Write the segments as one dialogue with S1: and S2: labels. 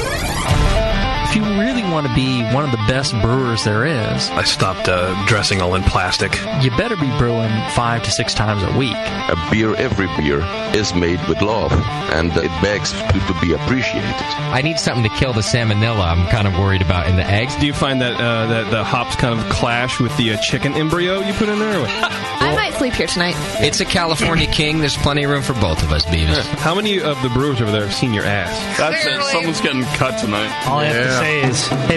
S1: If you really want to be one of the best brewers there is,
S2: I stopped uh, dressing all in plastic.
S1: you better be brewing five to six times a week.
S3: A beer, every beer, is made with love, and it begs to, to be appreciated.
S4: I need something to kill the salmonella. I'm kind of worried about in the eggs.
S5: Do you find that uh, that the hops kind of clash with the uh, chicken embryo you put in there?
S6: I might sleep here tonight.
S4: It's a California king. There's plenty of room for both of us, Beavis.
S5: How many of the brewers over there have seen your ass?
S7: That's it.
S6: Clearly.
S7: Someone's getting cut tonight.
S8: All I have to say is, hey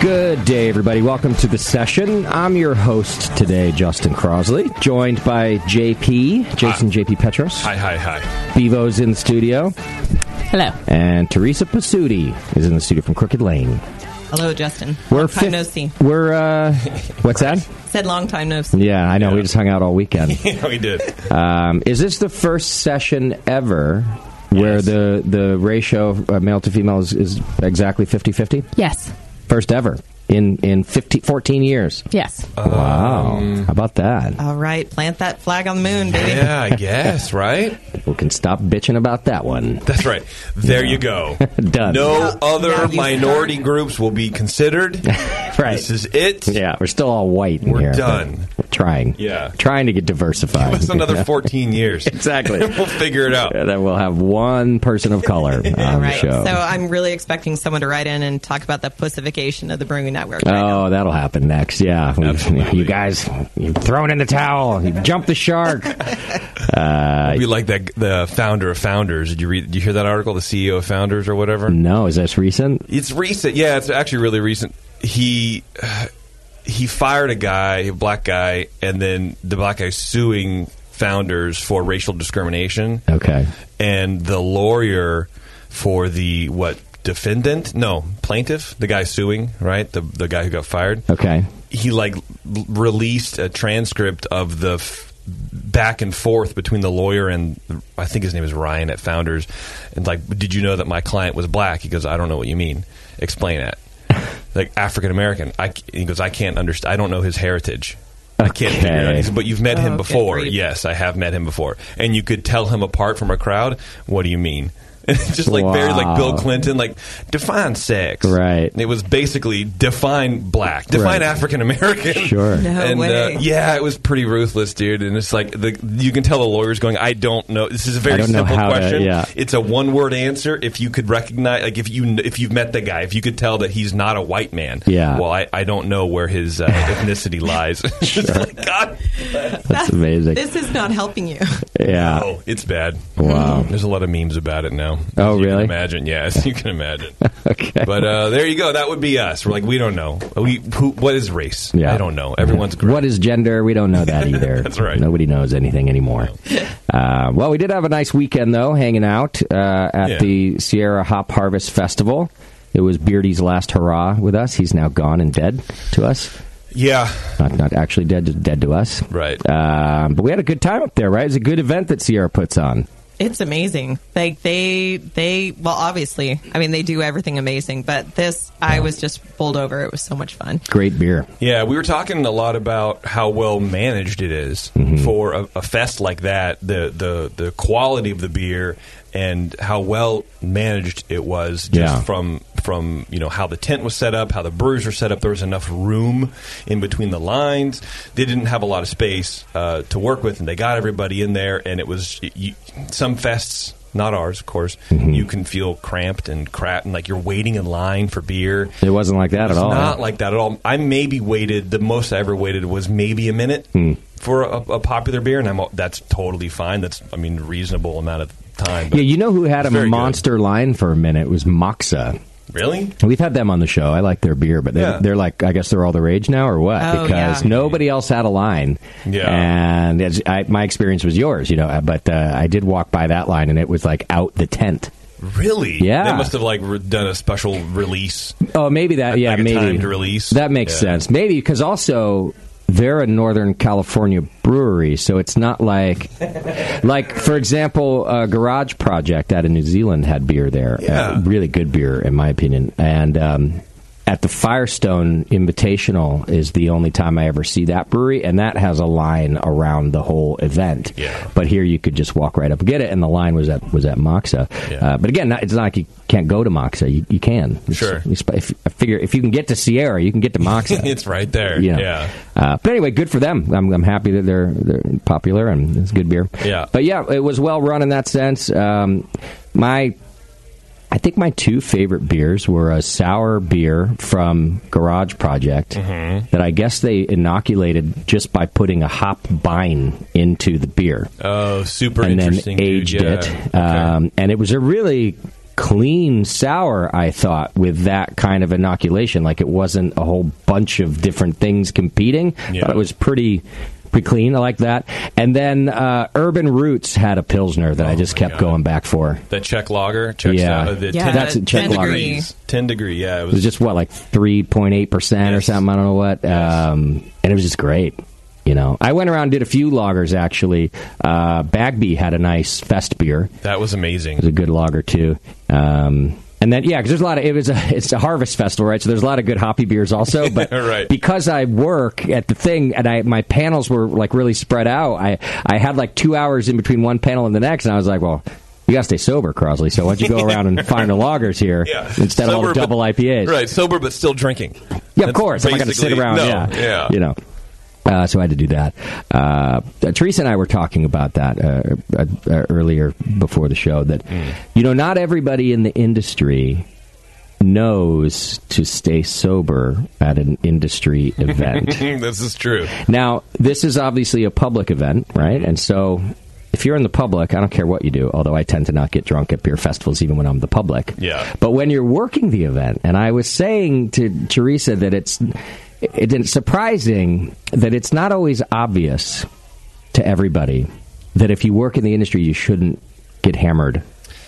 S9: Good day, everybody. Welcome to the session. I'm your host today, Justin Crosley, joined by JP, Jason JP Petros.
S5: Hi, hi, hi.
S9: Bevo's in the studio,
S10: Hello.
S9: and Teresa Pasuti is in the studio from Crooked Lane.
S10: Hello, Justin.
S9: We're
S10: long time
S9: fif-
S10: no see.
S9: We're uh, what's that?
S10: Said long time no see.
S9: Yeah, I know. We just hung out all weekend.
S5: Yeah, we did.
S9: Um, is this the first session ever where the the ratio of uh, male to female is, is exactly 50-50?
S10: Yes.
S9: First ever in in 50, 14 years.
S10: Yes.
S9: Wow. How about that?
S10: All right. Plant that flag on the moon, baby.
S5: Yeah, I guess right.
S9: We can stop bitching about that one.
S5: That's right. There you go.
S9: Done.
S2: No
S10: now
S2: other
S10: you
S2: minority groups will be considered.
S9: Right.
S2: This is it.
S9: yeah, we're still all white. In
S2: We're
S9: here,
S2: done.
S9: but Trying.
S2: Yeah.
S9: Trying to get diversified.
S2: It's another 14 years.
S9: exactly.
S2: We'll figure it out.
S9: And then we'll have one person of color on
S10: All
S9: the
S10: right.
S9: show.
S10: So uh, I'm really expecting someone to write in and talk about the pussification of the Brewing Network. right now.
S9: Oh, that'll happen next. Yeah, We- you guys, you've thrown in the towel. You've jumped the shark. Uh,
S2: It'd be like that the founder of Founders. Did you read? Did you hear that article? The CEO of Founders or whatever.
S9: no, is this recent?
S2: It's recent. Yeah, it's actually really recent. He he fired a guy, a black guy, and then the black guy suing founders for racial discrimination.
S9: Okay.
S2: And the lawyer for the what defendant? No, plaintiff. The guy suing, right? The the guy who got fired
S9: Okay.
S2: he like l- released a transcript of the f- back and forth between the lawyer and I think his name is Ryan at Founders, and like, did you know that my client was black? He goes, I don't know what you mean. Explain it. Like African American. I c- he goes, I can't understand. I don't know his heritage. I can't figure it out. He
S9: Okay.
S2: said, but you've met
S10: Oh,
S2: him
S10: good
S2: before.
S10: grief.
S2: Yes, I have met him before, and you could tell him apart from a crowd. What do you mean? Just like very like Bill
S9: Wow.
S2: Clinton, like define sex.
S9: Right.
S2: It was basically define black, define
S9: Right.
S2: African American.
S9: Sure.
S10: No
S2: and,
S10: way.
S2: Uh, yeah, it was pretty ruthless, dude. And it's like the you can tell the lawyer's going, "I don't know. This is a
S9: I
S2: very
S9: don't know
S2: simple
S9: how to-
S2: question.
S9: yeah.
S2: It's a one word answer. If you could recognize, like if you kn- if you've met the guy, if you could tell that he's not a white man.
S9: Yeah.
S2: Well, I, I don't know where his uh, ethnicity lies. It's like, God,
S9: That's amazing.
S10: This is not helping you.
S9: yeah.
S2: oh, it's bad.
S9: Wow.
S2: There's a lot of memes about it now.
S9: Oh,
S2: As you can
S9: really?
S2: imagine, yeah, as you can imagine.
S9: Okay.
S2: But uh, there you go. That would be us. We're like, we don't know. We who? What is race?
S9: Yeah.
S2: I don't know. Everyone's great.
S9: What is gender? We don't know that either.
S2: That's right.
S9: Nobody knows anything anymore. Uh, well, we did have a nice weekend though, hanging out uh, at
S2: Yeah.
S9: the Sierra Hop Harvest Festival. It was Beardy's last hurrah with us. He's now gone and dead to us.
S2: Yeah.
S9: Not, not actually dead to, dead to us.
S2: Right.
S9: Um, but we had a good time up there, right? It's a good event that Sierra puts on.
S10: It's amazing. Like they they well obviously I mean they do everything amazing, but this I was just bowled over. It was so much fun.
S9: Great beer.
S2: Yeah, we were talking a lot about how well managed it is for a, a fest like that. The the the quality of the beer and how well managed it was just
S9: Yeah.
S2: from from you know how the tent was set up, how the brewers were set up. There was enough room in between the lines. They didn't have a lot of space uh, to work with, and they got everybody in there. And it was you, some fests. Not ours, of course. You can feel cramped and crap, and like you're waiting in line for beer.
S9: It wasn't like that
S2: It's
S9: at all.
S2: Not like that at all. I maybe waited. The most I ever waited was maybe a minute
S9: Hmm.
S2: for a, a popular beer, and I'm that's totally fine. That's I mean reasonable amount of time. but
S9: yeah, you know who had
S2: it's
S9: a
S2: very good.
S9: monster line for a minute was Moxa.
S2: Really?
S9: We've had them on the show. I like their beer, but they,
S2: Yeah.
S9: they're like, I guess they're all the rage now, or what?
S2: Oh,
S9: because
S2: yeah.
S9: nobody else had a line.
S2: Yeah.
S9: And it's, I, my experience was yours, you know. But uh, I did walk by that line, and it was like out the tent.
S2: Mm-hmm. Really?
S9: Yeah.
S2: They must have like re- done a special release.
S9: Oh, maybe that. Yeah,
S2: like a
S9: maybe
S2: timed release.
S9: That makes
S2: Yeah.
S9: sense. Maybe because also they're a Northern California brewery, so it's not like, like for example, uh, Garage Project out of New Zealand had beer there.
S2: Yeah.
S9: Uh, really good beer, in my opinion, and. Um, at the Firestone Invitational is the only time I ever see that brewery, and that has a line around the whole event.
S2: Yeah.
S9: But here you could just walk right up and get it, and the line was at was at Moxa. Uh, but again, not, it's not like you can't go to Moxa. You, you can. It's-
S2: Sure.
S9: it's- If, I figure if you can get to Sierra, you can get to Moxa.
S2: it's right there.
S9: You know.
S2: Yeah.
S9: Uh, but anyway, good for them. I'm, I'm happy that they're they're popular and it's good beer.
S2: Yeah.
S9: But yeah, it was well run in that sense. Um, my, I think my two favorite beers were a sour beer from Garage Project
S2: Mm-hmm.
S9: that I guess they inoculated just by putting a hop bine into the beer
S2: Oh, super
S9: and then
S2: interesting. dude.
S9: aged
S2: Yeah.
S9: it. Um, and it was a really clean sour, I thought, with that kind of inoculation. Like it wasn't a whole bunch of different things competing, but it was pretty. Pretty clean. I like that. And then uh, Urban Roots had a Pilsner that I just kept going back for.
S2: Oh That Czech lager. Czech
S9: Yeah.
S2: style, uh, the
S9: Yeah,
S2: 10,
S9: that's a Czech
S2: 10
S9: lager.
S2: Degrees, 10 degree. Yeah. It
S9: It was
S2: was,
S9: just what, like 3.8% or something? I don't know what. Um, and it was just great. You know, I went around and did a few loggers actually. Uh, Bagby had a nice fest beer.
S2: that was
S9: It
S2: amazing.
S9: was a good lager too. Um, and then yeah, because there's a lot of it was a it's a harvest festival, right? So there's a lot of good hoppy beers also. But
S2: Right.
S9: because I work at the thing and I my panels were like really spread out, I I had like two hours in between one panel and the next, and I was like, well. You gotta stay sober, Crosley. So why don't you go around and find the loggers here
S2: Yeah.
S9: instead of all the
S2: Sober, but-
S9: double IPAs?
S2: Right. Sober, but still drinking.
S9: Yeah, of
S2: That's
S9: course. I'm not going to sit
S2: basically-
S9: around.
S2: no,
S9: yeah.
S2: Yeah.
S9: You know. Uh, so I had to do that. Uh, uh, Teresa and I were talking about that uh, uh, uh, earlier before the show. That
S2: Mm.
S9: you know, not everybody in the industry knows to stay sober at an industry event.
S2: this is true.
S9: Now, this is obviously a public event, right? And so if you're in the public, I don't care what you do, although I tend to not get drunk at beer festivals even when I'm the public.
S2: Yeah.
S9: But when you're working the event, and I was saying to Teresa that it's it- it's surprising that it's not always obvious to everybody that if you work in the industry, you shouldn't get hammered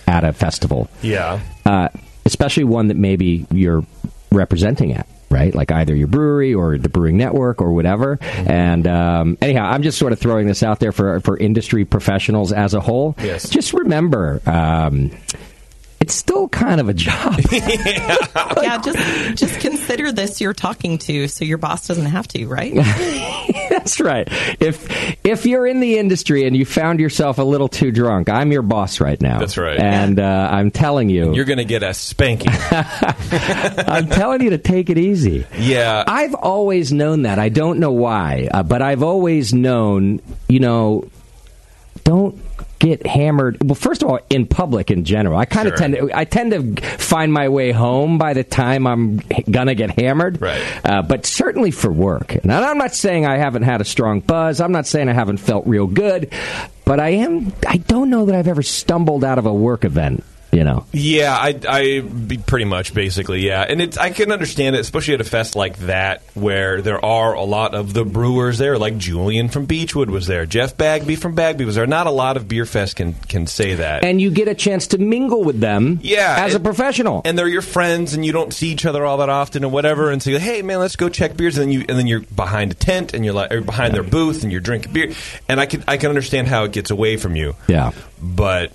S9: at a festival
S2: Yeah.
S9: uh, especially one that maybe you're representing at right like either your brewery or the brewing network or whatever and um, anyhow i'm just sort of throwing this out there for for industry professionals as a whole
S2: Yes.
S9: just remember um, it's still kind of a job
S10: yeah, just just consider this you're talking to, so your boss doesn't have to, right?
S9: That's right. If if you're in the industry and you found yourself a little too drunk, I'm your boss right now.
S2: That's right.
S9: And uh, I'm telling you,
S2: You're going to get a spanking.
S9: I'm telling you to take it easy.
S2: yeah.
S9: I've always known that. I don't know why, uh, but I've always known, you know, don't get hammered. Well, first of all, in public in general, I kind of
S2: Sure.
S9: tend to, I tend to find my way home by the time I'm gonna get hammered.
S2: Right.
S9: Uh, but certainly for work. And I'm not saying I haven't had a strong buzz. I'm not saying I haven't felt real good, but I am. I don't know that I've ever stumbled out of a work event. you know.
S2: Yeah, I, I be- pretty much basically, yeah, and it's I can understand it, especially at a fest like that where there are a lot of the brewers there, like Julian from Beechwood was there, Jeff Bagby from Bagby was there. Not a lot of beer fest can can say that,
S9: And you get a chance to mingle with them
S2: yeah,
S9: as a professional,
S2: and they're your friends, and you don't see each other all that often, and whatever, and so hey man, let's go check beers, and then you and then you're behind a tent, and you're like or behind their booth, and you're drinking beer, and I can I can understand how it gets away from you,
S9: Yeah.
S2: but.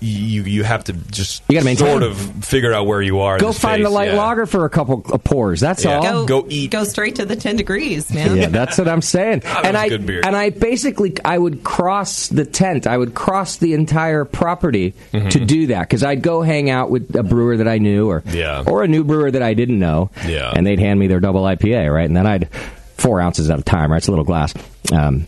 S2: You you have to just
S9: You gotta maintain.
S2: sort of figure out where you are. in
S9: Go
S2: space,
S9: find the light
S2: yeah.
S9: lager for a couple of pours. That's
S2: Yeah.
S9: all.
S2: Go- go eat.
S10: Go straight to the 10 degrees, man.
S9: yeah, that's what I'm saying.
S2: Ah, that
S9: and
S2: was
S9: I
S2: good beer.
S9: and I basically I would cross the tent. I would cross the entire property
S2: Mm-hmm.
S9: to do that because I'd go hang out with a brewer that I knew or
S2: Yeah.
S9: or a new brewer that I didn't know.
S2: Yeah.
S9: and they'd hand me their double IPA, right? And then I'd four ounces at a time, right? It's a little glass. Um,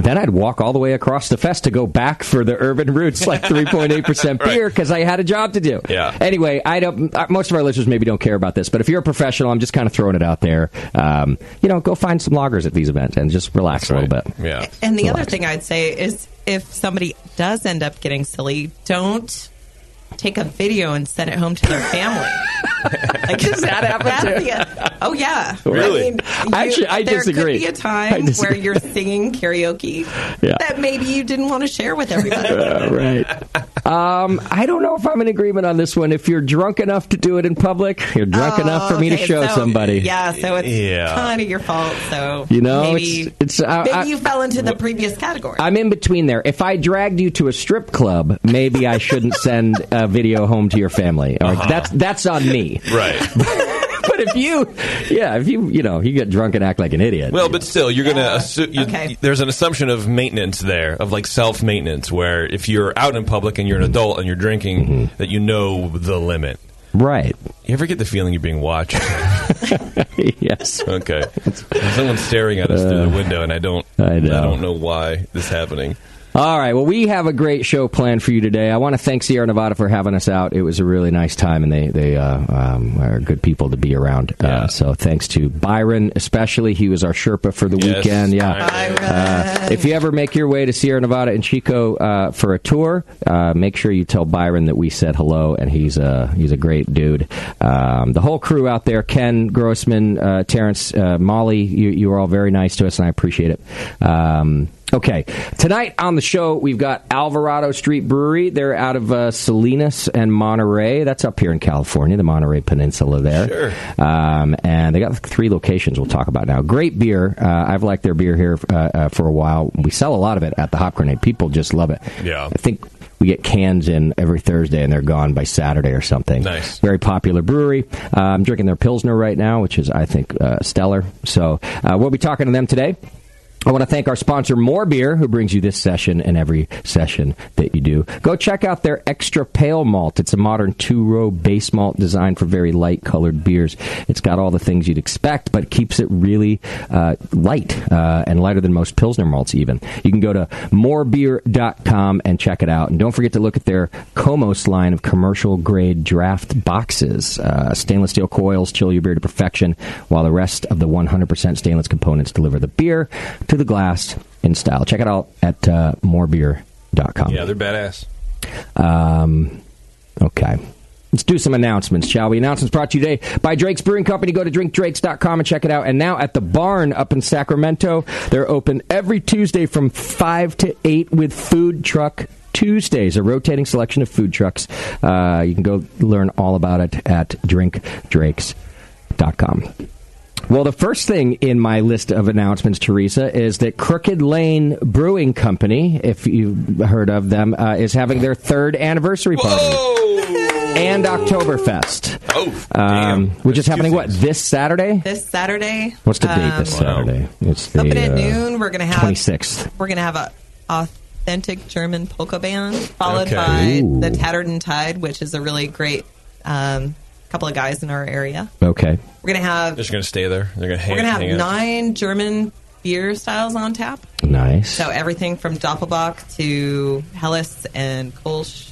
S9: then I'd walk all the way across the fest to go back for the Urban Roots, like 3.8% beer, because I had a job to do.
S2: Yeah.
S9: Anyway, I don't. uh, Most of our listeners maybe don't care about this, but if you're a professional, I'm just kind of throwing it out there. Um, you know, go find some loggers at these events and just relax a little bit.
S2: Yeah.
S10: And the other thing I'd say is if somebody does end up getting silly, don't take a video and send it home to their family. like,
S9: Does that happen
S10: that's the- oh, yeah.
S9: Really?
S10: I mean,
S9: Actually, I
S10: there
S9: disagree.
S10: There could be a
S9: I
S10: time where
S9: disagree.
S10: you're singing karaoke
S9: Yeah.
S10: that maybe you didn't want to share with everybody.
S9: Uh, right. Um, I don't know if I'm in agreement on this one. If you're drunk enough to do it in public, you're drunk
S10: Oh,
S9: enough for me to
S10: okay,
S9: show
S10: so-
S9: somebody.
S10: Yeah, so it's
S9: Yeah.
S10: kind of your fault. So
S9: You know,
S10: maybe,
S9: it's- it's, uh,
S10: maybe
S9: I-
S10: you fell into the previous category.
S9: I'm in between there. If I dragged you to a strip club, maybe I shouldn't send a video home to your family. Or
S2: Uh-huh.
S9: That's that's on me.
S2: Right.
S9: but if you, yeah, if you, you know, you get drunk and act like an idiot.
S2: Well, but still, you're gonna assume. You, There's an assumption of maintenance there, of like self maintenance, where if you're out in public and you're an adult and you're drinking,
S9: Mm-hmm.
S2: that you know the limit.
S9: Right.
S2: You ever get the feeling you're being watched?
S9: yes.
S2: Okay. Someone's staring at us through the window, and I don't. I,
S9: Uh, know.
S2: don't know why this is happening.
S9: All right. Well, we have a great show planned for you today. I want to thank Sierra Nevada for having us out. It was a really nice time, and they they uh, um, are good people to be around. Uh, so thanks to Byron, especially. He was our Sherpa for the
S7: Yes,
S9: weekend. Yeah.
S7: Byron.
S9: Uh, if you ever make your way to Sierra Nevada and Chico uh, for a tour, uh, make sure you tell Byron that we said hello, and he's a he's a great dude. Um, the whole crew out there, Ken Grossman, uh, Terrence, uh, Molly, you you are all very nice to us, and I appreciate it. Um, Okay, tonight on the show we've got Alvarado Street Brewery. They're out of uh, Salinas and Monterey. That's up here in California, the Monterey Peninsula there. Sure. Um, and they got three locations we'll talk about now. Great beer. Uh, I've liked their beer here uh, uh, for a while. We sell a lot of it at the Hop Grenade. People just love it.
S2: Yeah.
S9: I think we get cans in every Thursday and they're gone by Saturday or something. Nice. Very popular brewery. Uh, I'm drinking their Pilsner right now, which is, I think, uh, stellar. So uh, we'll be talking to them today. I want to thank our sponsor, More Beer, who brings you this session and every session that you do. Go check out their Extra Pale Malt. It's a modern two row base malt designed for very light colored beers. It's got all the things you'd expect, but keeps it really uh, light uh, and lighter than most Pilsner malts, even. You can go to morebeer.com and check it out. And don't forget to look at their Comos line of commercial grade draft boxes. Uh, stainless steel coils chill your beer to perfection, while the rest of the 100% stainless components deliver the beer to the glass in style. Check it out at uh, morebeer.com.
S2: Yeah, they're badass.
S9: Um, okay. Let's do some announcements, shall we? Announcements brought to you today by Drake's Brewing Company. Go to drinkdrakes.com and check it out. And now at the barn up in Sacramento, they're open every Tuesday from 5 to 8 with Food Truck Tuesdays, a rotating selection of food trucks. Uh, you can go learn all about it at drinkdrakes.com. Well, the first thing in my list of announcements, Teresa, is that Crooked Lane Brewing Company, if you've heard of them, uh, is having their third anniversary party. And Oktoberfest. Oh, um, Which is happening, what, this Saturday?
S10: This Saturday.
S9: What's the date this
S10: um,
S9: Saturday? It's the
S10: Open at
S9: uh,
S10: noon. We're gonna have
S9: 26th.
S10: We're gonna have a authentic German polka band, followed
S9: Okay.
S10: by
S9: Ooh.
S10: the Tattered and Tied, which is a really great um, couple of guys in our area.
S9: Okay.
S10: We're gonna have
S2: They're just gonna stay there. They're gonna hang.
S10: we're gonna
S2: hang
S10: have
S2: out.
S10: nine German beer styles on tap.
S9: Nice.
S10: So everything from Doppelbock to Helles and Kolsch.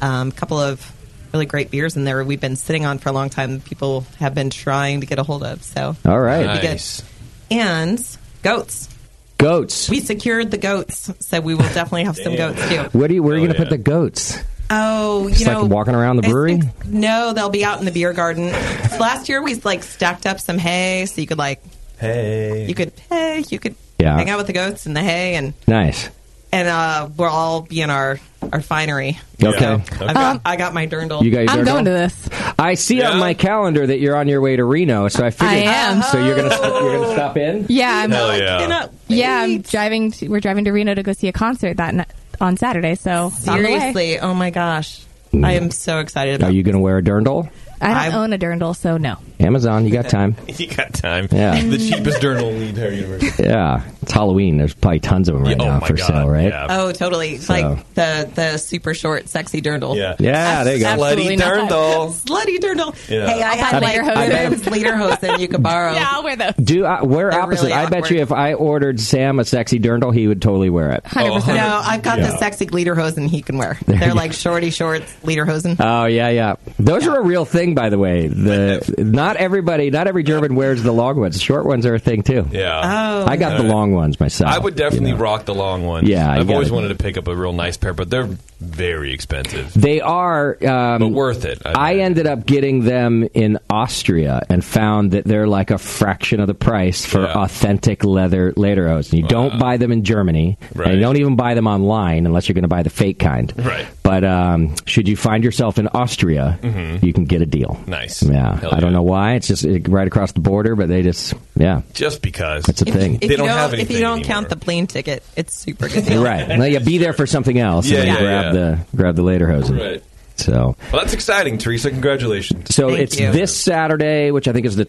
S10: A couple of really great beers in there we've been sitting on for a long time. People have been trying to get a hold of. So
S9: All right.
S10: it'd be good.
S9: Nice.
S10: And goats.
S9: Goats.
S10: We secured the goats, so we will definitely have some goats too.
S9: What are you, where are you going to put the goats?
S10: Oh, you
S9: It's
S10: know,
S9: like walking around the brewery.
S10: no, they'll be out in the beer garden. So last year we like stacked up some hay, so you could like
S2: Hey.
S10: you could hey you could
S9: Yeah.
S10: hang out with the goats in the hay and
S9: Nice.
S10: and uh, we'll all be in our our finery.
S9: Okay.
S10: So
S9: Okay.
S10: I, got, I got my dirndl.
S9: You got your dirndl?
S10: this.
S9: I see on my calendar that you're on your way to Reno, so I figured.
S6: I am.
S9: So you're gonna you're gonna stop in.
S6: Yeah, I'm.
S9: Hell yeah.
S6: Yeah, I'm driving. To, we're driving to Reno to go see a concert that ni- on Saturday. So it's on the way.
S10: Seriously, oh my gosh,
S9: Mm-hmm.
S10: I am so excited
S9: Are
S10: about.
S9: you gonna wear a dirndl?
S6: I don't own a dirndl, so no.
S9: Amazon, you got time.
S2: you got time.
S9: Yeah.
S2: The cheapest journal in the entire universe.
S9: Yeah, it's Halloween. There's probably tons of them right
S2: Yeah, oh
S9: now
S2: my
S9: for
S2: God,
S9: sale, right?
S2: yeah.
S10: Oh, totally!
S9: So-
S10: Like the the super short, sexy dirndl. Yeah,
S9: Yeah, there you go.
S10: Absolutely
S9: Slutty
S10: not.
S9: dirndl.
S10: slutty dirndl.
S9: Yeah.
S10: Hey, I
S9: I'll
S10: had
S9: buy
S10: like
S9: lederhosen.
S10: women's lederhosen you could borrow. Yeah,
S6: I'll wear those.
S9: Do I, we're
S10: They're
S9: opposite.
S10: really
S9: I bet you if I ordered Sam a sexy dirndl, he would totally wear it.
S10: Hundred
S2: Oh,
S10: percent. No, I've got
S9: Yeah.
S10: the sexy lederhosen he can wear. They're like shorty shorts, lederhosen.
S9: Oh yeah, yeah. Those are a real thing, by the way. The not everybody, not every German wears the long ones. Short ones are a thing too.
S2: Yeah. Oh.
S9: I got the long ones myself.
S2: I would definitely rock the long one.
S9: Yeah, you
S2: I've always
S9: gotta-
S2: wanted to pick up a real nice pair, but they're very expensive.
S9: They are, um,
S2: But worth it.
S9: I ended up getting them in Austria and found that they're like a fraction of the price for authentic leather lederhosen. You don't buy them in Germany, and you don't even buy them online unless you're going to buy the fake kind.
S2: Right.
S9: But um, should you find yourself in Austria, you can get a deal.
S2: Mm-hmm. Nice.
S9: Yeah.
S2: Hell
S9: I don't know why. It's just uh, right across the border, but they just yeah.
S2: Just because
S9: It's a thing.
S10: If you don't, if you don't count the plane ticket, it's super good deal.
S9: right. Well, yeah. Be there for something else.
S2: Yeah,
S9: and then
S2: yeah,
S9: grab the grab the lederhosen.
S2: Right.
S9: So.
S2: Well, that's exciting, Teresa. Congratulations.
S9: So it's this Saturday, which I think is the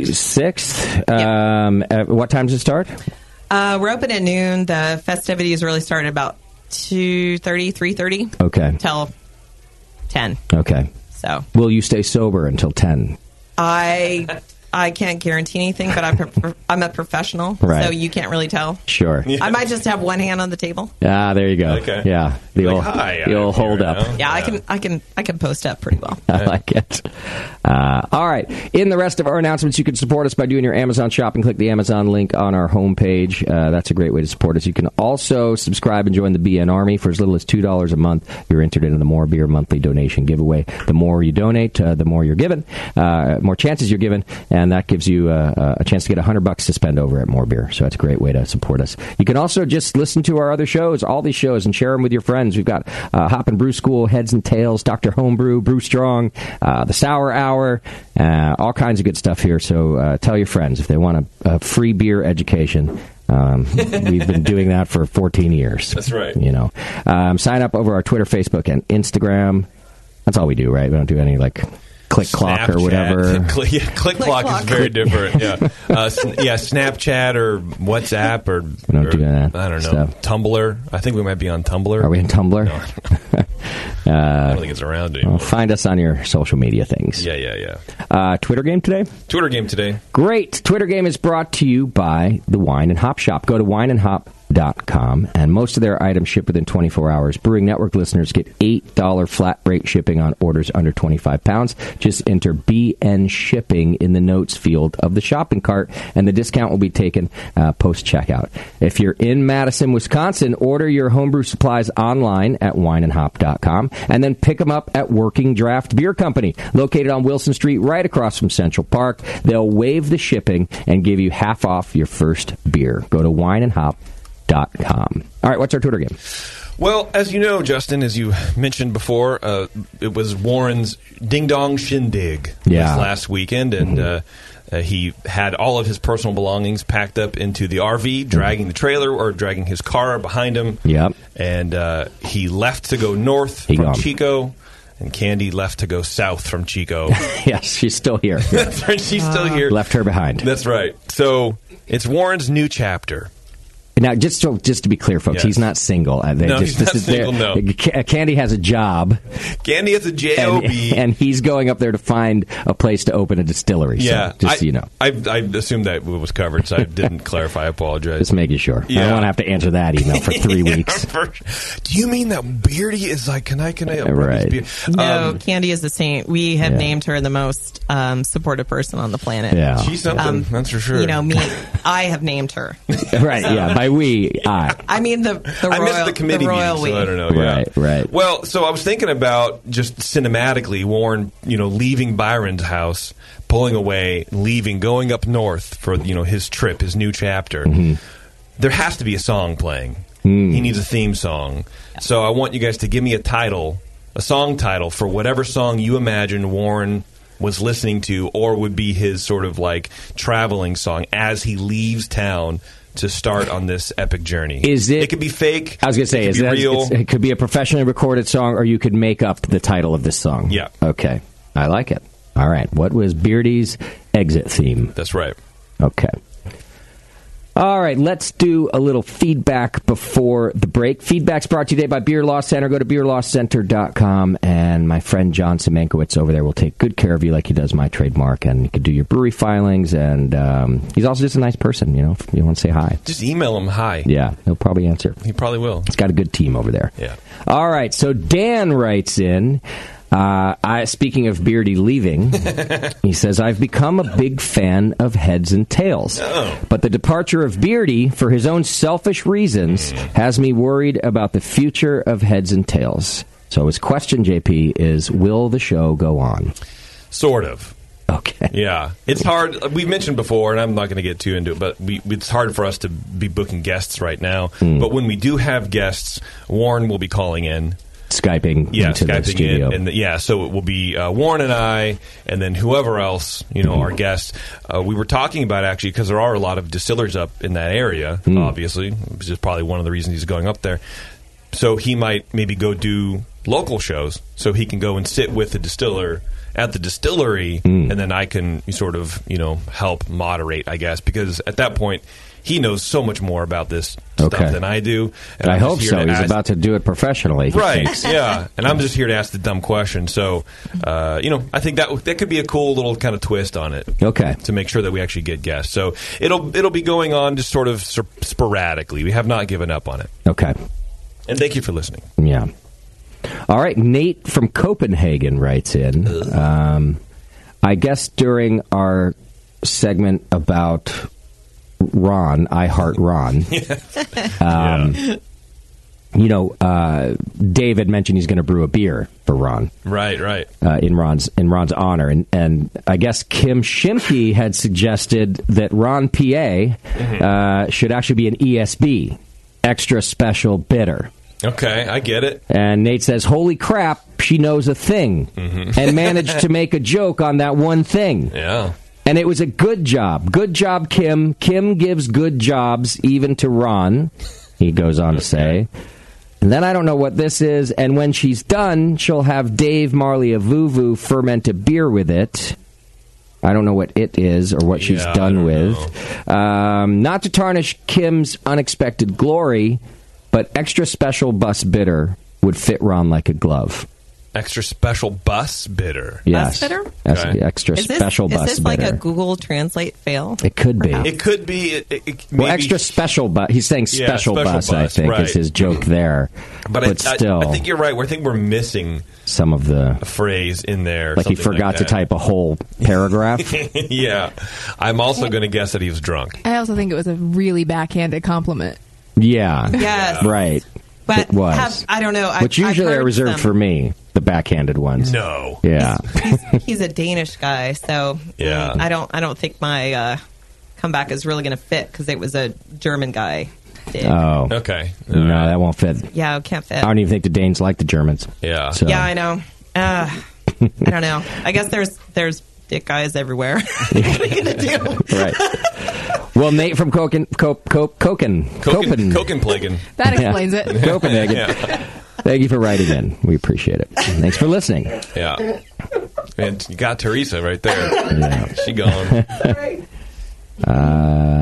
S9: 26th. Um, at what time does it start?
S10: Uh, we're open at noon. The festivities really start at about 2.30, 3.30.
S9: Okay.
S10: Till 10.
S9: Okay.
S10: So
S9: Will you stay sober until 10?
S10: I I can't guarantee anything, but I'm, pro- I'm a professional,
S9: Right.
S10: so you can't really tell.
S9: Sure.
S10: I might just have one hand on the table.
S9: Ah, there you go.
S2: Okay.
S9: Yeah. The
S2: Like,
S9: old,
S2: "Hi,
S9: the
S2: I'm
S9: old
S2: here
S9: hold up.
S2: now."
S10: Yeah, I can I can I can post up pretty well.
S9: I like it. Uh, all right. In the rest of our announcements, you can support us by doing your Amazon shopping. Click the Amazon link on our homepage. Uh, that's a great way to support us. You can also subscribe and join the BN Army for as little as $2 a month. You're entered into the More Beer monthly donation giveaway. The more you donate, uh, the more you're given, uh, more chances you're given, and that gives you uh, a chance to get 100 bucks to spend over at More Beer. So that's a great way to support us. You can also just listen to our other shows, all these shows, and share them with your friends. We've got uh, Hop and Brew School, Heads and Tails, Dr. Homebrew, Brew Strong, uh, The Sour Hour, uh, all kinds of good stuff here. So uh, tell your friends if they want a, a free beer education. Um, we've been doing that for 14 years. That's right. You know, um, sign up over our Twitter, Facebook, and Instagram. That's all we do, right? We don't do any like click clock or
S2: Snapchat.
S9: whatever.
S2: Click, yeah, click clock, is very different. Yeah, uh, sn- yeah. Snapchat or WhatsApp or,
S9: We don't
S2: or-
S9: do that
S2: I don't know.
S9: stuff.
S2: Tumblr. I think we might be on Tumblr.
S9: Are we in Tumblr? uh, I
S2: don't think it's around
S9: well, find us on your social media things.
S2: Yeah, yeah, yeah.
S9: Uh, Twitter game today?
S2: Twitter game today.
S9: Great. Twitter game is brought to you by the Wine and Hop Shop. Go to wineandhop.com and most of their items ship within 24 hours. Brewing Network listeners get $8 flat rate shipping on orders under 25 pounds. Just enter BN shipping in the notes field of the shopping cart and the discount will be taken uh, post checkout. If you're in Madison, Wisconsin, order your homebrew supplies online at wineandhop.com and then pick them up at Working Draft Beer Company, located on Wilson Street, right across from Central Park. They'll waive the shipping and give you half off your first beer. Go to wineandhop.com. All right, what's our Twitter game?
S2: Well, as you know, Justin, as you mentioned before, uh, it was Warren's Ding Dong Shindig
S9: Yeah. Mm-hmm.
S2: this last weekend, and uh, uh, he had all of his personal belongings packed up into the
S9: Mm-hmm.
S2: RV, dragging the trailer or dragging his car behind him.
S9: Yep.
S2: And uh, he left to go north
S9: He
S2: from
S9: gone.
S2: Chico, and Candy left to go south from Chico.
S9: yes, she's still here.
S2: That's right, she's still here.
S9: Left her behind.
S2: That's right. So it's Warren's new chapter.
S9: Now, just so, just to be clear, folks,
S2: Yes.
S9: he's not single. Uh, they
S2: No,
S9: just-
S2: he's not
S9: their-
S2: single, no.
S9: Ca- Candy has a job.
S2: Candy has a
S9: and,
S2: job.
S9: and he's going up there to find a place to open a distillery.
S2: Yeah,
S9: so, just
S2: I,
S9: so you know,
S2: I, I assumed that was covered, so I didn't clarify. I apologize.
S9: just making sure. I
S2: Yeah.
S9: don't want to have to answer that email for three
S2: Yeah,
S9: weeks.
S2: for- do you mean that Beardy is like? Can I? Can I?
S9: Right.
S10: No,
S2: Um,
S10: Candy is the saint. We have
S2: Yeah.
S10: named her the most um, supportive person on the planet. Um,
S9: Yeah.
S2: She's something, that's for sure.
S10: You know me. I have named her.
S2: um,
S9: right? Yeah. I we I.
S10: I mean the the
S2: I
S10: royal,
S2: missed the committee
S10: royal
S2: meeting, so I
S10: we.
S2: don't know. yeah.
S9: Right, right.
S2: Well, so I was thinking about just cinematically Warren, you know, leaving Byron's house, pulling away, leaving, going up north for you know his trip, his new chapter.
S9: Mm-hmm.
S2: There has to be a song playing.
S9: Mm.
S2: He needs a theme song. So I want you guys to give me a title, a song title for whatever song you imagine Warren was listening to or would be his sort of like traveling song as he leaves town to start on this epic journey.
S9: Is it? It
S2: could be fake.
S9: I was gonna say,
S2: it could
S9: is
S2: be
S9: that,
S2: real.
S9: it's- it could be a professionally recorded song, or you could make up the title of this song.
S2: Yeah.
S9: Okay, I like it. All right, what was Beardy's exit theme?
S2: That's right.
S9: Okay. All right, let's do a little feedback before the break. Feedback's brought to you today by Beer Loss Center. Go to beerlosscenter.com, and my friend John Semenkowitz over there will take good care of you like he does my trademark, and you can do your brewery filings, and um, he's also just a nice person, you know, if you want to say hi.
S2: Just email him hi.
S9: Yeah, he'll probably answer.
S2: He probably will.
S9: He's got a good team over there.
S2: Yeah.
S9: All right. So Dan writes in. Uh, I, speaking of Beardy leaving, he says, I've become a big fan of heads and tails.
S2: Oh.
S9: But the departure of Beardy, for his own selfish reasons,
S2: Hmm.
S9: has me worried about the future of heads and tails. So his question, JP, is Will the show go on?
S2: Sort of.
S9: Okay.
S2: Yeah. It's hard. We've mentioned before, and I'm not going to get too into it, but we, it's hard for us to be booking guests right now. But when we do have guests, Warren will be calling in.
S9: Skyping
S2: Yeah,
S9: into the
S2: Skyping
S9: studio.
S2: in, and the, yeah, so it will be uh, Warren and I, and then whoever else, you know, our guests. Uh, we were talking about actually because there are a lot of distillers up in that area.
S9: Hmm.
S2: Obviously, which is probably one of the reasons he's going up there. So he might maybe go do local shows, so he can go and sit with the distiller at the distillery,
S9: Hmm.
S2: and then I can sort of you know help moderate, I guess, because at that point. He knows so much more about this
S9: Okay.
S2: stuff than I do.
S9: But I
S2: I'm
S9: hope
S2: just
S9: so.
S2: here
S9: He's
S2: to ask-
S9: about to do it professionally. he
S2: Right.
S9: thinks.
S2: Yeah. And I'm just here to ask the dumb question. So, uh, you know, I think that that could be a cool little kind of twist on it.
S9: Okay.
S2: To make sure that we actually get guests. So it'll it'll be going on just sort of sur- sporadically. We have not given up on it.
S9: Okay.
S2: And thank you for listening.
S9: Yeah. All right. Nate from Copenhagen writes in. Um, I guess during our segment about Ron, I heart Ron. um, You know, uh, Dave had mentioned he's going to brew a beer for Ron
S2: Right. Right.
S9: uh, in Ron's in Ron's honor, and and I guess Kim Shimke had suggested that Ron PA
S2: Mm-hmm.
S9: uh, should actually be an ESB, extra special bitter.
S2: Okay. I get it.
S9: And Nate says, "Holy crap, she knows a thing," and managed to make a joke on that one thing.
S2: Mm-hmm. Yeah.
S9: And it was a good job. Good job, Kim. Kim gives good jobs even to Ron. He goes on to say. And then I don't know what this is. And when she's done, she'll have Dave Marley of Vuvu ferment a beer with it. I don't know what it is or what she's
S2: Yeah, I
S9: done
S2: don't
S9: with. Um, not to tarnish Kim's unexpected glory, but extra special bus bitter would fit Ron like a glove.
S2: Extra special bus bitter.
S9: Yes.
S10: bitter?
S9: Ex-
S2: Okay.
S9: Extra
S10: Is this,
S9: special
S10: is
S9: bus
S10: this like
S9: bitter.
S10: a Google Translate fail?
S9: it could be.
S2: It could be. It, it, it
S9: Well,
S2: maybe-
S9: extra special bus. Uh, He's saying
S2: Yeah,
S9: special,
S2: special
S9: bus, I
S2: bus,
S9: think,
S2: right.
S9: is his joke there.
S2: But, I, I-
S9: still,
S2: I, think you're right. I think we're missing
S9: some of the
S2: a phrase in there.
S9: like he
S2: something
S9: forgot to
S2: that.
S9: type a whole paragraph.
S2: yeah. I'm also going to guess that he was drunk.
S6: I also think it was a really backhanded compliment.
S9: yeah.
S10: Yes.
S9: Right.
S10: But
S9: it was.
S10: have- I don't know. I-
S9: Which
S10: I've
S9: usually are
S10: heard
S9: reserved
S10: some-
S9: for me, the backhanded ones.
S2: No.
S9: Yeah.
S10: He's a Danish guy, so
S2: Yeah.
S10: I don't I don't think my uh, comeback is really going to fit because it was a German guy.
S9: Oh.
S2: Okay. All
S9: No,
S2: right.
S9: that won't fit.
S10: Yeah, it can't fit.
S9: I don't even think the Danes like the Germans.
S2: Yeah.
S9: So,
S10: Yeah, I know. Uh, I don't know. I guess there's there's dick guys everywhere. what are you gonna do?
S9: Right. Well, Nate from Coken, Cop, Cop, Coken,
S2: Koken,
S9: Copen-
S2: Kokenplagen.
S6: That
S9: Yeah.
S6: explains it.
S9: Copenhagen.
S2: Yeah.
S9: Thank you for writing in. We appreciate it. Thanks for listening.
S2: Yeah. And you got Teresa right there. She gone.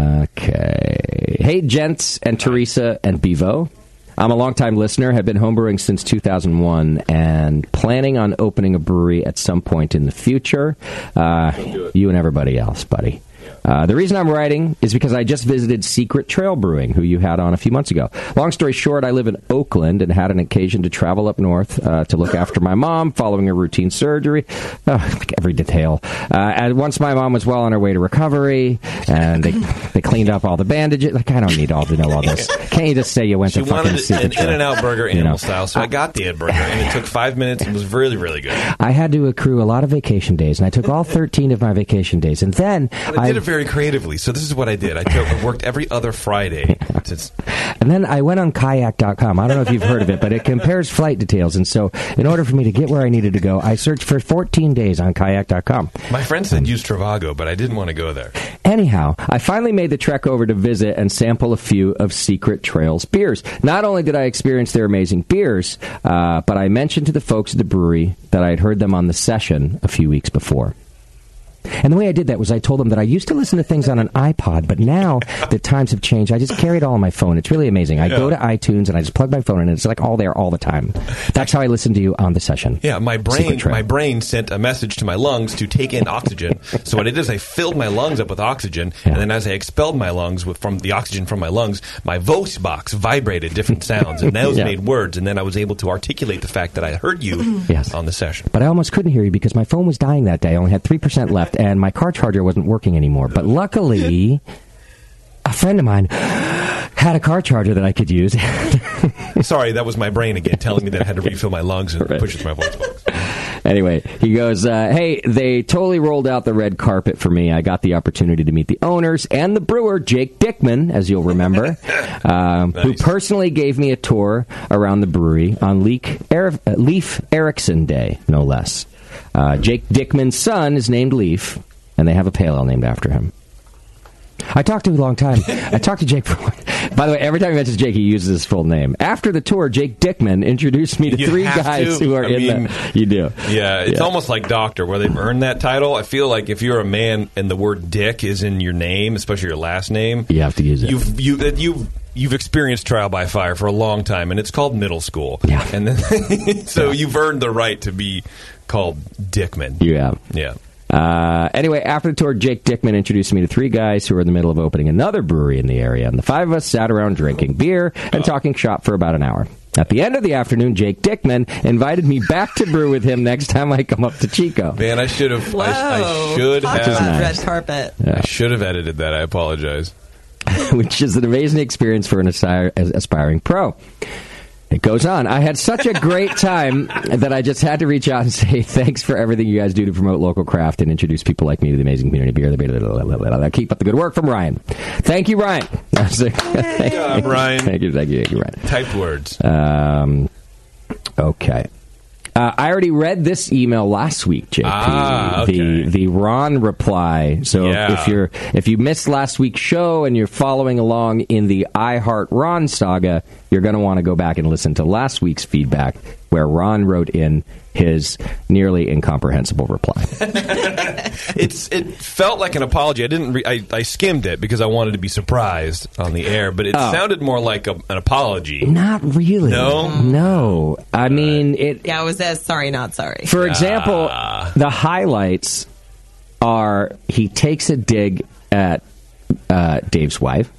S9: Okay. Hey, gents and Teresa and Bevo. I'm a longtime listener, have been homebrewing since 2001, and planning on opening a brewery at some point in the future. Uh, you and everybody else, buddy. Uh, the reason I'm writing is because I just visited Secret Trail Brewing, who you had on a few months ago. Long story short, I live in Oakland and had an occasion to travel up north uh, to look after my mom following a routine surgery. Oh, like every detail. Uh, and once my mom was well on her way to recovery, and they, they cleaned up all the bandages. Like I don't need all to know all this. Can't you just say you went
S2: She
S9: to fucking
S2: wanted
S9: Secret
S2: an
S9: Trail?
S2: In and Out burger
S9: You know.
S2: animal style, so I got the burger, and it took five minutes and was really, really good.
S9: I had to accrue a lot of vacation days, and I took all 13 of my vacation days, and then
S2: But I
S9: I
S2: did it very creatively. So this is what I did. I, took, I worked every other Friday. It's-
S9: And then I went on kayak.com. I don't know if you've heard of it, but it compares flight details. And so, in order for me to get where I needed to go, I searched for 14 days on kayak.com.
S2: my friend
S9: Hmm.
S2: said use Travago, but I didn't want to go there.
S9: Anyhow, I finally made the trek over to visit and sample a few of Secret Trails beers. Not only did I experience their amazing beers, uh, but I mentioned to the folks at the brewery that I had heard them on the session a few weeks before. And the way I did that was I told them that I used to listen to things on an iPod, but now the times have changed. I just carry it all on my phone. It's really amazing. I go to iTunes and I just plug my phone in, and it's like all there all the time. That's how I listen to you on the session.
S2: Yeah, my
S9: Secret
S2: brain
S9: Trail.
S2: my brain sent a message to my lungs to take in oxygen. so what I did is I filled my lungs up with oxygen, and then as I expelled my lungs with, from the oxygen from my lungs, my voice box vibrated different sounds, and those
S9: Yeah.
S2: made words, and then I was able to articulate the fact that I heard you on the session.
S9: But I almost couldn't hear you because my phone was dying that day. I only had 3% left, and my car charger wasn't working anymore. But luckily, a friend of mine had a car charger that I could use.
S2: Sorry, that was my brain again telling me that I had to refill my lungs and push it through my voice box.
S9: anyway, he goes, uh, Hey, they totally rolled out the red carpet for me. I got the opportunity to meet the owners and the brewer, Jake Dickman, as you'll remember, um, who personally gave me a tour around the brewery on Leak er- uh, Leaf Erickson Day, no less. Uh, Jake Dickman's son is named Leaf, and they have a pale ale named after him. I talked to him a long time. I talked to Jake for. By the way, every time he mentions Jake, he uses his full name. After the tour, Jake Dickman introduced me to
S2: You
S9: three
S2: have
S9: guys
S2: to.
S9: who are
S2: I
S9: in
S2: mean-
S9: the. You do.
S2: Yeah, it's
S9: Yeah.
S2: almost like doctor, where they've earned that title. I feel like if you're a man and the word "dick" is in your name, especially your last name,
S9: You have to use it.
S2: You've you that you've you've experienced trial by fire for a long time, and it's called middle school. Yeah, and then so you've earned the right to be called Dickman.
S9: You have.
S2: Yeah.
S9: Uh, anyway, after the tour, Jake Dickman introduced me to three guys who were in the middle of opening another brewery in the area, and the five of us sat around drinking beer and talking shop for about an hour. At the end of the afternoon, Jake Dickman invited me back to brew with him next time I come up to Chico.
S2: Man, I should have. I, I should
S9: Talk
S2: have
S9: about
S10: red carpet.
S2: I should have edited that. I apologize.
S9: which is an amazing experience for an asire- as- aspiring pro. It goes on. I had such a great time that I just had to reach out and say thanks for everything you guys do to promote local craft and introduce people like me to the amazing community. Beer, blah, blah, blah, blah, blah, blah. Keep up the good work from Ryan. Thank you, Ryan. Good
S2: job, Ryan.
S9: Thank you, thank you, thank you, Ryan.
S2: Typed words.
S9: Um, okay. Uh, I already read this email last week, JP.
S2: Ah,
S9: The the Ron reply. So if-
S2: Yeah.
S9: if you're if you missed last week's show and you're following along in the I Heart Ron saga, you're going to want to go back and listen to last week's feedback where Ron wrote in his nearly incomprehensible reply.
S2: It's it felt like an apology. I didn't. Re- I, I skimmed it because I wanted to be surprised on the air, but it
S9: Oh.
S2: sounded more like a, an apology.
S9: Not really.
S2: No?
S9: No. I mean, it
S10: Yeah, it was as sorry, not sorry.
S9: For
S2: Ah.
S9: example, the highlights are he takes a dig at uh, Dave's wife.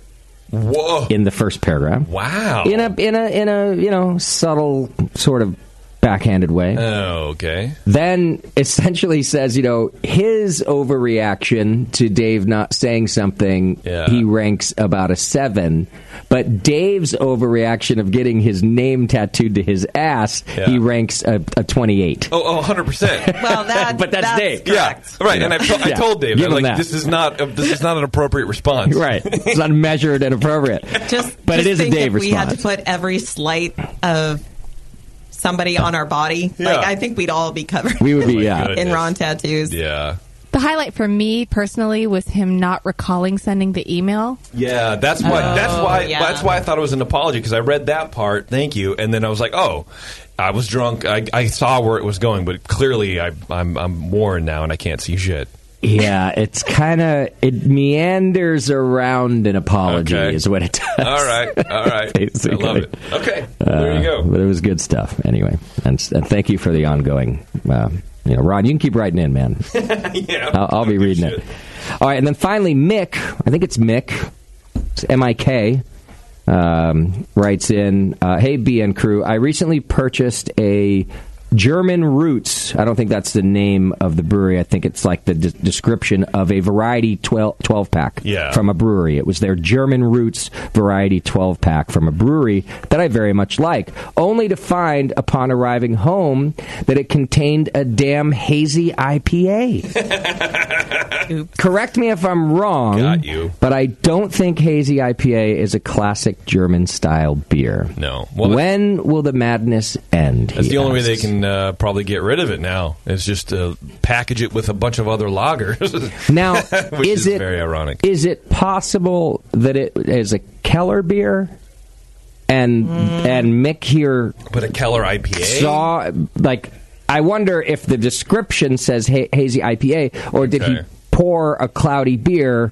S2: Whoa!
S9: In the first paragraph.
S2: Wow.
S9: In a in a in a you know subtle sort of backhanded way.
S2: Oh, okay.
S9: Then essentially says you know his overreaction to Dave not saying something he ranks about a seven, but Dave's overreaction of getting his name tattooed to his ass he ranks a, a twenty eight.
S2: Oh, oh, 100%.
S10: well, that,
S9: but that's, Dave.
S2: Yeah, right. And I, to- I
S9: Yeah.
S2: told Dave,
S9: Give
S2: I'm
S9: him
S2: like,
S9: that.
S2: this is not a, this is not an appropriate response.
S9: Right. It's unmeasured and appropriate.
S10: Just,
S9: but
S10: just
S9: it is a
S10: think
S9: Dave
S10: if We had to
S9: response.
S10: put every slight of somebody on our body. Like I think we'd all be covered.
S9: We would be, yeah.
S10: in Ron tattoos.
S2: Oh Yeah.
S6: The highlight for me personally was him not recalling sending the email.
S2: Yeah, that's why.
S6: Oh,
S2: that's why.
S6: yeah.
S2: That's why I thought it was an apology because I read that part. Thank you, and then I was like, oh, I was drunk. I, I saw where it was going, but clearly I, I'm I'm worn now and I can't see shit.
S9: yeah, it's kind of it meanders around an apology
S2: Okay.
S9: is what it does.
S2: All right, all right. I love it. Okay, there you
S9: go. But it was good stuff anyway. And, s- and thank you for the ongoing. Uh, you know, Ron, you can keep writing in, man.
S2: go. yeah.
S9: I'll, I'll be reading it. All right, and then finally, Mick. I think it's Mick. It's M I K. Um, writes in, uh, "Hey BN crew, I recently purchased a German Roots. I don't think that's the name of the brewery. I think it's like the de- description of a variety 12, 12 pack
S2: Yeah.
S9: from a brewery. It was their German Roots variety 12 pack from a brewery that I very much like, only to find upon arriving home that it contained a damn hazy IPA. Correct me if I'm wrong, but I don't think hazy IPA is a classic German style beer.
S2: No.
S9: when will the madness end?
S2: That's
S9: he
S2: the only way
S9: asks.
S2: they can uh, probably get rid of it now. Is just uh, package it with a bunch of other lagers.
S9: Now,
S2: which
S9: is
S2: is
S9: it-
S2: very ironic?
S9: Is it possible that it is a Keller beer? And and Mick here,
S2: Mm. but a Keller IPA
S9: saw like I wonder if the description says ha- hazy IPA or did he
S2: Okay.
S9: pour a cloudy beer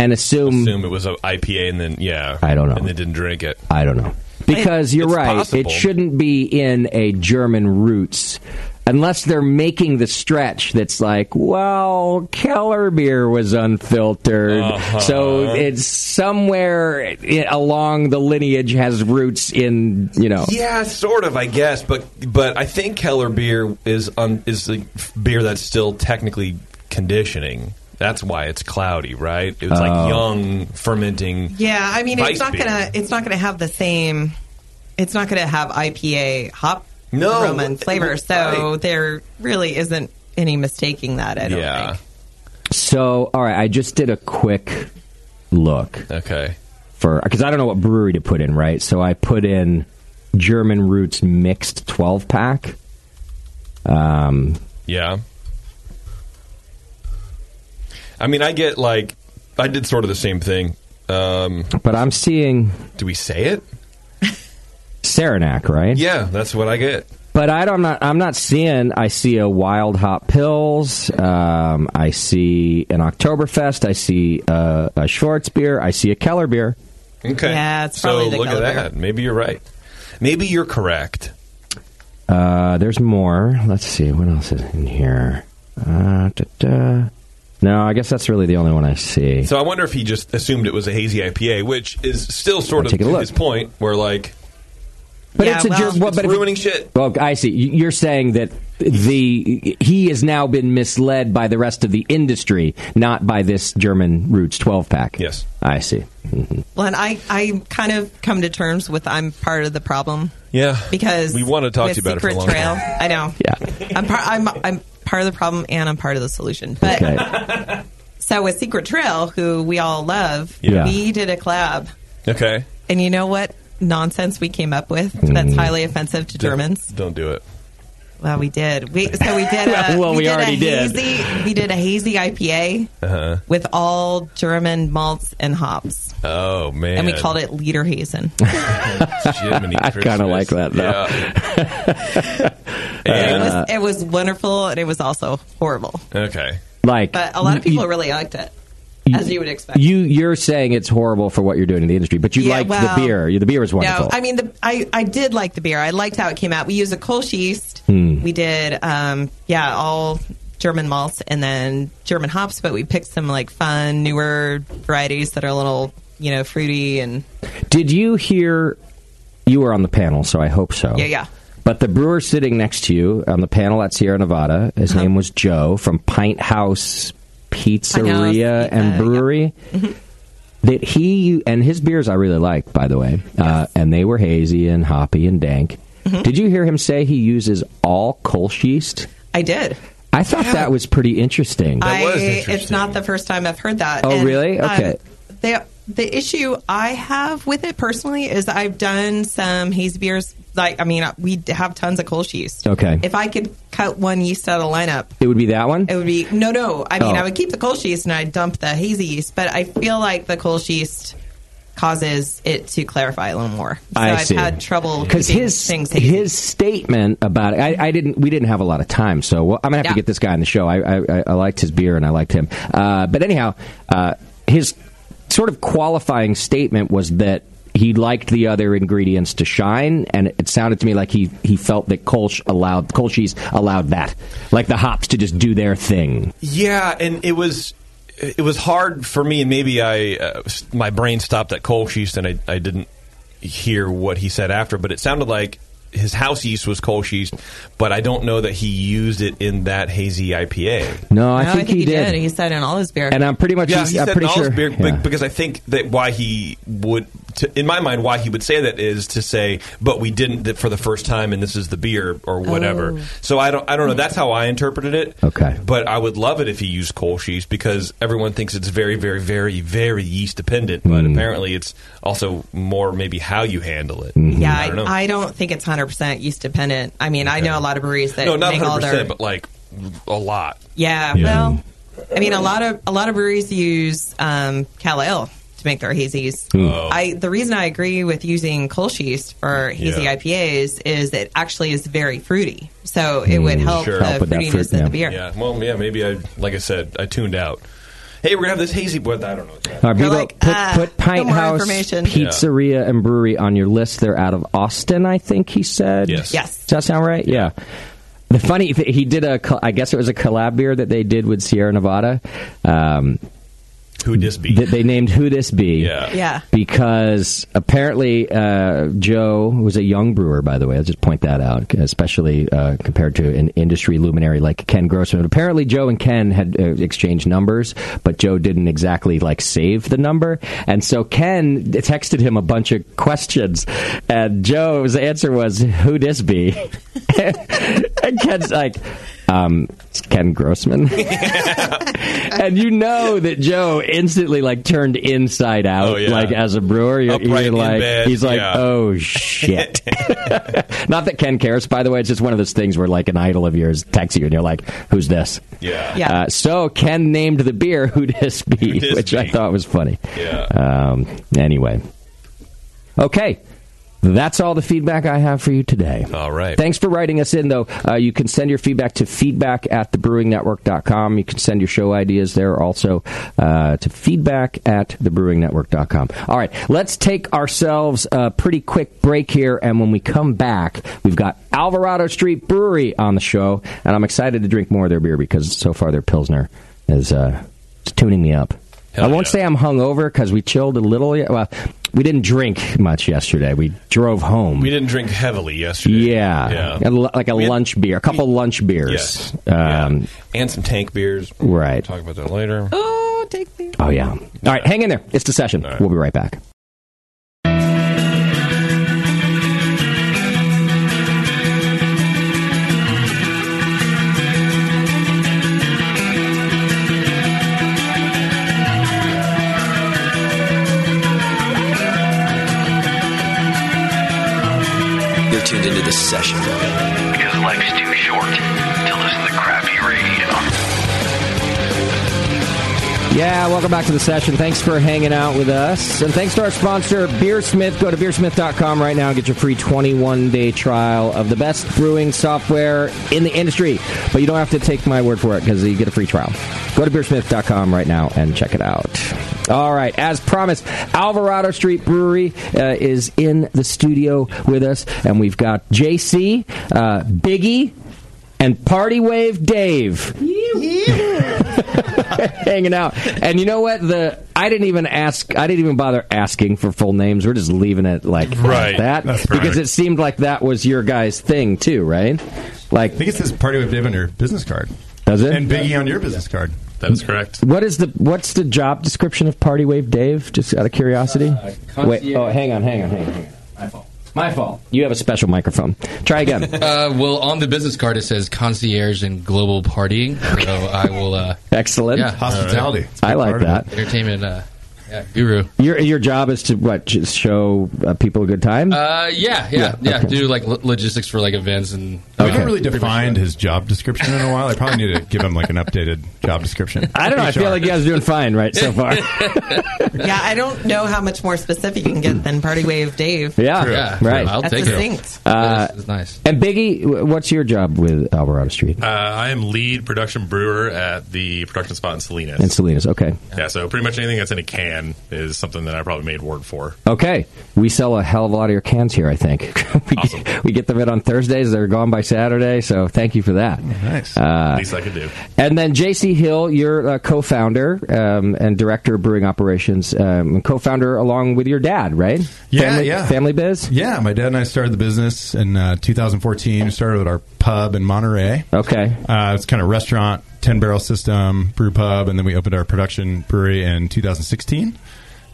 S9: and assume,
S2: Assume it was an IPA, and then yeah,
S9: Mm. I don't know.
S2: and they didn't drink it.
S9: I don't know because you're
S2: It's
S9: right it
S2: possible.
S9: shouldn't be in a German roots unless they're making the stretch that's like well Keller beer was unfiltered
S2: Uh-huh.
S9: so it's somewhere i along the lineage has roots in you know
S2: Yeah, sort of, I guess, but but I think Keller beer is un, is the f- beer that's still technically conditioning. That's why it's cloudy, right? It's
S9: Oh.
S2: like young fermenting.
S10: Yeah, I mean, it's
S2: Vice
S10: not
S2: beer.
S10: gonna it's not gonna have the same. It's not gonna have IPA hop
S2: No,
S10: aroma and flavor, so
S2: right.
S10: there really isn't any mistaking that. I don't
S2: yeah.
S9: So, all right, I just did a quick look.
S2: Okay.
S9: For because I don't know what brewery to put in, right? So I put in German Roots mixed twelve pack. Um,
S2: Yeah. I mean, I get like I did sort of the same thing. Um,
S9: but I'm seeing
S2: do we say it?
S9: Saranac, right?
S2: Yeah, that's what I get.
S9: But I don't, I'm not. I'm not seeing. I see a Wild Hop Pills. Um, I see an Oktoberfest. I see a, a Schwartz beer. I see a Keller beer.
S2: Okay.
S10: Yeah, it's
S2: so
S10: probably the
S2: look at
S10: Keller
S2: that. Maybe you're right. Maybe you're correct.
S9: Uh, there's more. Let's see. What else is in here? Uh, da-da. No, I guess that's really the only one I see.
S2: So I wonder if he just assumed it was a hazy IPA, which is still sort of
S9: Take a look.
S2: his point, where like,
S9: But it's a well- jer- what- but if it-
S2: ruining shit.
S9: Well, I see. You- You're saying that the he has now been misled by the rest of the industry, not by this German Roots 12 pack. Yes, I see. Mhm.
S10: Well, and I I kind of come to terms with I'm part of the problem.
S2: Yeah,
S10: because
S2: we want to talk to
S10: with
S2: you about it for a
S10: Secret
S2: long
S10: Trail.
S2: time.
S10: I know.
S9: Yeah,
S10: I'm part. I'm I'm part of the problem, and I'm part of the solution. But so with Secret Trail, who we all love,
S2: Yeah.
S10: we did a collab,
S2: Okay,
S10: and you know what nonsense we came up with that's highly offensive to
S2: Mm. Don't-
S10: Germans.
S2: Don't do it.
S10: Well, we did. We so we did. A,
S2: Well, we
S10: did
S2: already
S10: a
S2: did.
S10: hazy, We did a hazy IPA
S2: Uh-huh.
S10: with all German malts and hops,
S2: Oh man,
S10: and we called it Lederhazen.
S2: Jiminy
S9: I kind of like that though.
S10: it,
S9: Uh,
S10: was, it was wonderful, and it was also horrible.
S2: Okay.
S9: Like,
S10: But a lot of
S9: you-
S10: people really liked it, as you would expect.
S9: You you're saying it's horrible for what you're doing in the industry, but you
S10: Yeah,
S9: liked
S10: well,
S9: the beer. You- The beer was wonderful.
S10: No, I mean, the, I I did like the beer. I liked how it came out. We used a Kolsch yeast.
S9: Hmm.
S10: We did, um, yeah, all German malts and then German hops, but we picked some like fun newer varieties that are a little, you know, fruity and
S9: Did you hear? You were on the panel, so I hope so.
S10: yeah, yeah.
S9: But the brewer sitting next to you on the panel at Sierra Nevada, his
S10: Uh-huh.
S9: name was Joe from Pint House Pizzeria and Brewery.
S10: Mm-hmm.
S9: That he and his beers I really liked, by the way, uh, and they were hazy and hoppy and dank.
S10: Mm-hmm.
S9: Did you hear him say he uses all Kolsch yeast?
S10: I did.
S9: I thought that was pretty interesting.
S10: I, It's not the first time I've heard that.
S9: Oh,
S10: And,
S9: really?
S10: um,
S9: Okay.
S10: the the issue I have with it personally is I've done some hazy beers. Like, I mean, we have tons of Kolsch yeast.
S9: Okay.
S10: If I could cut one yeast out of the lineup,
S9: it would be that one.
S10: It would be no, no. I mean,
S9: Oh.
S10: I would keep the Kolsch yeast and I would dump the hazy yeast, but I feel like the Kolsch yeast causes it to clarify a little more. So
S9: I
S10: have
S9: see.
S10: had trouble
S9: because
S10: keeping
S9: his
S10: things hazy.
S9: his statement about it, I, I didn't. We didn't have a lot of time, so well, I'm gonna have
S10: Yeah.
S9: to get this guy on the show. I, I I- I liked his beer and I liked him, uh, but anyhow, uh, his sort of qualifying statement was that. He liked the other ingredients to shine, and it sounded to me like he, he felt that Kolsch allowed Kolsch's allowed that, like the hops to just do their thing.
S2: Yeah, and it was it was hard for me, and maybe I uh, s- my brain stopped at Kolsch East, and I, I didn't hear what he said after. But it sounded like his house yeast was Kolsch East, but I don't know that he used it in that hazy IPA.
S9: No, I, think, he did.
S10: He said in all his beer.
S9: And I'm pretty much.
S2: Yeah,
S9: he's-
S2: he
S9: I'm
S2: said
S9: pretty sure.
S2: knowledge beer,
S9: yeah.
S2: be- because I think that why he would, to, in my mind, why he would say that is to say, but we didn't th- for the first time, and this is the beer or
S10: Oh.
S2: whatever. So I don't, I don't know. That's how I interpreted it.
S9: Okay.
S2: but I would love it if he used Kolsch yeast because everyone thinks it's very, very, very, very yeast dependent, but
S9: Mm.
S2: apparently it's also more maybe how you handle it.
S9: Mm-hmm.
S10: Yeah,
S2: I don't know.
S10: I, I don't think it's 100% yeast dependent. I mean, I know a lot of breweries that
S2: no, not
S10: make all
S2: 100,
S10: their
S2: percent but like a lot.
S10: Yeah,
S2: Yeah.
S10: well, I mean, a lot of a lot of breweries use um, Cal Ale to make their hazies.
S2: Hmm. Oh.
S10: I the reason I agree with using Kolsch yeast for hazy
S2: Yeah.
S10: IPAs is it actually is very fruity, so it
S9: Hmm,
S10: would help the fruitiness in the beer.
S2: Yeah, well, yeah, maybe I, like I said, I tuned out. Hey, we're gonna have this hazy. But I don't know.
S9: All right, Bebo, put, put Pint
S10: "Ah, more
S9: House,
S10: information.
S9: Pizzeria, and Brewery on your list. They're out of Austin, I think he said. Yes.
S10: Yes.
S9: Does that sound right? Yeah. The funny, he did a, col- I guess it was a collab beer that they did with Sierra Nevada. Um,
S2: who this be?
S9: That they named Who This Be.
S2: Yeah.
S10: Yeah.
S9: Because apparently uh, Joe was a young brewer, by the way. I'll just point that out, especially uh, compared to an industry luminary like Ken Grossman. Apparently Joe and Ken had uh, exchanged numbers, but Joe didn't exactly like save the number. And so Ken texted him a bunch of questions, and Joe's answer was, Who This Be? and Ken's like, um, it's Ken Grossman. and you know that Joe instantly like turned inside out, like as a brewer. You're, you're like,
S2: bed,
S9: he's like,
S2: yeah.
S9: oh shit. Not that Ken cares, by the way. It's just one of those things where like an idol of yours texts you and you're like, who's this?
S2: Yeah.
S9: Yeah. Uh, so Ken named the beer Who Dis Be, which I thought was funny.
S2: Yeah.
S9: Um, anyway. Okay. That's all the feedback I have for you today.
S2: All right.
S9: Thanks for writing us in, though. Uh, you can send your feedback to feedback at thebrewingnetwork.com. You can send your show ideas there also uh, to feedback at thebrewingnetwork.com. All right, let's take ourselves a pretty quick break here. And when we come back, we've got Alvarado Street Brewery on the show. And I'm excited to drink more of their beer because so far their Pilsner is uh, it's tuning me up. I won't say I'm hungover because we chilled a little. ye- Well, we didn't drink much yesterday. We drove home.
S2: We didn't drink heavily yesterday,
S9: Yeah,
S2: Yeah.
S9: A lu- like a lunch beer, a couple lunch beers.
S2: Yes.
S9: Um,
S2: and some tank beers.
S9: Right.
S2: Talk about that later.
S10: Oh, take beer.
S9: Oh yeah. All right, hang in there. It's the session. We'll be right back.
S7: You're tuned into the session. Because life's too short to listen to crappy radio.
S9: Yeah, welcome back to the session. Thanks for hanging out with us. And thanks to our sponsor, Beersmith. Go to beersmith.com right now and get your free 21 day trial of the best brewing software in the industry. But you don't have to take my word for it because you get a free trial. Go to beersmith.com right now and check it out. All right, as promised, Alvarado Street Brewery uh, is in the studio with us. And we've got JC, uh, Biggie, and Party Wave Dave hanging out. And you know what? The I didn't even ask. I didn't even bother asking for full names. We're just leaving it like
S11: Right.
S9: that
S11: That's
S9: because
S11: perfect.
S9: it seemed like that was your guys' thing too, right? Like I
S11: think it says Party with Dave on your business card.
S9: Does it?
S11: And Biggie on your business card. That is correct.
S9: What is the what's the job description of Party Wave Dave? Just out of curiosity. Wait. Oh, hang on, hang on, hang on. hang on. My fault. My fault. You have a special microphone. Try again.
S12: Uh, well, on the business card it says concierge and global partying, so I will. Uh,
S9: Excellent.
S12: Yeah,
S9: Hospitality.
S12: uh,
S9: I like that.
S12: Entertainment uh, yeah, guru.
S9: Your your job is to what? Just show uh, people a good time.
S12: Uh, yeah, yeah, yeah.
S9: okay.
S12: Do like lo- logistics for like events and.
S11: We haven't really defined his job description in a while. I probably need to give him like an updated job description.
S9: I don't know. I feel
S11: HR.
S9: like you guys are doing fine right so far.
S10: yeah, I don't know how much more specific you can get than Party Wave Dave.
S9: Yeah, right.
S10: That's distinct.
S9: Uh,
S13: It's nice.
S9: And Biggie, wh- what's your job with Alvarado Street
S13: Uh, I am lead production brewer at the production spot in Salinas.
S9: and Salinas? Okay.
S13: Yeah, so pretty much anything that's in a can, time is something that I probably made word for.
S9: Okay, we sell a hell of a lot of your cans here. I think we, get, we get them in on Thursdays; they're gone by Saturday. So thank you for that. Nice, uh,
S13: Least I could do.
S9: And then J.C. Hill, your uh, co-founder um, and director of brewing operations, um, and co-founder along with your dad, right?
S11: Yeah,
S9: family,
S11: yeah.
S9: Family biz.
S11: Yeah, my dad and I started the business in uh, 2014. We started with our pub in Monterey.
S9: Okay.
S11: Uh, it's kind of restaurant, 10 barrel system, brew pub, and then we opened our production brewery in 2016.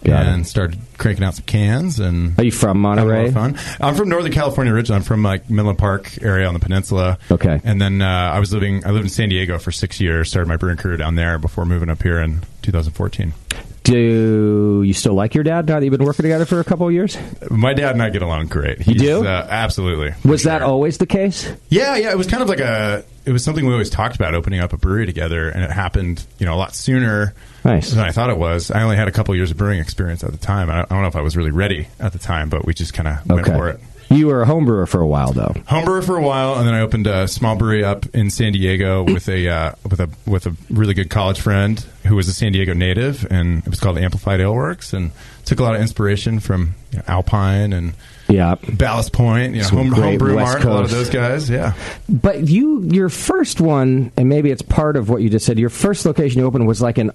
S9: Got it.
S11: and started cranking out some cans. And
S9: are you from Monterey?
S11: Fun. I'm from Northern California originally. I'm from like Midland Park area on the peninsula.
S9: Okay.
S11: And then uh, I was living. I lived in San Diego for six years. Started my brewing career down there before moving up here in 2014.
S9: Do you still like your dad now that you've been working together for a couple of years?
S11: My dad and I get along great.
S9: You do?
S11: Uh, absolutely.
S9: Was that always the case?
S11: Yeah, yeah. It was kind of like a. It was something we always talked about opening up a brewery together, and it happened, you know, a lot sooner
S9: Nice.
S11: than I thought it was. I only had a couple years of brewing experience at the time. I I don't know if I was really ready at the time, but we just kind of went
S9: Okay.
S11: for it.
S9: You were a home brewer for a while, though.
S11: Homebrewer for a while, and then I opened a small brewery up in San Diego with a uh, with a with a really good college friend who was a San Diego native, and it was called Amplified Ale Works, and took a lot of inspiration from you know, Alpine and
S9: yeah
S11: Ballast Point, you know,
S9: Some
S11: home,
S9: great
S11: homebrew
S9: West
S11: mart, a lot of
S9: Coast.
S11: those guys, yeah.
S9: But you, your first one, and maybe it's part of what you just said. Your first location you opened was like an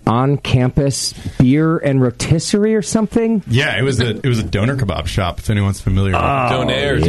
S9: on-campus beer and rotisserie or something.
S11: Yeah, it was a it was a doner kebab shop. If anyone's familiar,
S9: Oh,
S11: doner,
S9: yeah.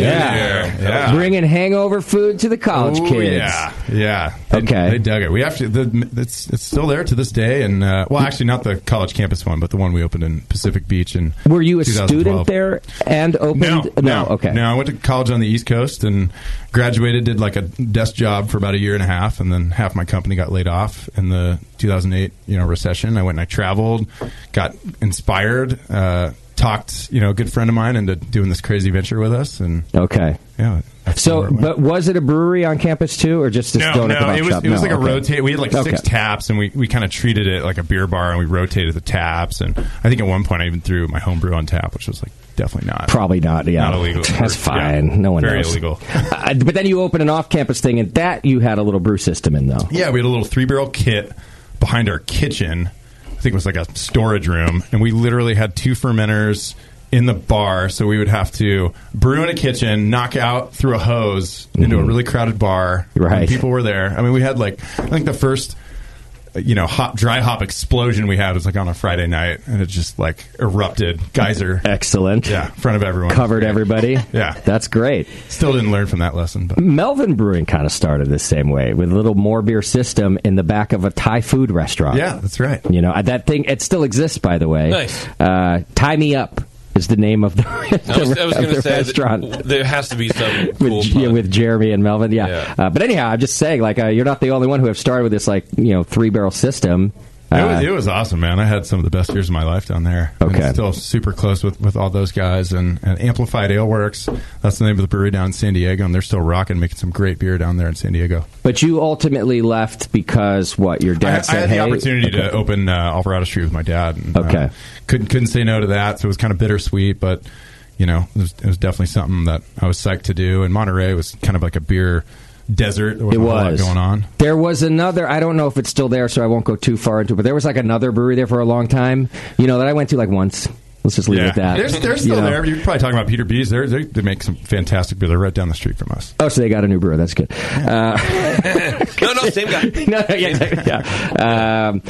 S11: yeah, yeah.
S9: Bringing hangover food to the college
S11: Ooh,
S9: kids.
S11: Yeah, yeah. They, okay, they dug it. We actually the, it's it's still there to this day, and uh, well, actually not the college campus one, but the one we opened in Pacific Beach. And
S9: Were you a student there and opened?
S11: No, no, okay. No, I went to college on the East Coast and graduated. Did like a desk job for about a year and a half, and then half my company got laid off in the 2008 you know recession. I went and I traveled, got inspired, uh, talked you know a good friend of mine into doing this crazy venture with us, and
S9: okay,
S11: yeah.
S9: So, but was it a brewery on campus too, or just this
S11: No,
S9: donut
S11: no,
S9: kebab
S11: it was
S9: shop?
S11: it was
S9: No,
S11: like a
S9: okay.
S11: rotate. We had like
S9: Okay.
S11: six taps, and we, we kind of treated it like a beer bar, and we rotated the taps. And I think at one point I even threw my homebrew on tap, which was like definitely not,
S9: Probably not. Yeah,
S11: not illegal.
S9: That's
S11: Or-
S9: fine.
S11: yeah,
S9: no one
S11: very
S9: knows.
S11: illegal.
S9: Uh, but then you open an off-campus thing, and that you had a little brew system in though.
S11: Yeah, we had a little three barrel kit behind our kitchen. I think it was like a storage room, and we literally had two fermenters in the bar. So we would have to brew in a kitchen, knock out through a hose into a really crowded bar.
S9: Mm-hmm. Right.
S11: And people were there. I mean, we had like I think the first you know hop dry hop explosion we had was like on a Friday night, and it just like erupted geyser.
S9: Excellent.
S11: Yeah, in front of everyone.
S9: Covered everybody.
S11: yeah,
S9: that's great.
S11: Still didn't learn from that lesson, but.
S9: Melvin Brewing kind of started the same way with a little more beer system in the back of a Thai food restaurant.
S11: Yeah, uh, that's right.
S9: You know, uh, that thing, it still exists, by the way.
S2: Nice.
S9: Uh, Tie Me Up is the name of the,
S2: I was, I was
S9: of
S2: going
S9: the
S2: to say that
S9: restaurant.
S2: there has to be some cool.
S9: with, yeah, with Jeremy and Melvin. Yeah. Uh, but anyhow, I'm just saying, like, uh, you're not the only one who have started with this, like, you know, three barrel system.
S11: It was,
S9: Uh,
S11: it was awesome, man. I had some of the best years of my life down there.
S9: Okay.
S11: And still super close with, with all those guys and, and Amplified Ale Works. That's the name of the brewery down in San Diego, and they're still rocking, making some great beer down there in San Diego.
S9: but you ultimately left because what your
S11: I,
S9: dad
S11: I
S9: said.
S11: had
S9: hey,
S11: the opportunity to
S9: Okay.
S11: open uh, Alvarado Street with my dad. And, uh,
S9: Okay.
S11: couldn't couldn't say no to that, so it was kind of bittersweet, but you know, it was, it was definitely something that I was psyched to do. And Monterey was kind of like a beer desert. There
S9: It
S11: wasn't a whole lot
S9: was
S11: going on.
S9: There was another. I don't know if it's still there, so I won't go too far into it. But there was like another brewery there for a long time. You know that I went to like once. Let's just leave it at that.
S11: They're, they're
S9: You
S11: still
S9: know?
S11: there. You're probably talking about Peter B's. They're, they they make some fantastic beer. They're right down the street from us.
S9: Oh, so they got a new brewer. That's good. Uh,
S2: no, no, same guy.
S9: no, no, yeah, exactly, yeah. Um,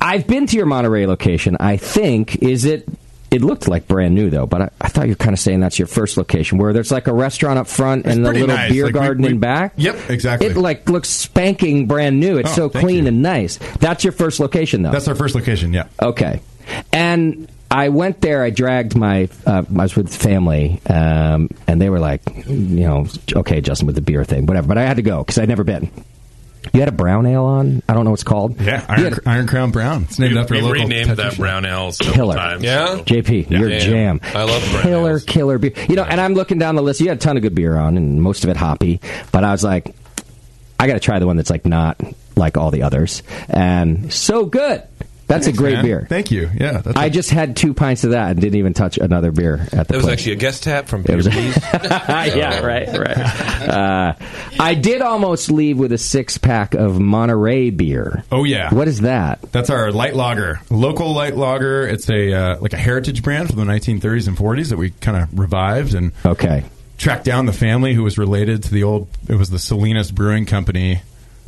S9: I've been to your Monterey location. I think is it. It looked like brand new though, but I, I thought you were kind of saying that's your first location where there's like a restaurant up front
S11: It's
S9: and a
S11: pretty
S9: little
S11: nice.
S9: beer
S11: Like, we-
S9: garden
S11: we-
S9: in back.
S11: Yep, exactly.
S9: It like looks spanking brand new. It's
S11: Oh,
S9: so
S11: thank
S9: clean and nice. That's your first location though.
S11: That's our first location. Yeah.
S9: Okay. And I went there. I dragged my. Uh, I was with family, um, and they were like, you know, okay, Justin, with the beer thing, whatever. But I had to go because I'd never been. You had a brown ale on. I don't know what it's called.
S11: Yeah, Iron, Iron Crown Brown. It's named after a
S13: We've
S11: local
S13: renamed that
S11: Tetra-
S13: brown ale several
S9: Killer.
S13: times. so-
S9: JP, your jam.
S13: I love brown
S9: killer, killer beer. You know, and I'm looking down the list. You had a ton of good beer on, and most of it hoppy. But I was like, I got to try the one that's like not like all the others, and so good. That's a
S11: Thanks,
S9: great
S11: man.
S9: beer.
S11: Thank you. Yeah, that's
S9: I just had two pints of that and didn't even touch another beer at the
S2: That was
S9: place.
S2: actually a guest tap from
S9: It
S2: Peter
S9: was-
S2: Pease.
S11: Oh.
S9: yeah, right, right. Uh, I did almost leave with a six pack of Monterey beer.
S11: Oh yeah.
S9: What is that?
S11: That's our light lager, local light lager. It's a uh, like a heritage brand from the 1930s and 40s that we kind of revived and
S9: okay
S11: tracked down the family who was related to the old. It was the Salinas Brewing Company,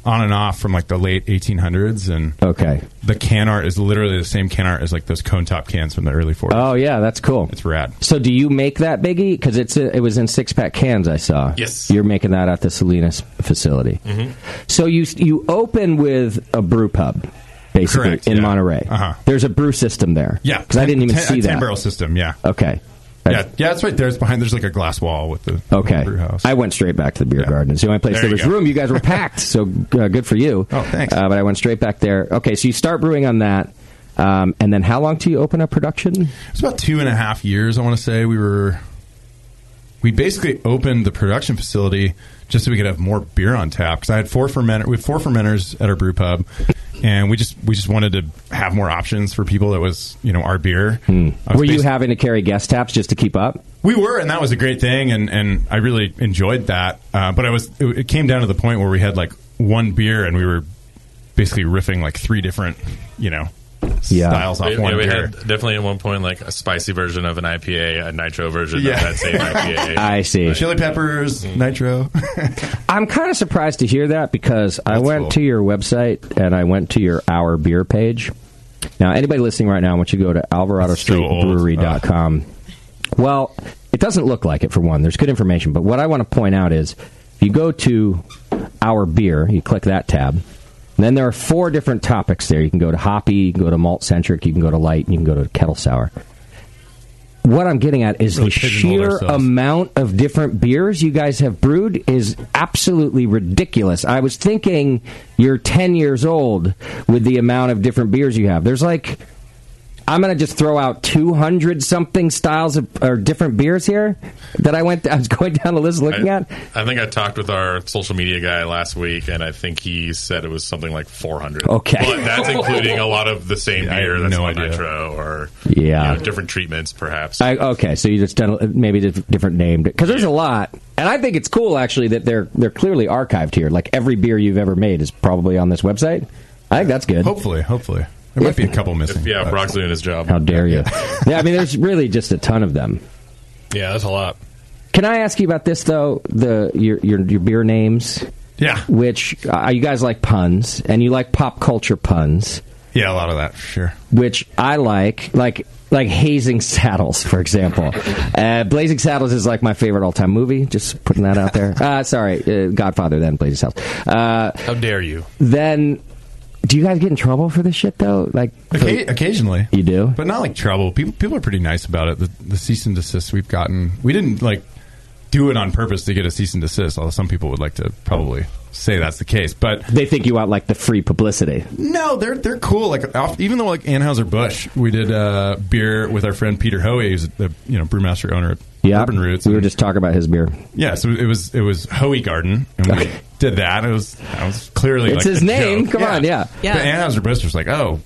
S11: on and off from like the late 1800s and
S9: okay.
S11: The can art is literally the same can art as like those cone top cans from the early 40s.
S9: Oh yeah, that's cool.
S11: It's rad.
S9: So do you make that biggie? Because it's a, it was in six pack cans. I saw.
S11: Yes.
S9: You're making that at the Salinas facility.
S11: Mhm.
S9: So you you open with a brew pub, basically
S11: Correct,
S9: in
S11: yeah.
S9: Monterey.
S11: Uh-huh.
S9: There's a brew system there.
S11: Yeah,
S9: Oh. Because I didn't even
S11: Ten-
S9: see
S11: a
S9: that
S11: ten barrel system. Yeah,
S9: Okay.
S11: yeah, yeah. It's right there. It's behind. There's like a glass wall with the
S9: Okay.
S11: brew house.
S9: I went straight back to the beer garden. It's the only place
S11: There
S9: there,
S11: you
S9: was
S11: go.
S9: room. You guys were packed, so uh, good for you. Oh, thanks. Uh, but I went straight back there. Okay, so you start brewing on that, um, and then how long do you open up production?
S11: It's about two and a half years. I want to say we were. We basically opened the production facility just so we could have more beer on tap because I had four fermenter. We had four fermenters at our brew pub, and we just we just wanted to have more options for people. That was you know our beer. I was
S9: Hmm. Were you
S11: basi-
S9: having to carry guest taps just to keep up?
S11: we were, and that was a great thing, and, and I really enjoyed that. Uh, but I was, it, it came down to the point where we had like one beer, and we were basically riffing like three different, you know, styles off
S13: We-
S11: one
S13: yeah, we
S11: beer.
S13: had definitely at one point like a spicy version of an IPA, a nitro version
S11: Yeah.
S13: of that same IPA.
S9: I see. Mm-hmm.
S11: Chili peppers, nitro.
S9: I'm kind of surprised to hear that because I went to your website and I went to your Our Beer page. Now, anybody listening right now, I want you to go to alvaradostreetbrewery.com.
S11: uh,
S9: Well, it doesn't look like it, for one. There's good information. But what I want to point out is if you go to Our Beer, you click that tab. and Then there are four different topics there. You can go to hoppy, you can go to malt centric, you can go to light, and you can go to kettle sour. What I'm getting at is the sheer amount of different beers you guys have brewed is absolutely ridiculous. I was thinking you're 10 years old with the amount of different beers you have. There's like, I'm going to just throw out 200 something styles of or different beers here that I went, I was going down the list looking at.
S13: I think I talked with our social media guy last week, and I think he said it was something like 400.
S9: Okay.
S13: But that's including a lot of the same
S11: I have
S13: beer that's
S11: no
S13: on
S11: idea.
S13: nitro or
S9: Yeah.
S13: you know, different treatments, perhaps.
S9: I, okay, so you just done maybe dif- different named because there's a lot, and I think it's cool actually that they're they're clearly archived here. Like every beer you've ever made is probably on this website. I think that's good.
S11: hopefully, hopefully. There might be a couple missing. Uh,
S13: Yeah,
S11: but-
S13: Brock's doing his job.
S9: How dare you? yeah, I mean, there's really just a ton of them.
S13: Yeah, that's a lot.
S9: Can I ask you about this though? The your your, your beer names.
S11: Yeah.
S9: Which uh, you guys like puns, and you like pop culture puns.
S11: Yeah, a lot of that, for sure.
S9: Which I like, like like hazing saddles, for example. Uh, Blazing Saddles is like my favorite all time movie. Just putting that out there. Uh, sorry, uh, Godfather, then Blazing Saddles. Uh,
S13: How dare you?
S9: Then, do you guys get in trouble for this shit though? Like
S11: Occa- occasionally,
S9: you do,
S11: but not like trouble. People people are pretty nice about it. The, the cease and desist we've gotten, we didn't like do it on purpose to get a cease and desist. Although some people would like to probably say that's the case, but
S9: they think you want like the free publicity.
S11: No, they're they're cool. Like off, even though like Anheuser Busch, we did uh, beer with our friend Peter Hoey, who's the you know brewmaster owner at
S9: Yeah,
S11: Urban Roots.
S9: we were just talking about his beer.
S11: Yeah, so it was it was Hoey Garden, and we did that. It was that was clearly
S9: It's
S11: like,
S9: his
S11: a
S9: name.
S11: joke.
S9: Come on, yeah. Yeah.
S11: But Anheuser Busch was like, oh.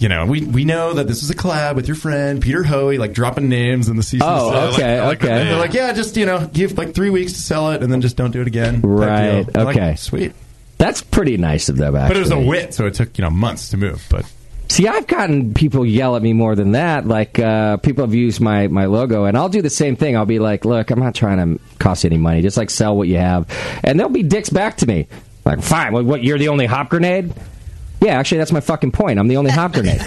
S11: You know, we, we know that this is a collab with your friend Peter Hoey, like dropping names in the season.
S9: Oh, okay, okay.
S11: They're like, yeah, just you know, give like three weeks to sell it, and then just don't do it again. type deal.
S9: Right.
S11: I'm like,
S9: Okay.
S11: sweet.
S9: That's pretty nice of them. Actually,
S11: But it was a wit, so it took you know months to move. But
S9: See, I've gotten people yell at me more than that. Like, uh, people have used my, my logo, and I'll do the same thing. I'll be like, look, I'm not trying to cost you any money. Just, like, sell what you have. And they'll be dicks back to me. Like, fine, what, what you're the only hop grenade? Yeah, actually, that's my fucking point. I'm the only hop grenade.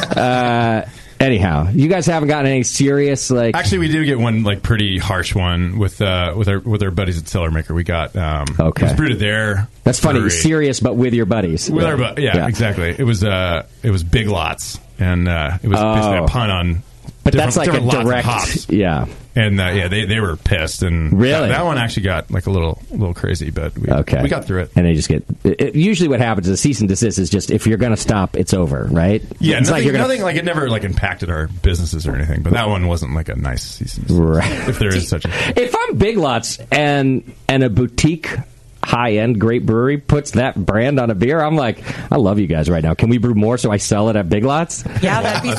S9: uh, anyhow, you guys haven't gotten any serious, like...
S11: Actually, we did get one like pretty harsh one with uh, with our with our buddies at Cellar Maker. We got um, okay. It was brewed at their.
S9: That's funny.
S11: brewery.
S9: Serious, but with your buddies.
S11: With our bu- yeah, exactly. It was uh, it was Big Lots, and uh, it was basically
S9: Oh.
S11: a pun on.
S9: But
S11: different-
S9: that's like a
S11: different lots of
S9: direct-
S11: hops.
S9: yeah.
S11: And uh, yeah, they, they were pissed, and
S9: Really?
S11: that, that one actually got like a little little crazy, but we,
S9: Okay.
S11: we got through it.
S9: And they just get. It, it- usually, what happens is a cease and desist is just if you're going to stop, it's over, right?
S11: Yeah,
S9: it's
S11: nothing,
S9: like you're gonna
S11: nothing like it never like impacted our businesses or anything, but that one wasn't like a nice season,
S9: Right.
S11: if there is such a
S9: If I'm Big Lots and and a boutique high end great brewery puts that brand on a beer, I'm like, I love you guys right now. Can we brew more so I sell it at Big Lots?
S10: Yeah, that'd be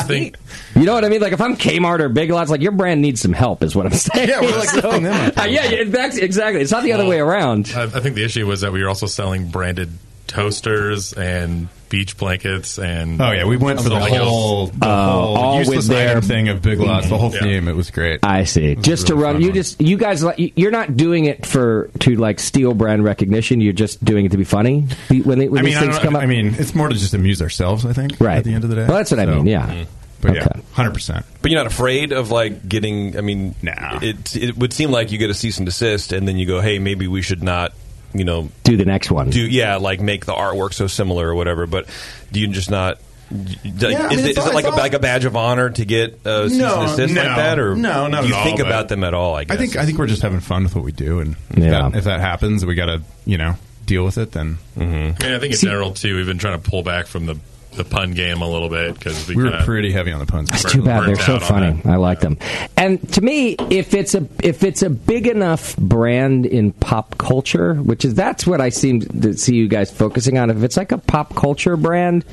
S9: I You know what I mean? Like if I'm Kmart or Big Lots, like your brand needs some help, is what I'm saying.
S13: Yeah, we're like
S9: So-
S13: lifting them up.
S9: Uh, yeah, yeah, that's exactly. It's not the other way around.
S13: I, I think the issue was that we were also selling branded toasters and beach blankets and
S11: Oh yeah, we went for the
S13: something else.
S11: whole, the
S9: Uh,
S11: whole
S9: all
S11: useless
S9: with their-
S11: item thing of Big Lots, the whole
S9: Yeah.
S11: theme. It was great.
S9: I see. Just to run, you just you guys like you- you're not doing it for to like steal brand recognition. You're just doing it to be funny. Be- When, they, when
S11: I mean,
S9: these
S11: I,
S9: things
S11: don't-
S9: come up,
S11: I mean, it's more to just amuse ourselves. I think. Right. At the end of the day,
S9: Well, that's what I mean, yeah.
S11: Mm. But yeah, hundred percent.
S2: But you're not afraid of like getting. I mean, it it would seem like you get a cease and desist, and then you go, hey, maybe we should not. You know,
S9: do the next one.
S2: Do yeah, like make the artwork so similar or whatever. But do you just not? Like,
S11: I
S2: is
S11: mean, it's
S2: it, is
S11: all-
S2: it like a,
S11: it's all-
S2: like a badge of honor to get a cease
S11: No,
S2: and desist
S11: no,
S2: like that, or
S11: no, not
S2: do you
S11: at all,
S2: think
S11: but-
S2: about them at all? I guess.
S11: I think I think we're just having fun with what we do, and
S2: Yeah.
S11: if, that, if that happens, we got to you know deal with it. Then
S2: Mm-hmm.
S9: Mm-hmm.
S13: I mean, I think in general too, we've been trying to pull back from the the pun game a little bit because we,
S11: we were
S13: kinda
S11: pretty heavy on the puns.
S13: burnt-
S9: It's too bad. They're
S13: burnt
S9: so
S13: out on
S9: funny.
S13: that.
S9: I like them. And to me, if it's a if it's a big enough brand in pop culture, which is that's what I seem to see you guys focusing on. If it's like a pop culture brand,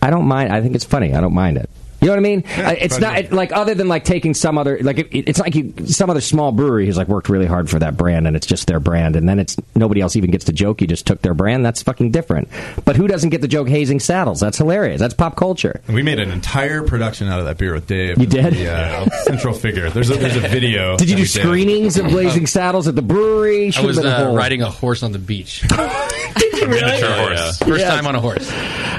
S9: I don't mind. I think it's funny. I don't mind it. You know what I mean? Uh, it's not it, like other than like taking some other like it, it's like you, some other small brewery who's like worked really hard for that brand and it's just their brand and then it's nobody else even gets the joke. You just took their brand. That's fucking different. But who doesn't get the joke? Hazing saddles. That's hilarious. That's pop culture.
S11: And we made an entire production out of that beer with Dave.
S9: You did?
S11: Yeah, central figure. There's a there's a video.
S9: Did you
S11: that
S9: do
S11: we
S9: screenings of Blazing Saddles at the brewery?
S12: I
S9: Should've
S12: was
S9: been a
S12: uh,
S9: whole-
S12: riding a horse on the beach. Did
S13: you really? Miniature horse.
S12: First
S9: Yes.
S12: time on a horse.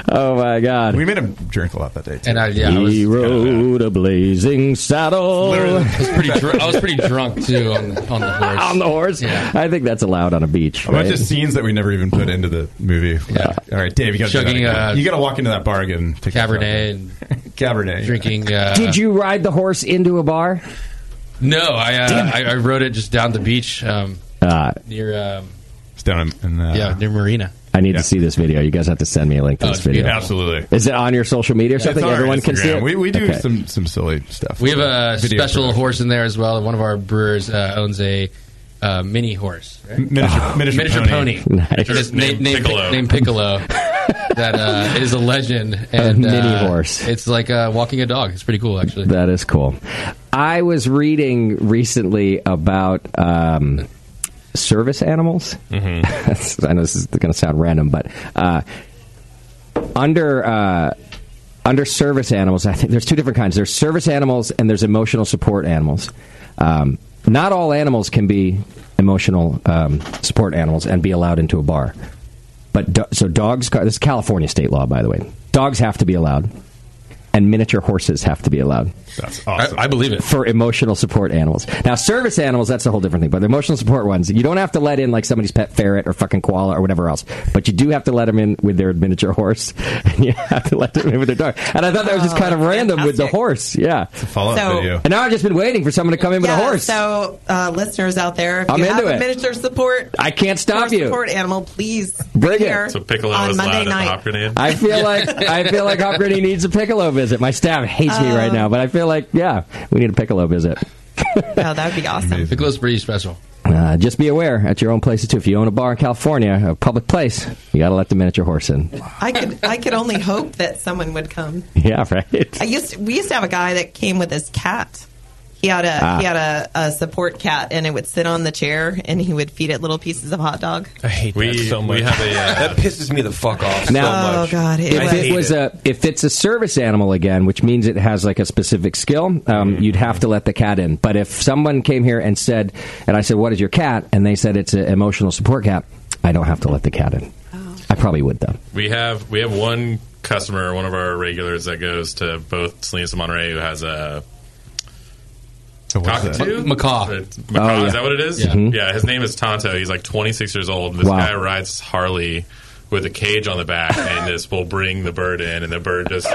S9: Oh my god! We
S11: made him drink a lot that day.
S12: And I, yeah, I was,
S9: he rode a blazing saddle.
S12: I was pretty. Dr- I was pretty drunk too on the, on the horse.
S9: on the horse. I think that's allowed on a beach.
S11: A bunch
S9: right?
S11: of scenes that we never even put into the movie. Like, All right, Dave, you got to
S12: Chugging, uh,
S11: you got to walk into that bar and take
S12: Cabernet and
S11: Cabernet.
S12: Drinking. Uh,
S9: Did you ride the horse into a bar?
S12: No, I, uh, I I rode it just down the beach um,
S9: Uh,
S12: near. Um,
S11: it's down in uh,
S12: yeah, near Marina.
S9: I need to see this video. You guys have to send me a link to
S12: Oh,
S9: this
S12: it's
S9: video.
S12: beautiful. Absolutely.
S9: Is it on your social media or something?
S12: it's on our
S9: Everyone can see
S12: Instagram.
S9: it.
S11: We, we do
S9: Okay.
S11: some some silly stuff.
S12: We have a
S11: Video
S12: special horse in there as well. One of our brewers uh, owns a uh, mini horse, right?
S11: Miniature- miniature
S9: Ah.
S11: pony.
S12: pony.
S11: Nice.
S12: And it's named, named Piccolo. Named Piccolo. that uh, is a legend.
S9: A
S12: And,
S9: mini
S12: uh,
S9: horse.
S12: It's like uh, walking a dog. It's pretty cool, actually.
S9: That is cool. I was reading recently about um, service animals. I know this is going to sound random, but uh, under uh, under service animals, I think there's two different kinds. There's service animals and there's emotional support animals. Um, not all animals can be emotional um, support animals and be allowed into a bar. But do- so dogs. This is California state law, by the way. Dogs have to be allowed, and miniature horses have to be allowed.
S11: That's awesome.
S12: I, believe it.
S9: For emotional support animals. Now, service animals, that's a whole different thing. But the emotional support ones, you don't have to let in like somebody's pet ferret or fucking koala or whatever else. But you do have to let them in with their miniature horse. And you have to let them in with their dog. And I thought that was just kind of random with the horse. Yeah. It's a
S11: follow
S10: up Oh, So- video.
S9: And now I've just been waiting for someone to come in with
S10: Yeah,
S9: a horse.
S10: So, uh, listeners out there, if
S9: I'm
S10: you
S9: into
S10: have
S9: it.
S10: a miniature support,
S9: I can't stop
S10: horse
S9: you.
S10: Support animal, please
S9: Bring it.
S10: here
S9: So
S13: Piccolo
S10: on
S13: is
S10: Monday
S13: loud at the
S10: night.
S13: Hop Grenade.
S9: I feel like I feel like Hop Gritty needs a piccolo visit. My staff hates me right now, but I feel like yeah, we need a piccolo visit.
S10: Oh, that would be awesome.
S12: Piccolo's pretty special.
S9: Uh, just be aware at your own places too. If you own a bar in California, a public place, you got to let the miniature horse in.
S10: I could I could only hope that someone would come.
S9: Yeah, right.
S10: I used we used to have a guy that came with his cat. He had a
S9: Ah.
S10: he had a, a support cat, and it would sit on the chair, and he would feed it little pieces of hot dog.
S2: I hate
S13: We-
S2: that so much.
S13: we have a, uh,
S2: that pisses me the fuck off so
S9: Now-
S2: much.
S10: Oh, God, it
S9: if
S10: was-
S9: it was a if it's a service animal again, which means it has like a specific skill, um, you'd have to let the cat in. But if someone came here and said, and I said, "What is your cat?" and they said it's an emotional support cat, I don't have to let the cat in.
S10: Oh.
S9: I probably would though.
S13: We have we have one customer, one of our regulars that goes to both Salinas and Monterey who has a
S12: what's that?
S13: cockatoo
S12: Ma- macaw.
S13: It's-
S12: Oh,
S13: macaw,
S12: yeah.
S13: is that what it is?
S12: Yeah.
S13: Yeah.
S12: Mhm.
S13: his name is Tonto. He's like 26 years old. This
S12: Wow.
S13: guy rides Harley with a cage on the back, and this will bring the bird in, and the bird just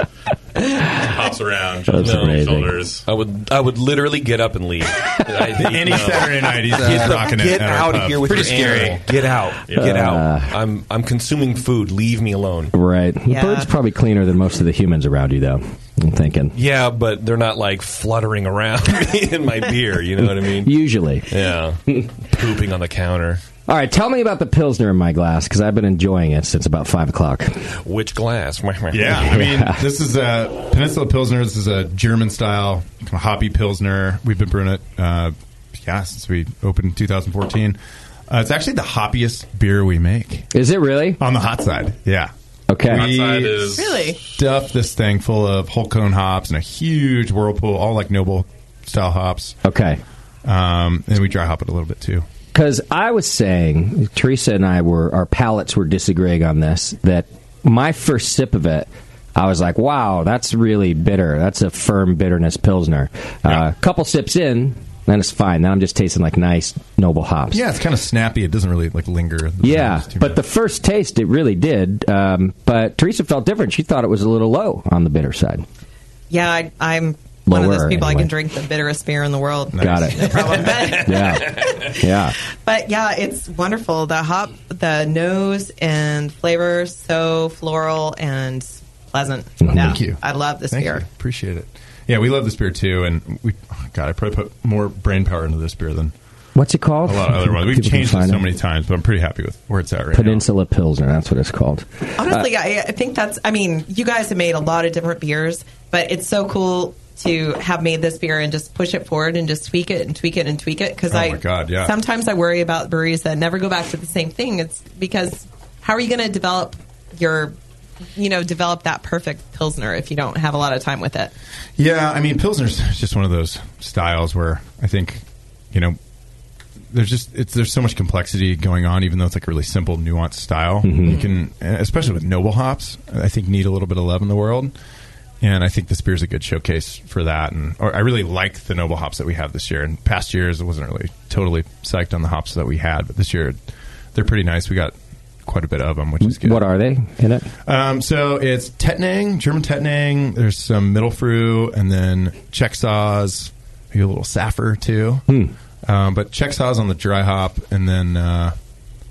S13: hops around.
S9: That's
S13: No
S9: amazing.
S13: shoulders.
S2: I would I would literally get up and leave. I,
S13: Any Saturday night, he's-
S2: Get
S13: he's
S2: the-
S13: rocking it
S2: Get
S13: at our
S2: out of
S13: pub.
S2: here with
S13: Pretty
S2: your
S13: scary.
S2: animal. Get out. Get out.
S9: Uh,
S2: I'm I'm consuming food. Leave me alone.
S9: Right.
S2: Yeah.
S9: The bird's probably cleaner than most of the humans around you, though. I'm thinking.
S2: Yeah, but they're not like fluttering around in my beer. You know what I mean?
S9: Usually.
S2: Yeah. Pooping on the counter.
S9: All right, tell me about the Pilsner in my glass because I've been enjoying it since about 5 o'clock.
S2: Which glass?
S11: Yeah, I mean, this is a Peninsula Pilsner. This is a German style kind of hoppy Pilsner. We've been brewing it, uh, yeah, since we opened in 2014. Uh, it's actually the hoppiest beer we make.
S9: Is it really?
S11: On the hot side, yeah.
S9: Okay.
S11: We
S13: Outside is- Really?
S11: stuff this thing full of whole cone hops and a huge whirlpool, all like noble style hops.
S9: Okay.
S11: Um, and we dry hop it a little bit too.
S9: Because I was saying, Teresa and I were, our palates were disagreeing on this, that my first sip of it, I was like, wow, that's really bitter. That's a firm bitterness Pilsner. A couple sips in, then it's fine. Then I'm just tasting like nice, noble hops.
S11: Yeah, it's kind of snappy. It doesn't really like linger.
S9: Yeah, but the first taste, it really did. Um, but Teresa felt different. She thought it was a little low on the bitter side.
S10: Yeah, I, I'm one of
S9: Lower,
S10: those people. I
S9: anyway.
S10: can drink the bitterest beer in the world.
S9: Got it.
S10: No problem. But-
S9: yeah, yeah.
S10: But yeah, it's wonderful. The hop, the nose and flavor, so floral and pleasant.
S11: Well,
S10: Yeah.
S11: thank you.
S10: I love this
S11: Thank
S10: beer.
S11: you. Appreciate it. Yeah, we love this beer too, and we oh, God, I probably put more brain power into this beer than
S9: What's it
S11: a
S9: called?
S11: lot of other ones. We've
S9: People can
S11: changed it
S9: find
S11: so many times, but I'm pretty happy with where it's at right now.
S9: Peninsula Pilsner, that's what it's called.
S10: Honestly, I, I think that's. I mean, you guys have made a lot of different beers, but it's so cool to have made this beer and just push it forward and just tweak it and tweak it and tweak it. Because
S11: Oh
S10: I,
S11: my God, yeah.
S10: Sometimes I worry about breweries that never go back to the same thing. It's because how are you going to develop your, you know, develop that perfect pilsner if you don't have a lot of time with it?
S11: Mm-hmm. Yeah, I mean, Pilsner's just one of those styles where I think, you know, there's just it's there's so much complexity going on, even though it's like a really simple, nuanced style.
S9: Mhm.
S11: You can, especially with noble hops, I think need a little bit of love in the world. And I think this beer's a good showcase for that. And or I really like the noble hops that we have this year. And past years, I wasn't really totally psyched on the hops that we had, but this year they're pretty nice. We got quite a bit of them, which is good.
S9: What are they in it?
S11: Um, so it's Tetnang, German Tetnang. There's some middle frou, and then Czech saws, maybe a little saffir too.
S9: Hmm.
S11: Um, but Czech saws on the dry hop, and then uh,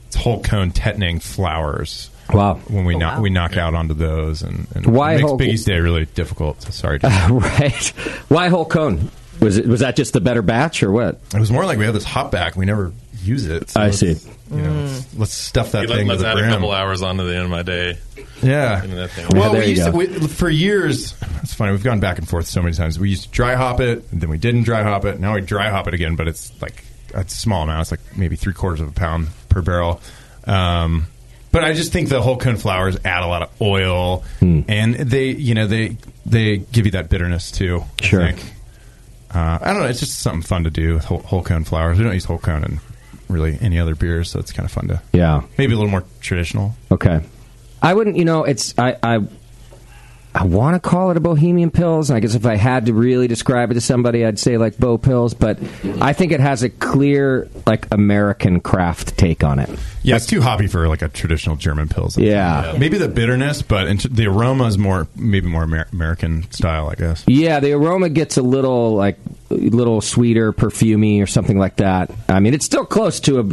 S11: it's whole cone Tetnang flowers.
S9: Wow!
S11: When
S13: Oh,
S11: we knock we knock out onto those, and, and
S9: Why
S11: it makes
S9: whole-
S11: Biggie's day really difficult. So sorry.
S9: right? Why whole cone? Was it was that just the better batch or what?
S11: It was more like we have this hop back. We never use it. so
S9: I
S11: let's-
S9: see.
S11: You know, let's- let's stuff that
S13: You let-
S11: thing.
S13: let's
S11: to the
S13: add
S11: brim.
S13: a couple hours onto the end of my day.
S11: Yeah.
S13: Into that thing.
S11: Well, we used to, we, for years. It's funny. We've gone back and forth so many times. We used to dry hop it, and then we didn't dry hop it. Now we dry hop it again, but it's like a small amount. It's like maybe three quarters of a pound per barrel. Um, but I just think the whole cone flowers add a lot of oil,
S9: Hmm.
S11: and they, you know, they they give you that bitterness too. Sure. I, think. Uh, I don't know. It's just something fun to do with whole, whole cone flowers. We don't use whole cone in really any other beers, so it's kind of fun to
S9: Yeah.
S11: maybe a little more traditional.
S9: Okay. I wouldn't. You know, it's I I, I want to call it a Bohemian Pills, and I guess if I had to really describe it to somebody, I'd say like Bo Pills. But I think it has a clear like American craft take on it.
S11: Yeah, it's too hoppy for like a traditional German pills.
S9: Yeah.
S11: maybe the bitterness, but in the aroma is more maybe more Amer- American style, I guess.
S9: Yeah, the aroma gets a little like a little sweeter, perfumey, or something like that. I mean, it's still close to a.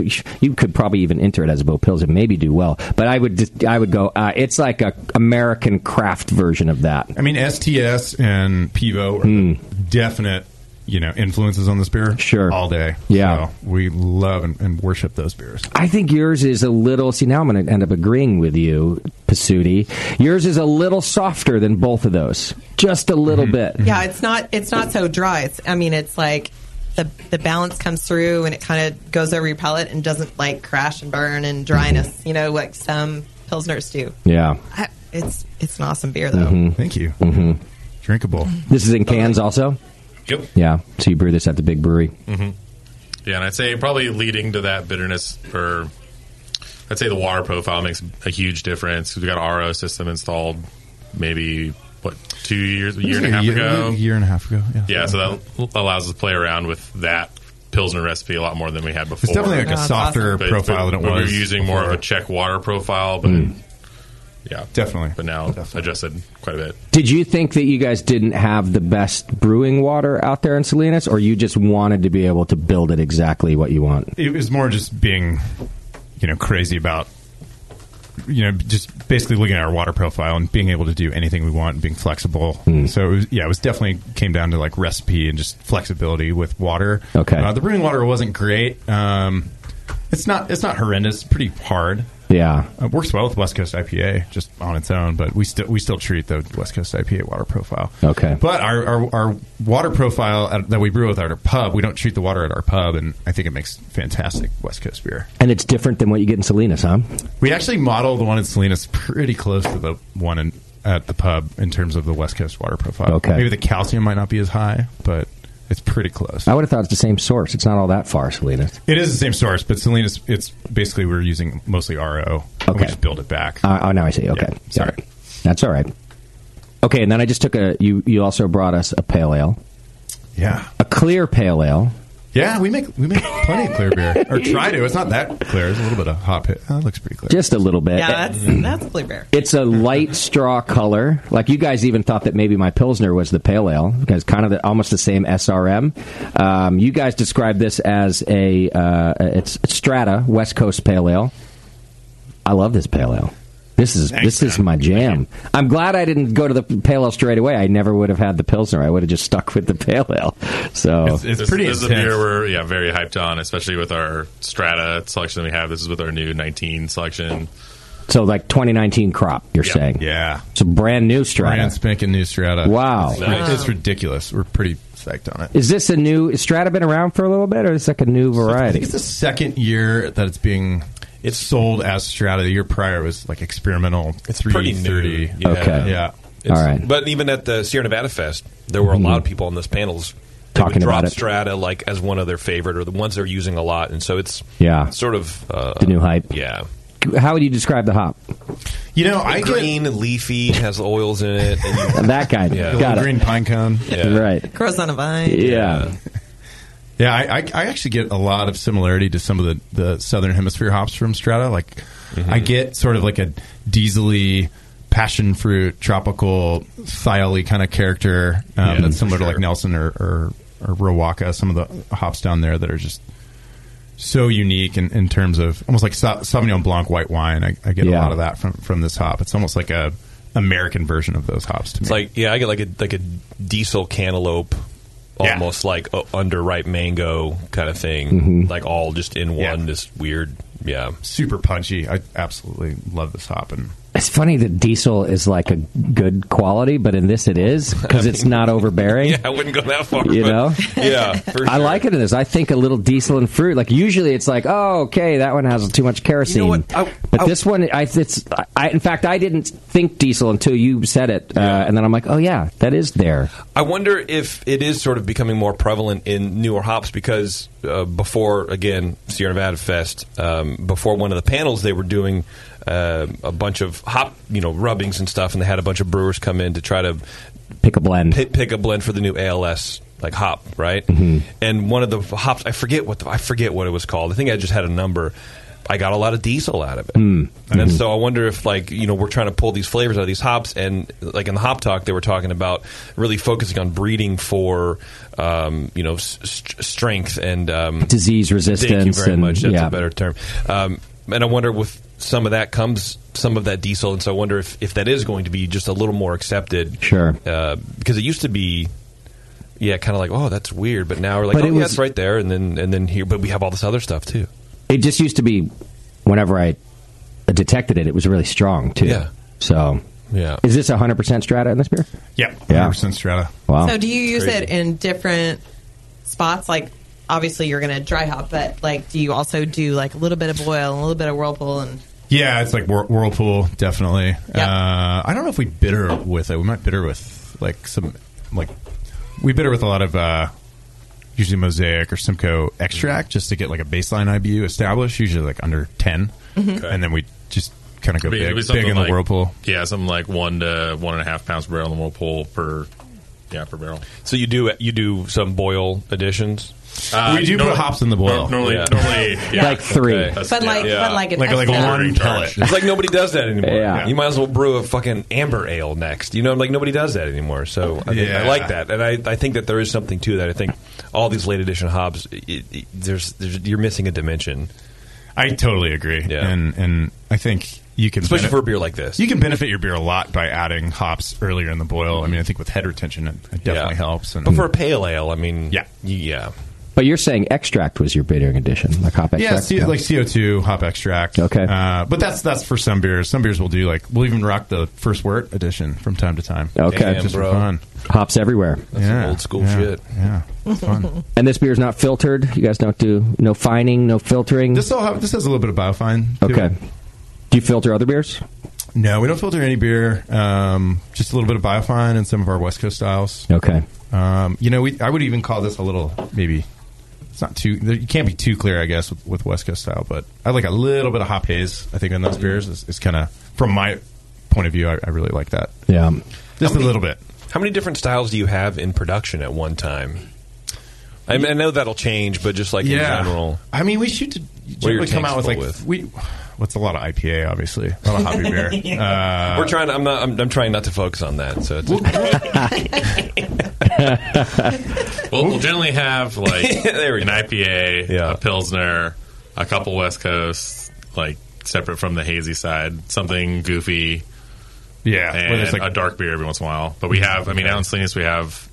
S9: You could probably even enter it as a Bo Pills and maybe do well. But I would just, I would go. Uh, it's like a American craft version of that.
S11: I mean, STS and Pivo are definite, you know, influences on this beer. Hmm. Sure, all day. Yeah, we love and, and worship those beers.
S9: I think yours is a little. See, now I'm going to end up agreeing with you, Pasuti. Yours is a little softer than both of those, just a little bit.
S11: Mm-hmm.
S10: Yeah, it's not it's not so dry. It's I mean, it's like the the balance comes through and it kind of goes over your palate and doesn't like crash and burn and dryness. You know, like some pilsners do.
S9: Yeah.
S10: I, it's it's an awesome beer though.
S9: Mhm.
S11: Thank you.
S9: Mm-hmm.
S11: Drinkable.
S9: This is in cans, also.
S13: Yep.
S9: Yeah. So you brew this at the big brewery.
S11: Mm-hmm.
S13: hmm Yeah, and I'd say probably leading to that bitterness, or I'd say the water profile makes a huge difference because we got an RO system installed maybe what two years, a year and a half ago.
S11: A year and a half ago. Yeah.
S13: Yeah, so that allows us to play around with that pilsner recipe a lot more than we had before.
S11: It's definitely like a Yeah, softer that's awesome. profile than it
S13: but
S11: was
S13: We're using more of a
S11: before. Hmm.
S13: Czech water profile, but yeah,
S11: definitely.
S13: But now adjusted quite a bit.
S9: Did you think that you guys didn't have the best brewing water out there in Salinas, or you just wanted to be able to build it exactly what you want?
S11: it was more just being you know crazy about you know just basically looking at our water profile and being able to do anything we want and being flexible so it was, yeah it was definitely came down to like recipe and just flexibility with water okay uh, the brewing water wasn't great um It's not it's not horrendous. It's pretty hard.
S9: Yeah.
S11: Uh, It works well with West Coast IPA just on its own, but we still we still treat the West Coast IPA water profile.
S9: Okay.
S11: But our, our, our water profile at, that we brew with at our pub, we don't treat the water at our pub, and I think it makes fantastic West Coast beer.
S9: And it's different than what you get in Salinas, huh?
S11: We actually model the one in Salinas pretty close to the one in, at the pub in terms of the West Coast water profile.
S9: Okay.
S11: Maybe the calcium might not be as high, but it's pretty close.
S9: I would have thought it's the same source. It's not all that far, Salinas.
S11: It is the same source, but Salinas, it's basically we're using mostly RO. And we
S9: Okay.
S11: just build it back.
S9: Uh, oh, now I see. Okay, sorry, that's all right. Okay, and then I just took a. You you also brought us a pale ale.
S11: Yeah,
S9: a clear pale ale.
S11: Yeah, we make we make plenty of clear beer, or try to. It's not that clear. It's a little bit of hot pit. That looks pretty clear.
S9: Just a little bit.
S10: Yeah, that's that's clear beer.
S9: It's a light straw color. Like you guys even thought that maybe my pilsner was the pale ale because kind of the, almost the same SRM. Um, you guys described this as a uh, it's Strata West Coast Pale Ale. I love this pale ale. This is this is my jam. I'm glad I didn't go to the pale ale straight away. I never would have had the pilsner. I would have just stuck with the pale ale.
S11: Oh.
S9: So
S13: this, This is a beer we're yeah very hyped on, especially with our Strata selection we have. This is with our new 19 selection.
S9: So like 2019 crop, you're
S13: Yeah.
S9: saying?
S11: Yeah.
S9: It's a brand new Strata.
S11: Brand spanking new Strata.
S9: Wow.
S11: it's,
S9: Nice.
S11: it's ridiculous. We're pretty psyched on it.
S9: Is this a new? Has Strata been around for a little bit, or is this like a new
S11: I
S9: variety?
S11: think it's the second year that it's being it's sold as Strata. The year prior was like experimental. It's
S2: pretty new.
S11: Yeah.
S9: Okay.
S11: Yeah.
S9: All right.
S2: But even at the Sierra Nevada Fest, there were a lot of people on those panels that
S9: Talking
S2: would drop
S9: about it.
S2: Strata like as one of their favorite or the ones they're using a lot, and so it's
S9: Yeah.
S2: sort of uh,
S9: The new hype.
S2: Yeah,
S9: How would you describe the hop?
S11: you know, I
S2: green and leafy has oils in it. And
S9: That kind.
S2: Yeah.
S9: Got
S11: Little
S9: it.
S11: green pine cone.
S2: Yeah.
S9: Right.
S10: Grows on a vine.
S9: Yeah.
S11: Yeah, I, I, I actually get a lot of similarity to some of the, the southern hemisphere hops from Strata. Like,
S2: Mm-hmm.
S11: I get sort of like a diesely passion fruit, tropical, thiol kind of character um,
S2: Yeah,
S11: that's similar
S2: for
S11: to like
S2: sure.
S11: Nelson or, or, or Rowaka, some of the hops down there that are just so unique in, in terms of almost like Sau- Sauvignon Blanc white wine. I, I get a
S9: Yeah.
S11: lot of that from, from this hop. It's almost like a American version of those hops to me.
S2: It's like yeah, I get like a like a diesel cantaloupe, almost like a underripe mango kind of thing,
S11: Mhm.
S2: like all just in one. This weird, yeah,
S11: super punchy. I absolutely love this hop and
S9: It's funny that diesel is like a good quality, but in this it is because it's not overbearing.
S2: I wouldn't go that far.
S9: You
S2: but-
S9: know?
S2: yeah, for
S9: I
S2: sure.
S9: like it in this. I think a little diesel and fruit. Like usually, it's like, oh, okay, that one has too much kerosene. but this one, I, it's. I, in fact, I didn't think diesel until you said it, uh, and then I'm like, oh yeah, that is there.
S2: I wonder if it is sort of becoming more prevalent in newer hops because uh, before, again, Sierra Nevada Fest, um, before one of the panels, they were doing uh, a bunch of hop, you know, rubbings and stuff, and they had a bunch of brewers come in to try to
S9: pick a blend,
S2: pick, a blend for the new ALS like hop, right?
S9: Mm-hmm.
S2: And one of the hops, I forget what the, I forget what it was called. I think I just had a number. I got a lot of diesel out of it.
S9: Hmm.
S2: And
S9: Mm-hmm.
S2: then so I wonder if like you know we're trying to pull these flavors out of these hops, and like in the hop talk, they were talking about really focusing on breeding for um, you know s- st- strength and um,
S9: Disease
S2: Thank you
S9: resistance
S2: very
S9: and-
S2: much. That's
S9: yeah.
S2: a better term. Um, and I wonder with some of that comes some of that diesel, and so I wonder if if that is going to be just a little more accepted.
S9: Sure.
S2: uh, because it used to be. Yeah, kind of like, oh, that's weird, but now we're like,
S9: But
S2: oh,
S9: it
S2: yeah,
S9: was-
S2: it's right there, and then and then here, but we have all this other stuff too.
S9: It just used to be, whenever I detected it, it was really strong too.
S2: Yeah.
S9: So
S2: yeah,
S9: is this 100 percent strata in this beer?
S11: Yeah,
S9: yeah,
S11: 100% strata.
S9: Wow.
S10: So do you use
S9: Crazy.
S10: it in different spots? Like obviously you're gonna dry hop, but like do you also do like a little bit of boil and a little bit of whirlpool and
S11: Yeah, it's like Whir- Whirlpool, definitely. Uh, I don't know if we bitter with it. We might bitter with like some like we bitter with a lot of uh, usually Mosaic or Simcoe extract just to get like a baseline IBU established, usually like under 10
S13: Mhm. Okay.
S11: and then we just kind of go
S13: It'd be-
S11: big,
S13: it'd be
S11: big
S13: something
S11: in
S13: like-
S11: the Whirlpool.
S13: Yeah, something like one to one and a half pounds per barrel in the whirlpool per yeah per barrel.
S2: So you do you do some boil additions.
S11: we do put hops in the boil.
S13: Normally, normally yeah.
S2: Like three.
S13: Okay.
S2: But
S13: That's-
S10: like- but like an Like- like extra- one pellet.
S2: It's like nobody does that anymore.
S10: Yeah.
S2: You might as well brew a fucking amber ale next. You know, like nobody does that anymore. So I, think- I
S11: Yeah.
S2: like that, and I, I think that there is something to that. I think all these late edition hops, it, it, there's, there's you're missing a dimension.
S11: I totally agree.
S2: Yeah.
S11: And and I think you can
S2: Especially
S11: benef-
S2: for a beer like this.
S11: You can benefit your beer a lot by adding hops earlier in the boil. I mean, I think with head retention it, it definitely helps. And
S2: But for a pale ale, I mean, yeah, yeah,
S9: But you're saying extract was your bittering addition, like hop
S11: yeah,
S9: extract.
S11: C- like CO two hop extract. Okay, uh, but that's that's for some beers. Some beers will do like we'll even rock the first wort edition from time to time.
S9: okay,
S11: just for fun.
S9: Hops everywhere.
S11: yeah, yeah, Yeah, it's fun.
S9: And this beer is not filtered. You guys don't do no fining, no filtering.
S11: This all have, this has a little bit of biofine. to
S9: Okay.
S11: it.
S9: Do you filter other beers?
S11: No, we don't filter any beer. Um, just a little bit of biofine and some of our West Coast styles.
S9: Okay.
S11: Um, you know, we, I would even call this a little maybe. It's not too. there- You can't be too clear, I guess, with, with West Coast style. But I like a little bit of hop haze. I think in those beers is, is kind of from my point of view. I, I really like that.
S9: Yeah.
S11: Just a little bit.
S2: How many different styles do you have in production at one time? I, mean, I know that'll change, but just like in general,
S11: I mean, we should
S2: what are your
S11: generally come
S2: tanks
S11: out with
S2: full
S11: like we. What's a lot of IPA, obviously. A lot of hoppy beer. Uh,
S2: We're trying. I'm not. I'm, I'm trying not to focus on that. So it's
S13: We'll, we'll generally have like
S2: There
S13: an IPA, a pilsner, a couple West Coast, like separate from the hazy side, something goofy.
S11: Yeah, where
S13: and
S11: there's, like- Mm-hmm.
S13: a dark beer every once in a while. But we have, I mean, out in Salinas we have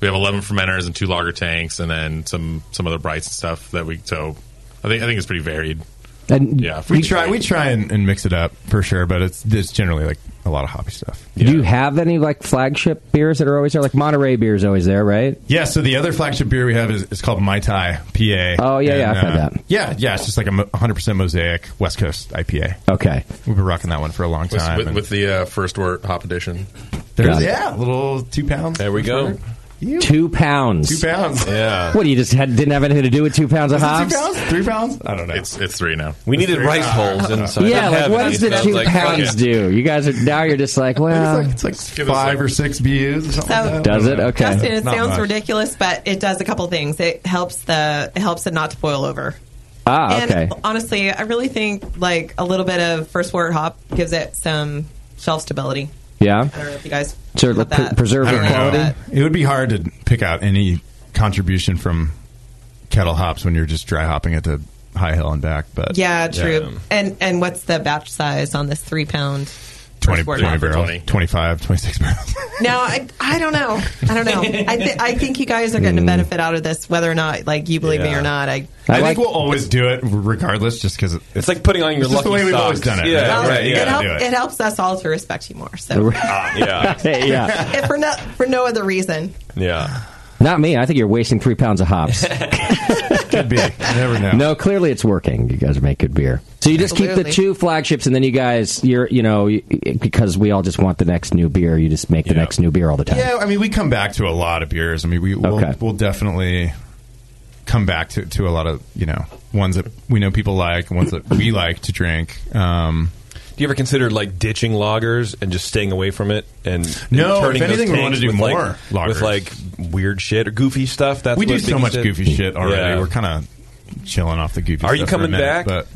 S13: we have eleven fermenters and two lager tanks, and then some some other brights and stuff that we. So I think I think it's pretty varied.
S9: And
S13: yeah,
S11: we try. We try and, and mix it up for sure, but it's it's generally like a lot of hoppy stuff.
S9: Do you have any like flagship beers that are always there? Like Monterey beer is always there, right?
S11: Yeah, so the other flagship beer we have is, is called Mai Tai PA.
S9: Oh, yeah, yeah, I've had that.
S11: uh, Yeah, yeah, it's just like a mo- 100% mosaic West Coast IPA.
S9: Okay.
S11: We've been rocking that one for a long
S13: With,
S11: time.
S13: with,
S11: and
S13: with the uh, first wort hop edition,
S11: there's, yeah, a little two pounds.
S2: There we go.
S9: Two pounds.
S11: Two pounds.
S2: Yeah.
S9: What you just had, didn't have anything to do with two pounds of
S11: Is it
S9: hops?
S11: two pounds? Three pounds? I don't know.
S13: It's it's three now.
S2: We needed
S11: three.
S2: rice holes inside.
S9: yeah, like what does the two pounds do? You guys are now you're just like, well,
S11: it's like, five or six BUs or something.
S10: So- Mm-hmm.
S11: like that.
S9: Does it? Okay.
S10: Justin, it
S9: Not
S10: sounds
S9: much.
S10: ridiculous, but it does a couple things. It helps the it helps it not to boil over.
S9: ah, okay.
S10: And honestly, I really think like a little bit of first word hop gives it some shelf stability.
S9: Yeah.
S10: I don't know if you guys
S9: So
S10: have
S9: pre-
S10: that.
S9: preserve
S11: I
S9: your
S11: don't know.
S9: quality.
S11: It would be hard to pick out any contribution from kettle hops when you're just dry hopping at the high hill and back. But
S10: Yeah, true. And and what's the batch size on this three pound?
S11: 20,
S10: First word
S11: 20
S10: hop.
S11: barrels,
S10: 20.
S11: 25, 26 barrels.
S10: No, I, I don't know. I don't know. I, th- I think you guys are getting a benefit out of this, whether or not like you believe me
S11: Yeah.
S10: or not. I,
S11: I, think we'll always do it regardless, just because
S2: it's like putting on your
S11: it's just the
S2: lucky
S11: way we've always
S2: socks.
S11: done it.
S2: Yeah,
S11: right.
S2: right,
S11: You
S2: yeah.
S10: it,
S11: gotta
S10: help,
S11: do it.
S10: it helps us all to respect you more. So
S2: Ah, yeah.
S9: yeah.
S10: If for no for no other reason.
S2: Yeah.
S9: Not me. I think you're wasting three pounds of hops.
S11: Could be. never know.
S9: No, clearly it's working. You guys make good beer. So you just keep
S10: Absolutely.
S9: the two flagships, and then you guys, you're, you know, y- y- because we all just want the next new beer. You just make the next new beer all the time.
S11: Yeah, I mean, we come back to a lot of beers. I mean, we we'll, we'll definitely come back to, to a lot of you know ones that we know people like, ones that we like to drink. Um,
S2: Do you ever consider like ditching loggers and just staying away from it and and
S11: No, if
S2: turning those
S11: anything, we wanna
S2: tanks
S11: do
S2: with,
S11: more
S2: like, with
S11: lagers.
S2: like weird shit or goofy stuff? That's
S11: we do
S2: what
S11: so
S2: Biggie
S11: much
S2: said.
S11: goofy shit already.
S2: Yeah.
S11: We're kind of chilling off the goofy.
S2: Are
S11: stuff
S2: you
S11: for a
S2: coming
S11: minute,
S2: back?
S11: But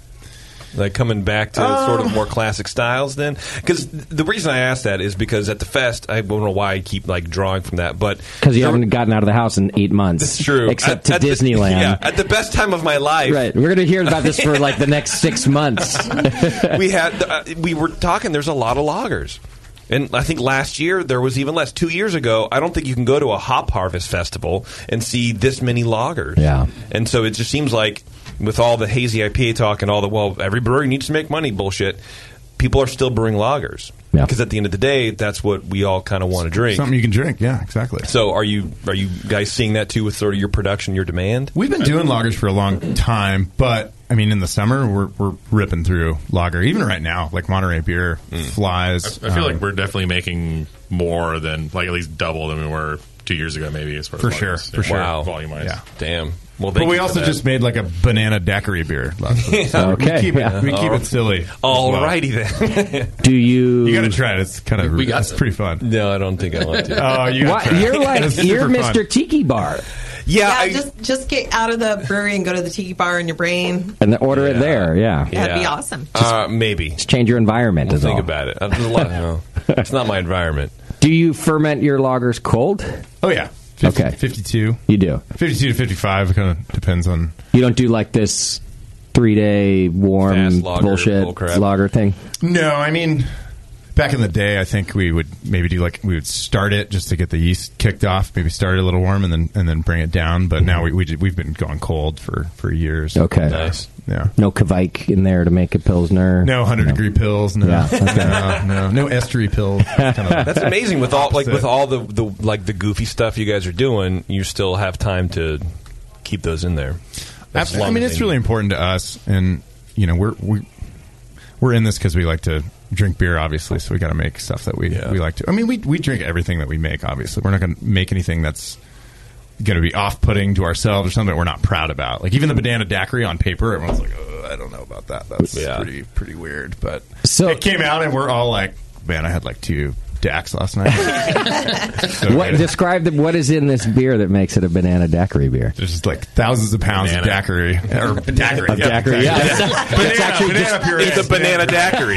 S11: Oh.
S2: Like coming back to sort of more classic styles then? Because the reason I asked that is because at the fest, I don't know why I keep like drawing from that, but
S9: Because you haven't gotten out of the house in eight months.
S2: That's true.
S9: Except
S2: At-
S9: to
S2: at the-
S9: Disneyland.
S2: yeah, at the best time of my life.
S9: Right. We're going to hear about this for like the next six months.
S2: we had uh, we were talking. There's a lot of loggers, and I think last year there was even less. Two years ago, I don't think you can go to a hop harvest festival and see this many loggers. Yeah, and so it just seems like with all the hazy IPA talk and all the well, every brewery needs to make money bullshit. People are still brewing loggers because at the end of the day, that's what we all kind of want to drink.
S11: something you can drink. Yeah, exactly.
S2: So are you are you guys seeing that too with sort of your production, your demand?
S11: We've been doing loggers for a long time, but I mean, in the summer we're we're ripping through lager. Even right now, like Monterey beer flies.
S13: I, I feel
S11: um,
S13: like we're definitely making more than like at least double than we were two years ago, maybe as far as
S11: For
S13: volume
S11: sure,
S13: is-
S11: for sure.
S13: Wow, volume wise,
S11: Yeah.
S2: damn. Well,
S11: but we also just made like a banana daiquiri beer. Last week. So
S9: Okay,
S11: we keep
S9: yeah.
S11: it, we keep
S2: All-
S11: it silly.
S2: all
S11: Well,
S2: righty then.
S9: Do you?
S11: You got to try it. It's kind of
S2: We got
S11: it's pretty fun.
S2: No, I don't think I want to.
S11: Oh, you
S9: Why-
S11: gotta try it.
S9: you're like
S11: It's
S9: you're
S11: super fun.
S9: Mr. Tiki Bar,
S2: Yeah,
S10: just just get out of the brewery and go to the tiki bar in your brain.
S9: and then order it there. Yeah,
S10: That'd be awesome.
S2: Uh, maybe.
S9: Just change your environment. is
S2: Think
S9: all.
S2: about it. Uh, there's a lot- no. it's not my environment.
S9: Do you ferment your lagers cold?
S11: Oh yeah. 50, okay. 52.
S9: You do.
S11: 52 to 55 kind of depends on
S9: You don't do like this three day warm
S11: Fast lager
S9: bullshit
S11: bullcrap.
S9: lager thing.
S11: No, I mean back in the day, I think we would maybe do like we would start it just to get the yeast kicked off, maybe start it a little warm, and then and then bring it down. But now we, we ju- we've been going cold for for years.
S9: Okay.
S11: Nice. Yeah.
S9: No Kvike in there to make a Pilsner.
S11: No hundred degree pills. No,
S9: Yeah, okay.
S11: no, no, no estuary pills. Kind of
S2: That's amazing with all like with
S11: opposite.
S2: all the, the like the goofy stuff you guys are doing, you still have time to keep those in there. As
S11: Absolutely.
S2: long
S11: I mean,
S2: as
S11: it's
S2: they-
S11: really important to us, and you know, we're we, we're in this because we like to drink beer, obviously. So we got to make stuff that we we like to. I mean, we we drink everything that we make. Obviously, we're not going to make anything that's going to be off-putting to ourselves or something that we're not proud about. Like even the banana daiquiri on paper, everyone's like, oh, I don't know about that. That's pretty pretty weird. But it came out, and we're all like, man, I had like two dacks last night. So
S9: What,
S11: good.
S9: describe the, what is in this beer that makes it a banana daiquiri beer?
S11: There's just like thousands of pounds of daiquiri or daiquiri.
S9: Of daiquiri, yeah. It's actually just-
S2: it's a banana daiquiri.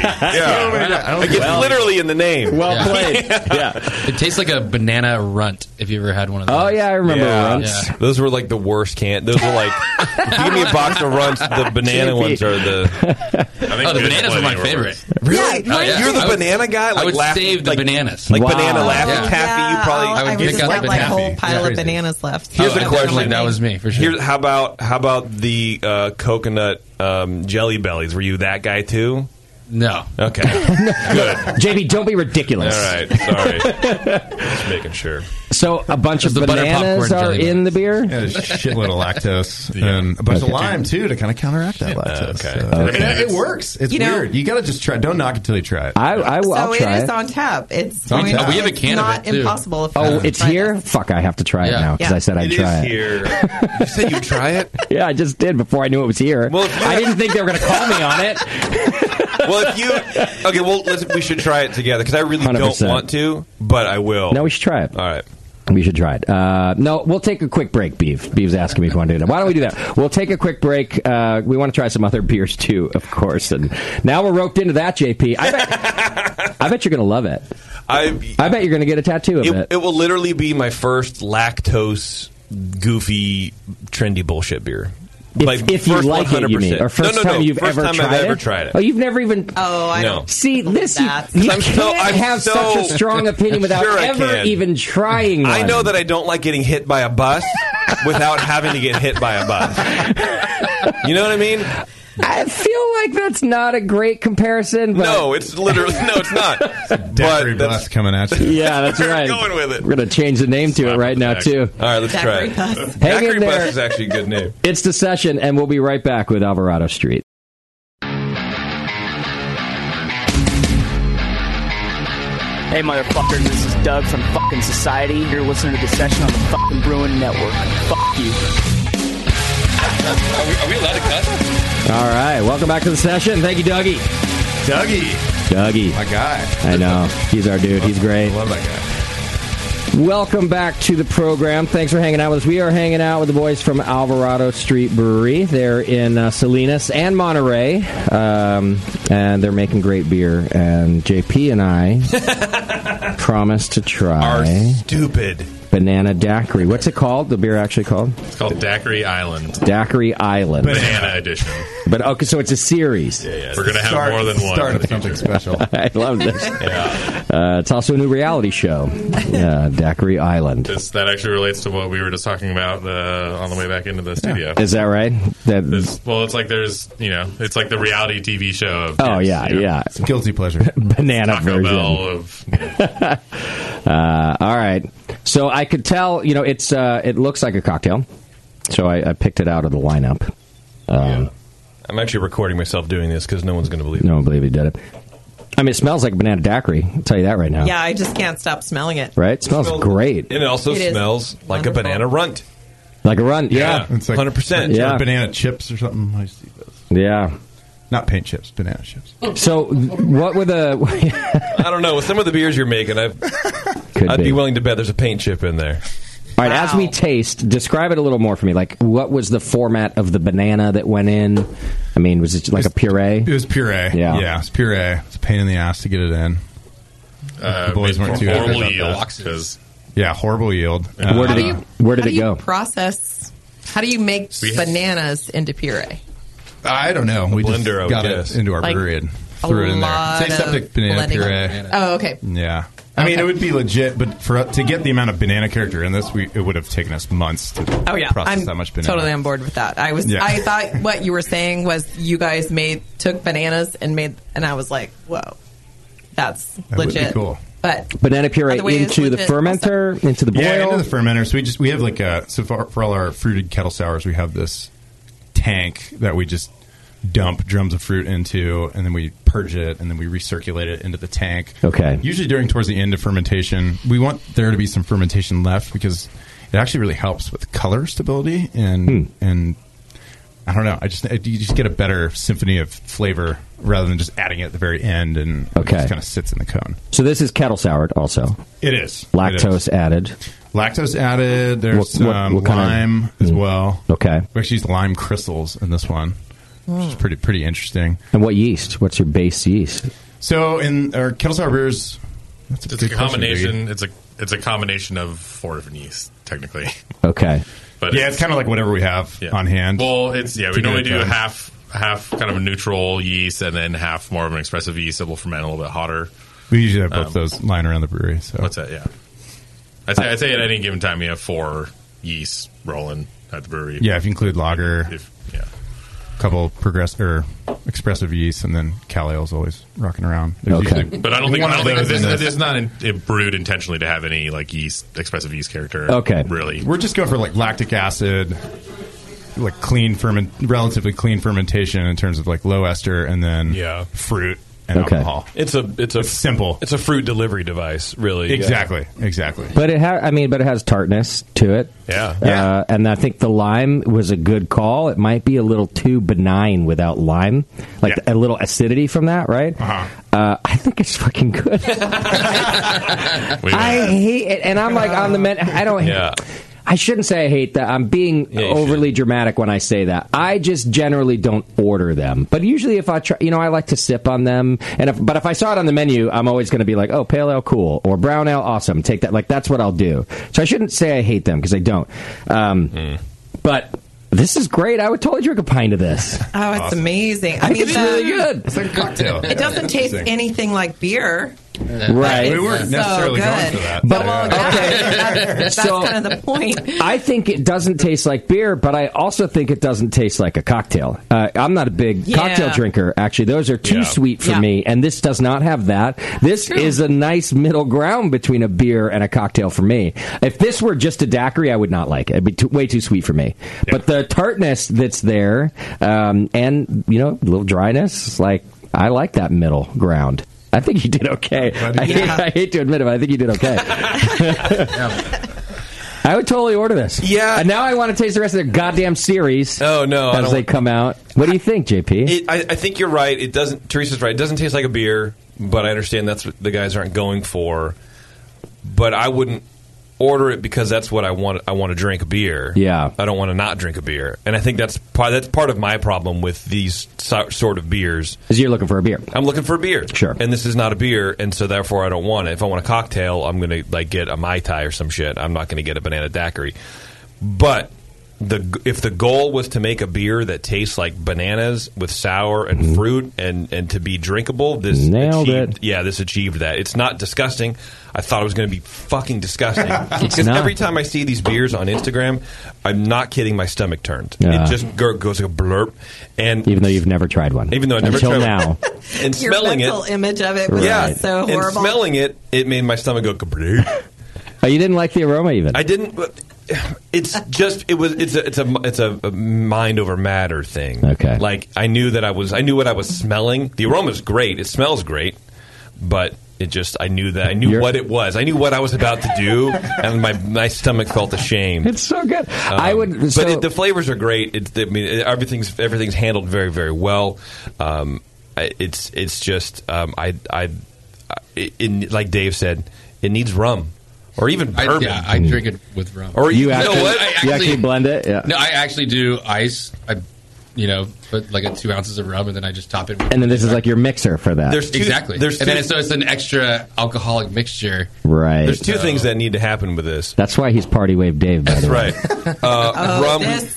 S2: Yeah. Like, it's literally in the name.
S9: Well
S12: Yeah.
S9: played. yeah. Oh,
S12: It tastes like a banana runt. If you ever had one of those.
S2: Yeah. Yeah. Those were like the worst can. Those were like, if you give me a box of runts, the banana
S12: JP.
S2: ones are the.
S12: Oh, the bananas are my favorite.
S2: Really?
S12: Oh, yeah.
S2: You're the
S12: I would-
S2: banana guy? Like
S12: I would
S2: laugh-
S12: save the bananas.
S2: like Wow. banana Laffy
S12: Yeah.
S2: Taffy, you probably-
S10: I
S2: I would
S10: would
S2: pick
S10: just
S2: up
S10: have
S2: the
S10: like a
S2: taffy.
S10: whole pile of
S2: Crazy.
S10: bananas
S12: Oh,
S10: left.
S2: Here's
S10: I
S2: the
S10: don't know
S2: question.
S10: my name.
S12: me for
S2: sure. how about how about the uh, coconut um, jelly bellies? Were you that guy too?
S12: No.
S2: Okay. Good.
S9: JB, don't be ridiculous.
S2: All right. Sorry. Just making sure.
S9: So a bunch of
S2: It's the butter
S9: bananas
S2: popcorn
S9: are
S2: jelly
S9: in the beer.
S11: Yeah, there's a shitload of lactose and a bunch
S9: Okay.
S11: of lime too to kind of counteract that lactose.
S2: okay.
S11: So-
S9: Okay.
S11: And it, it works. It's
S10: You know-
S11: weird. you got to just try. Don't knock it till you try it.
S9: I, I will.
S10: So
S9: I'll
S10: it
S9: try
S10: is
S9: it.
S10: on tap. It's
S9: On
S10: I mean,
S9: tap. We have a
S10: it's
S9: can of
S10: not
S9: it, too.
S10: impossible. If
S9: Oh,
S10: you
S9: it's
S10: try
S9: here. Fuck! I have to try it
S10: Yeah.
S9: now because
S10: Yeah.
S9: I said I'd
S10: It is
S9: try it.
S2: Here. You said you try it.
S9: Yeah, I just did before I knew it was here. Well, I didn't think they were going to call me on it.
S2: Well, if you okay, well, let's, we should try it together because I really don't
S9: 100%.
S2: want to, but I will.
S9: No, we should try it.
S2: Oh. All right.
S9: We should try it. Uh, no, we'll take a quick break, Beeve. Beeve's asking me if we want to do that. Why don't we do that? We'll take a quick break. Uh, we want to try some other beers, too, of course. And now we're roped into that, JP. I bet, I bet you're going to love it.
S2: I
S9: I bet you're going to get a tattoo of it.
S2: it, it will literally be my first lactose goofy trendy bullshit beer.
S9: If, if you
S2: first
S9: like it, you mean,
S2: 100%.
S9: or first
S2: No, no, no,
S9: time you've
S2: first
S9: ever
S2: time I've
S9: tried it?
S2: ever tried it.
S9: Oh, you've never even. Oh,
S2: I No. don't
S9: see this. You,
S2: that.
S9: you
S2: I'm
S9: can't
S2: so- I'm
S9: have
S2: so-
S9: such a strong opinion without
S2: Sure I
S9: ever
S2: can.
S9: even trying. One.
S2: I know that I don't like getting hit by a bus without having to get hit by a bus. You know what I mean?
S9: I feel like that's not a great comparison. But
S2: No, it's literally no, it's not.
S11: Daiquiri bus coming at you.
S9: Yeah, that's right.
S2: Going with it.
S9: We're going to change the name to it right now,
S2: Actually.
S9: too.
S2: All right, let's try
S9: Daiquiri
S2: it.
S9: bus. Hang in
S2: Daiquiri bus
S9: there.
S2: is actually a good name.
S9: It's the session, and we'll be right back with Alvarado Street.
S14: Hey, motherfuckers, this is Doug from fucking Society. You're listening to the session on the fucking Bruin Network. Fuck you.
S12: Are we, are we allowed to cut?
S9: All right, welcome back to the session. Thank you, Dougie.
S11: Dougie.
S9: Dougie.
S11: My guy.
S9: I know. He's our dude. He's great.
S11: I love that guy.
S9: Welcome back to the program. Thanks for hanging out with us. We are hanging out with the boys from Alvarado Street Brewery. They're in uh, Salinas and Monterey, um, and they're making great beer. And JP and I promised to try
S2: stupid
S9: banana daiquiri. What's it called? The beer actually called
S13: It's called Daiquiri Island.
S9: Daiquiri Island.
S13: Banana edition.
S9: But okay, so it's a series.
S13: We're gonna have
S11: Start-
S13: more than one.
S11: start
S13: in the
S11: something
S13: future.
S11: special.
S9: I love this. Uh, it's also a new reality show, uh, Daiquiri Island.
S13: This, that actually relates to what we were just talking about uh, on the way back into the studio.
S9: Is that right? That
S13: Well, it's like there's, you know, it's like the reality TV show. Of
S9: Oh yeah, yeah.
S11: guilty pleasure.
S9: Banana
S13: Taco
S9: version.
S13: Bell of
S9: uh, all right. So I could tell, you know, it's uh, it looks like a cocktail. So I, I picked it out of the lineup. Um,
S2: I'm actually recording myself doing this because no one's going to believe. it.
S9: No one believe he did it. I mean, it smells like banana daiquiri. I'll tell you that right now.
S10: Yeah, I just can't stop smelling it.
S9: Right? It smells great.
S2: And it also
S10: It is
S2: smells like a
S10: wonderful.
S2: banana runt.
S9: Like a run. Yeah.
S11: It's like
S2: 100%.
S9: Yeah.
S11: Or banana chips or something. I see those.
S9: Yeah.
S11: Not paint chips, banana chips.
S9: So what were the.
S2: I don't know. With some of the beers you're making, I've, I'd be.
S9: be.
S2: willing to bet there's a paint chip in there.
S9: All right, as we taste, describe it a little more for me. Like, what was the format of the banana that went in? I mean, was it like a puree?
S11: It was puree.
S9: Yeah.
S11: yeah, it's puree. It's a pain in the ass to get it in.
S13: uh,
S11: the boys weren't too happy
S13: horrible
S11: about
S13: yield.
S11: that.
S13: 'cause
S11: Yeah, horrible yield.
S9: And where did it- where did
S10: How
S9: it
S10: do you
S9: go?
S10: process? How do you make
S11: We-
S10: bananas into puree?
S11: I don't know. we
S2: blender, I
S11: just
S2: would
S11: got
S2: guess.
S11: it into our
S10: Like-
S11: brewery and
S10: a
S11: threw it in there.
S10: lot
S11: It's aseptic
S10: of
S11: banana
S10: blending.
S11: puree.
S10: Oh, okay.
S11: Yeah. I mean, it would be legit, but for to get the amount of banana character in this, we, it would have taken us months to
S10: Oh yeah,
S11: process
S10: I'm
S11: that much banana.
S10: totally on board with that. I was,
S11: Yeah.
S10: I thought what you were saying was you guys made took bananas and made, and I was like, whoa, that's
S11: That would be
S10: legit.
S11: cool.
S10: But
S9: Banana puree
S10: Other way is
S9: into the
S10: legit also.
S9: fermenter, into the boil.
S11: Yeah, into the fermenter. So we just we have like a so for, for all our fruited kettle sours, we have this tank that we just dump drums of fruit into, and then we purge it, and then we recirculate it into the tank.
S9: Okay.
S11: Usually during towards the end of fermentation, we want there to be some fermentation left because it actually really helps with color stability and
S9: Hmm.
S11: and. I don't know. I just I, you just get a better symphony of flavor rather than just adding it at the very end, and it
S9: Okay.
S11: just kind of sits in the cone.
S9: So this is kettle soured also.
S11: It is.
S9: Lactose
S11: It is.
S9: added.
S11: Lactose added. There's
S9: What- what-
S11: um,
S9: what kind of-
S11: lime as well.
S9: Okay.
S11: We actually used lime crystals in this one, which
S13: Hmm.
S11: is pretty pretty interesting.
S9: And what yeast? What's your base yeast?
S11: So in our kettle sour beers, that's a
S13: It's
S11: good
S13: a
S11: question,
S13: combination.
S11: Biggie.
S13: it's a it's a combination of four different yeast, technically.
S9: Okay.
S13: But
S11: yeah, it's kind of like whatever we have
S13: Yeah.
S11: on hand.
S13: Well, it's yeah.
S11: To
S13: We
S11: get
S13: normally
S11: it
S13: do
S11: done.
S13: half half kind of a neutral yeast, and then half more of an expressive yeast that will ferment a little bit hotter.
S11: We usually have both
S13: um,
S11: those lying around the brewery. So
S13: What's that? Yeah, I'd say I'd say at any given time you have four yeasts rolling at the brewery.
S11: yeah, if you include lager,
S13: If- yeah.
S11: couple progress or expressive yeast, and then Cal Ale's always rocking around. There's usually
S13: But I don't think,
S11: one
S13: I don't
S11: of
S13: think
S11: those
S13: this,
S11: in
S13: this is not in, it brewed intentionally to have any like yeast expressive yeast character. really.
S11: We're just going for like lactic acid, like clean ferment, relatively clean fermentation in terms of like low ester, and then
S2: Yeah.
S11: fruit and
S9: Okay.
S11: alcohol.
S2: It's a it's a
S11: simple.
S2: It's a fruit delivery device, really. yeah.
S11: Exactly, exactly.
S9: But it ha- I mean, but it has tartness to it.
S2: Yeah.
S9: Uh, and I think the lime was a good call. It might be a little too benign without lime, like a little acidity from that, right? Uh-huh. I think it's fucking good. I hate it, and I'm like on the men. I don't.
S2: Yeah.
S9: I shouldn't say I hate that. I'm being overly dramatic when I say that. I just generally don't order them, but usually if I try, you know, I like to sip on them. And if, but if I saw it on the menu, I'm always going to be like, oh, pale ale, cool, or brown ale, awesome. Take that. Like that's what I'll do. So I shouldn't say I hate them because I don't. Um, But this is great. I would totally drink a pint of this.
S10: Oh, it's amazing.
S9: I
S10: I, mean,
S9: think it's
S10: the-
S9: really good. It's
S11: like a cocktail.
S10: It doesn't taste
S9: Interesting.
S10: anything like beer.
S9: Right.
S10: We weren't So necessarily going good. for that.
S9: But
S10: That's,
S9: So-
S10: kind of the point.
S9: I think it doesn't taste like beer, but I also think it doesn't taste like a cocktail. Uh, I'm not a big
S10: Yeah.
S9: cocktail drinker, actually. Those are too
S10: Yeah.
S9: sweet for
S10: Yeah.
S9: me, and this does not have that. This is a nice middle ground between a beer and a cocktail for me. If this were just a daiquiri, I would not like it. It'd be too, way too sweet for me. But the tartness that's there, um, and you know, a little dryness, like I like that middle ground. I think you did okay. I, hate, I hate to admit it, but I think you did okay. I would totally order this. Yeah. And now I want to taste the rest of their goddamn series. Oh
S2: no, I
S9: as
S2: don't-
S9: they come out. What do you think, JP?
S2: It, I, I think you're right. It doesn't. Teresa's right. It doesn't taste like a beer, but I understand that's what the guys aren't going for. But I wouldn't order it because that's what I want. I want to drink a beer.
S9: Yeah.
S2: I don't want to not drink a beer, and I think that's part, that's part of my problem with these so, sort of beers.
S9: Because you're looking for a beer.
S2: I'm looking for a beer. Sure. And this is not a beer, and so therefore I don't want it. If I want a cocktail, I'm gonna like get a mai tai or some shit. I'm not gonna get a banana daiquiri. But the if the goal was to make a beer that tastes like bananas with sour and fruit and and to be drinkable, this
S9: Mm-hmm. Nailed
S2: achieved, Yeah, this achieved that. It's not disgusting. I thought it was going to be fucking disgusting.
S9: It's
S2: Because
S9: not.
S2: every time I see these beers on Instagram, I'm not kidding. My stomach turns.
S9: Yeah.
S2: It just go- goes like a blurp. And
S9: Even though you've never tried one.
S2: Even though I never
S9: Until
S2: tried
S9: now.
S2: one. and
S10: Your
S2: smelling it,
S10: mental image of it was
S2: yeah,
S10: just so
S2: and
S10: horrible.
S2: smelling it, it made my stomach go. kablooey.
S9: Oh, you didn't like the aroma even.
S2: I didn't. but It's just it was it's a it's a it's a, a mind over matter thing.
S9: Okay.
S2: like I knew that I was I knew what I was smelling. The aroma's great. It smells great, but. It just, I knew that. I knew what it was. I knew what I was about to do, and my, my stomach felt ashamed. Um,
S9: It's so good. I would.
S2: But
S9: so-
S2: it, the flavors are great. It's, I mean, it- everything's everything's handled very very well. Um, I- it's it's just um, I I I- in like Dave said, it needs rum or even
S12: I-
S2: bourbon.
S12: yeah, I drink it with rum.
S2: Or you, know
S12: actually-
S2: what?
S12: I
S9: you actually blend it? Yeah.
S12: No, I actually do ice. I, you know, put like a two ounces of rum, and then I just top it. With
S9: and then this is like your mixer for that.
S12: exactly.
S2: there's
S12: and then
S2: two-
S12: it's, so it's an extra alcoholic mixture.
S9: Right.
S2: There's two things that need to happen with this.
S9: That's why he's Party Wave Dave, by
S2: That's
S9: the way.
S2: right. Uh, rum,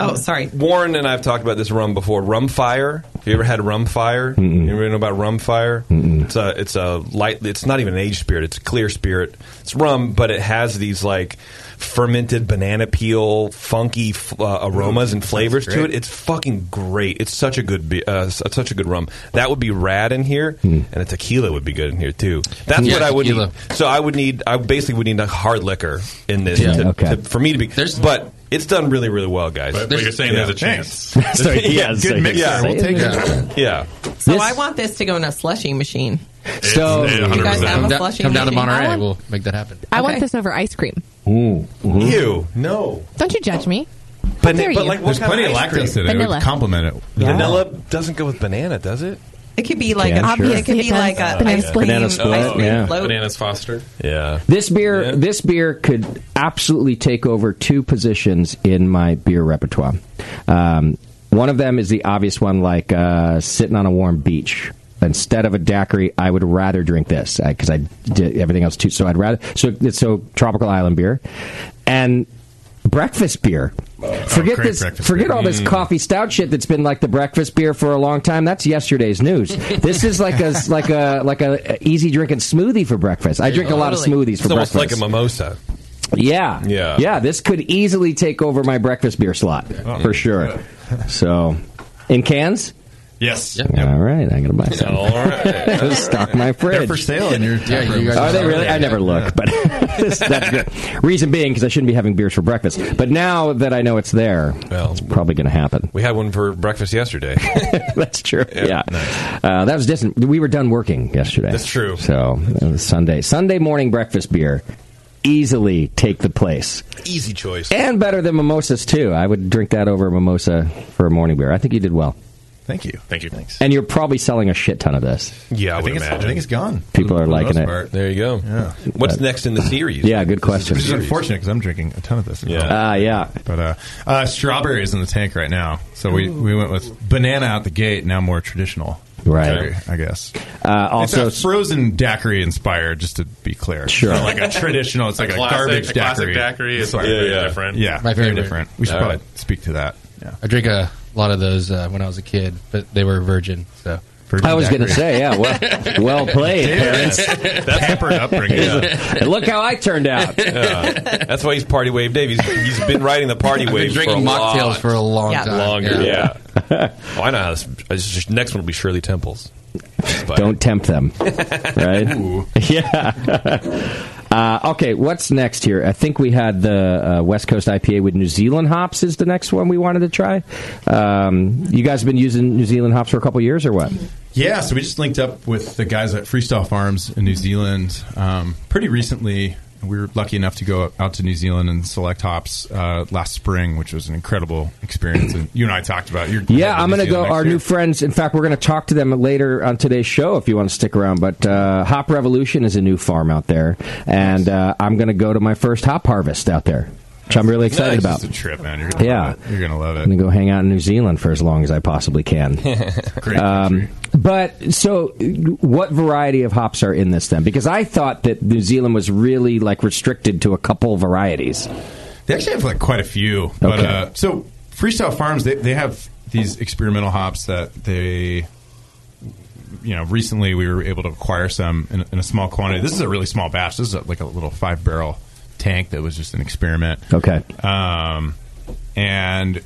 S10: Oh, sorry.
S2: Warren and I have talked about this rum before. Rum fire. Have you ever had rum fire? You ever know about rum fire? It's a it's a light. It's not even an aged spirit. It's a clear spirit. It's rum, but it has these like fermented banana peel, funky f- uh, aromas and
S15: Sounds
S2: flavors to
S15: great.
S2: it. It's fucking great. It's such a good be- uh, s- such a good rum. That would be rad in here, and a tequila would be good in here too. That's
S12: Yeah,
S2: what I would.
S12: tequila.
S2: Need. So I would need. I basically would need a hard liquor in this
S12: Yeah,
S2: to,
S12: okay.
S2: to- for me to be. but it's done really, really well, guys.
S13: But- but you're saying there's a chance. Thanks.
S10: Sorry,
S13: yeah, good
S2: sorry.
S13: mixer.
S2: Yeah,
S13: We'll take
S2: yeah.
S13: it.
S2: Yeah.
S10: So I want this to go in a slushy machine.
S12: So
S10: Do you guys have
S12: come,
S10: a
S12: down-
S10: slushy
S12: come down to
S10: machine?
S12: Monterey.
S10: I want-
S12: we'll make that happen.
S6: I want this over ice cream.
S9: Ooh.
S12: Mm.
S2: Ew. No.
S6: Don't you judge me. How
S2: But,
S6: dare
S2: but
S6: you?
S2: like, what kind ice cream?
S11: lactose in it. It would Vanilla. complement it. Yeah.
S2: Vanilla doesn't go with banana, does it?
S10: It could be like
S9: Yeah,
S10: a,
S9: sure.
S10: it could be like a
S9: Banana
S10: ice cream,
S9: Banana split,
S10: ice cream
S9: yeah.
S10: float.
S13: Bananas Foster.
S2: Yeah.
S9: This beer, this beer could absolutely take over two positions in my beer repertoire. Um, one of them is the obvious one, like uh, sitting on a warm beach. Instead of a daiquiri, I would rather drink this because I, did everything else too. So I'd rather so it's so tropical island beer and breakfast beer. Forget
S11: great
S9: this.
S11: breakfast
S9: Forget
S11: beer.
S9: all this
S11: Mm.
S9: coffee stout shit that's been like the breakfast beer for a long time. That's yesterday's news. this is like a like a like a, easy drinking smoothie for breakfast. I drink a lot of smoothies for
S2: it's almost
S9: breakfast.
S2: like a mimosa.
S9: Yeah.
S2: Yeah.
S9: Yeah, this could easily take over my breakfast beer slot for sure. So, in cans?
S2: Yes.
S9: All right, I'm going to buy some.
S2: All right.
S9: Just stock my fridge.
S11: They're for sale in your
S9: Yeah,
S11: tap room.
S9: you guys- Are they really? I never look, but this, that's good. Reason being because I shouldn't be having beers for breakfast. But now that I know it's there, it's probably going to happen.
S2: We had one for breakfast yesterday.
S9: that's true. Yeah. Uh, that was distant. We were done working yesterday.
S2: That's true.
S9: So, it was Sunday. Sunday morning breakfast beer easily take the place.
S2: Easy choice.
S9: And better than mimosas too. I would drink that over a mimosa for a morning beer. I think you did well.
S11: Thank you.
S13: Thank you. Thanks.
S9: And you're probably selling a shit ton of this.
S2: Yeah, I, would
S11: think it's- I
S2: imagine.
S11: think it's gone.
S9: People are
S11: the
S9: liking
S11: most
S9: it.
S11: part.
S2: There you go. Yeah. What's
S9: But-
S2: next in the series?
S9: Yeah, good question.
S11: Which is unfortunate because I'm drinking a ton of this.
S2: Yeah.
S9: Ah, yeah.
S11: But uh, uh, strawberry is in the tank right now, so we, we went with banana out the gate. Now more traditional,
S9: Right.
S11: daiquiri, I guess.
S9: Uh,
S11: also,
S9: also-
S11: it's not frozen daiquiri inspired, just to be clear.
S9: Sure.
S11: It's not like a traditional. It's
S13: A
S11: like a,
S13: classic-
S11: garbage
S13: a
S11: daiquiri.
S13: classic daiquiri is like very different.
S11: Yeah,
S12: My
S11: very
S12: favorite.
S11: different. We should
S12: All
S11: probably
S12: right.
S11: speak to that. Yeah.
S12: I drank a lot of those uh, when I was a kid, but they were virgin. So
S9: I was going to say, yeah, well, well played,
S12: Damn.
S9: parents.
S12: That's pampered upbringing.
S9: And look how I turned out.
S2: Yeah. That's why he's Party Wave Dave. He's, he's been riding the Party
S12: I've been
S2: Wave
S12: drinking
S2: for a
S12: mocktails
S2: lot.
S12: for a long Yeah. time.
S2: Longer,
S12: Yeah.
S2: yeah. oh, I know how this. it's just- next one will be Shirley Temple's. But-
S9: Don't tempt them, right? Yeah. Uh, okay, what's next here? I think we had the uh, West Coast IPA with New Zealand hops is the next one we wanted to try. Um, you guys have been using New Zealand hops for a couple years or what?
S11: Yeah, so we just linked up with the guys at Freestyle Farms in New Zealand um, pretty recently. We were lucky enough to go out to New Zealand and select hops uh, last spring, which was an incredible experience. And you and I talked about. You're
S9: Yeah, I'm
S11: New
S9: going to go.
S11: Zealand next
S9: Our
S11: year.
S9: new friends. In fact, we're going to talk to them later on today's show if you want to stick around. But uh, Hop Revolution is a new farm out there, and uh, I'm going to go to my first hop harvest out there, which I'm really excited
S11: Nice.
S9: about.
S11: It's a trip, man. You're gonna
S9: Yeah,
S11: love it. you're gonna love
S9: I'm
S11: it.
S9: going to go hang out in New Zealand for as long as I possibly can.
S11: Great
S9: Um, but so, what variety of hops are in this then? Because I thought that New Zealand was really like restricted to a couple varieties.
S11: They actually have like quite a few. But
S9: Okay.
S11: uh, so Freestyle Farms, they, they have these experimental hops that they, you know, recently we were able to acquire some in, in a small quantity. This is a really small batch. This is a, like a little five barrel tank that was just an experiment.
S9: Okay.
S11: Um, and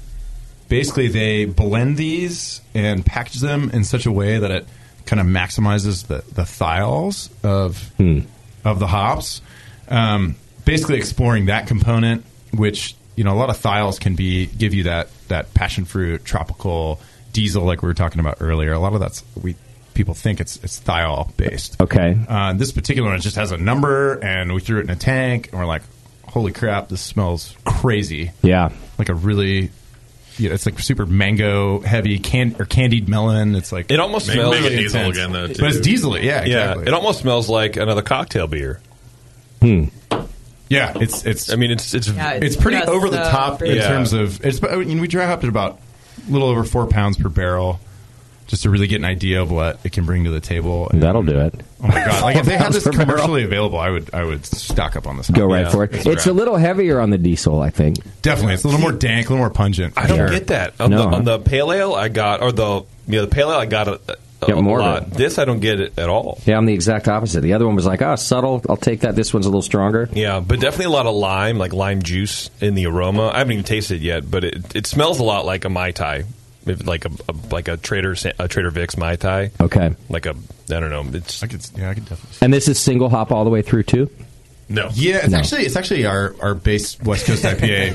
S11: basically, they blend these and package them in such a way that it kind of maximizes the, the thiols of of the hops. Um, basically, exploring that component, which you know a lot of thiols can be give you that that passion fruit, tropical, diesel, like we were talking about earlier. A lot of that's we people think it's it's thiol based.
S9: Okay.
S11: Uh, this particular one just has a number, and we threw it in a tank, and we're like, "Holy crap! This smells crazy."
S9: Yeah.
S11: like a really, yeah, it's like super mango heavy, can or candied melon. It's like
S2: It almost smells
S11: really intense. but it's diesel. Yeah, exactly.
S2: It almost smells like another cocktail beer.
S9: Hmm.
S11: Yeah, it's it's.
S2: I mean, it's it's
S11: Yeah, it's, pretty
S2: just
S11: over the
S2: so
S11: top in
S2: Yeah.
S11: terms of it's. I mean, we dry hopped at about a little over four pounds per barrel. just to really get an idea of what it can bring to the table. And,
S9: That'll do it.
S11: oh my god! Like if they had this
S9: Four pounds per barrel.
S11: commercially available, I would I would stock up on this.
S9: Go right for it. It's, a little heavier on the diesel, I think.
S11: Definitely, it's a little more dank, a little more pungent.
S9: I
S2: I don't
S9: Sure.
S2: get that on,
S9: No,
S2: the,
S9: huh?
S2: on the pale ale. I got or the yeah the pale ale. I got a, a,
S9: Get more of
S2: lot. This I don't get it at all.
S9: Yeah, I'm the exact opposite. The other one was like, ah, subtle. I'll take that. This one's a little stronger.
S2: Yeah, but definitely a lot of lime, like lime juice in the aroma. I haven't even tasted it yet, but it, it smells a lot like a mai tai, If- like a, a like a Trader Sa- a Trader Vic's mai tai.
S9: Okay.
S2: like a I don't know. It's I
S11: could yeah I could definitely
S9: And this is single hop all the way through too.
S2: no
S11: yeah it's
S9: No.
S11: actually it's actually our our base West Coast IPA.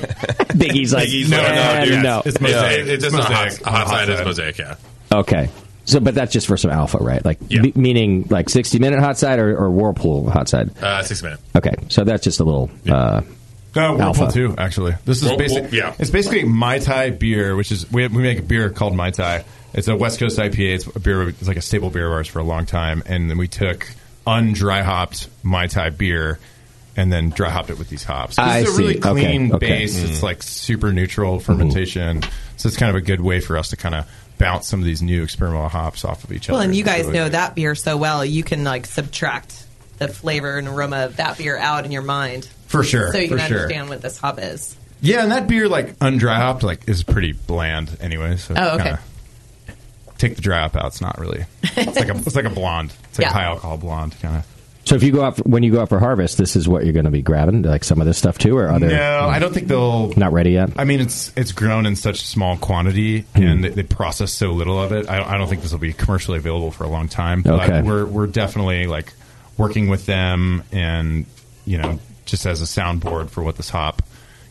S9: Biggie's like, Biggie's
S11: no
S9: like,
S11: no
S9: "Eh,
S11: dude
S9: no."
S11: it's
S9: Yeah.
S11: mosaic
S13: It's just a hot- a hot side is mosaic, yeah.
S9: Okay. So, but that's just for some alpha, right? Like, me- meaning like 60 minute hot side or, or whirlpool hot side.
S13: Uh, 60 minute.
S9: Okay, so that's just a little uh,
S11: Uh, Whirlpool
S9: alpha
S11: too. Actually, this is
S9: Well,
S11: basically
S9: well, yeah.
S11: It's basically Mai Tai beer, which is we, have, we make a beer called Mai Tai. It's a West Coast IPA. It's a beer. It's like a staple beer of ours for a long time, and then we took undry hopped Mai Tai beer. And then dry hopped it with these hops. This
S9: I
S11: is a really
S9: see. Okay,
S11: clean
S9: okay. Mm-hmm.
S11: base.
S9: Mm.
S11: It's like super neutral fermentation, so it's kind of a good way for us to kind of bounce some of these new experimental hops off of each
S10: Well,
S11: other.
S10: and you guys
S11: Really-
S10: know that beer so well, you can like subtract the flavor and aroma of that beer out in your mind
S11: For sure,
S10: so you
S11: for
S10: can
S11: sure.
S10: understand what this hop is.
S11: Yeah, and that beer like undry hopped like is pretty bland anyway. So
S10: Oh, okay.
S11: kinda Take the dry hop out. It's not really. It's like a it's like a blonde. It's like
S10: Yeah.
S11: a high alcohol blonde kind of.
S9: So if you go out for, when you go out for harvest, this is what you're going to be grabbing, like some of this stuff too, or other.
S11: No, I don't think they'll.
S9: Not ready yet.
S11: I mean, it's it's grown in such small quantity,
S9: Hmm.
S11: and they, they process so little of it. I, don't- I don't think this will be commercially available for a long time. But
S9: Okay.
S11: we're we're definitely like working with them, and you know, just as a soundboard for what this hop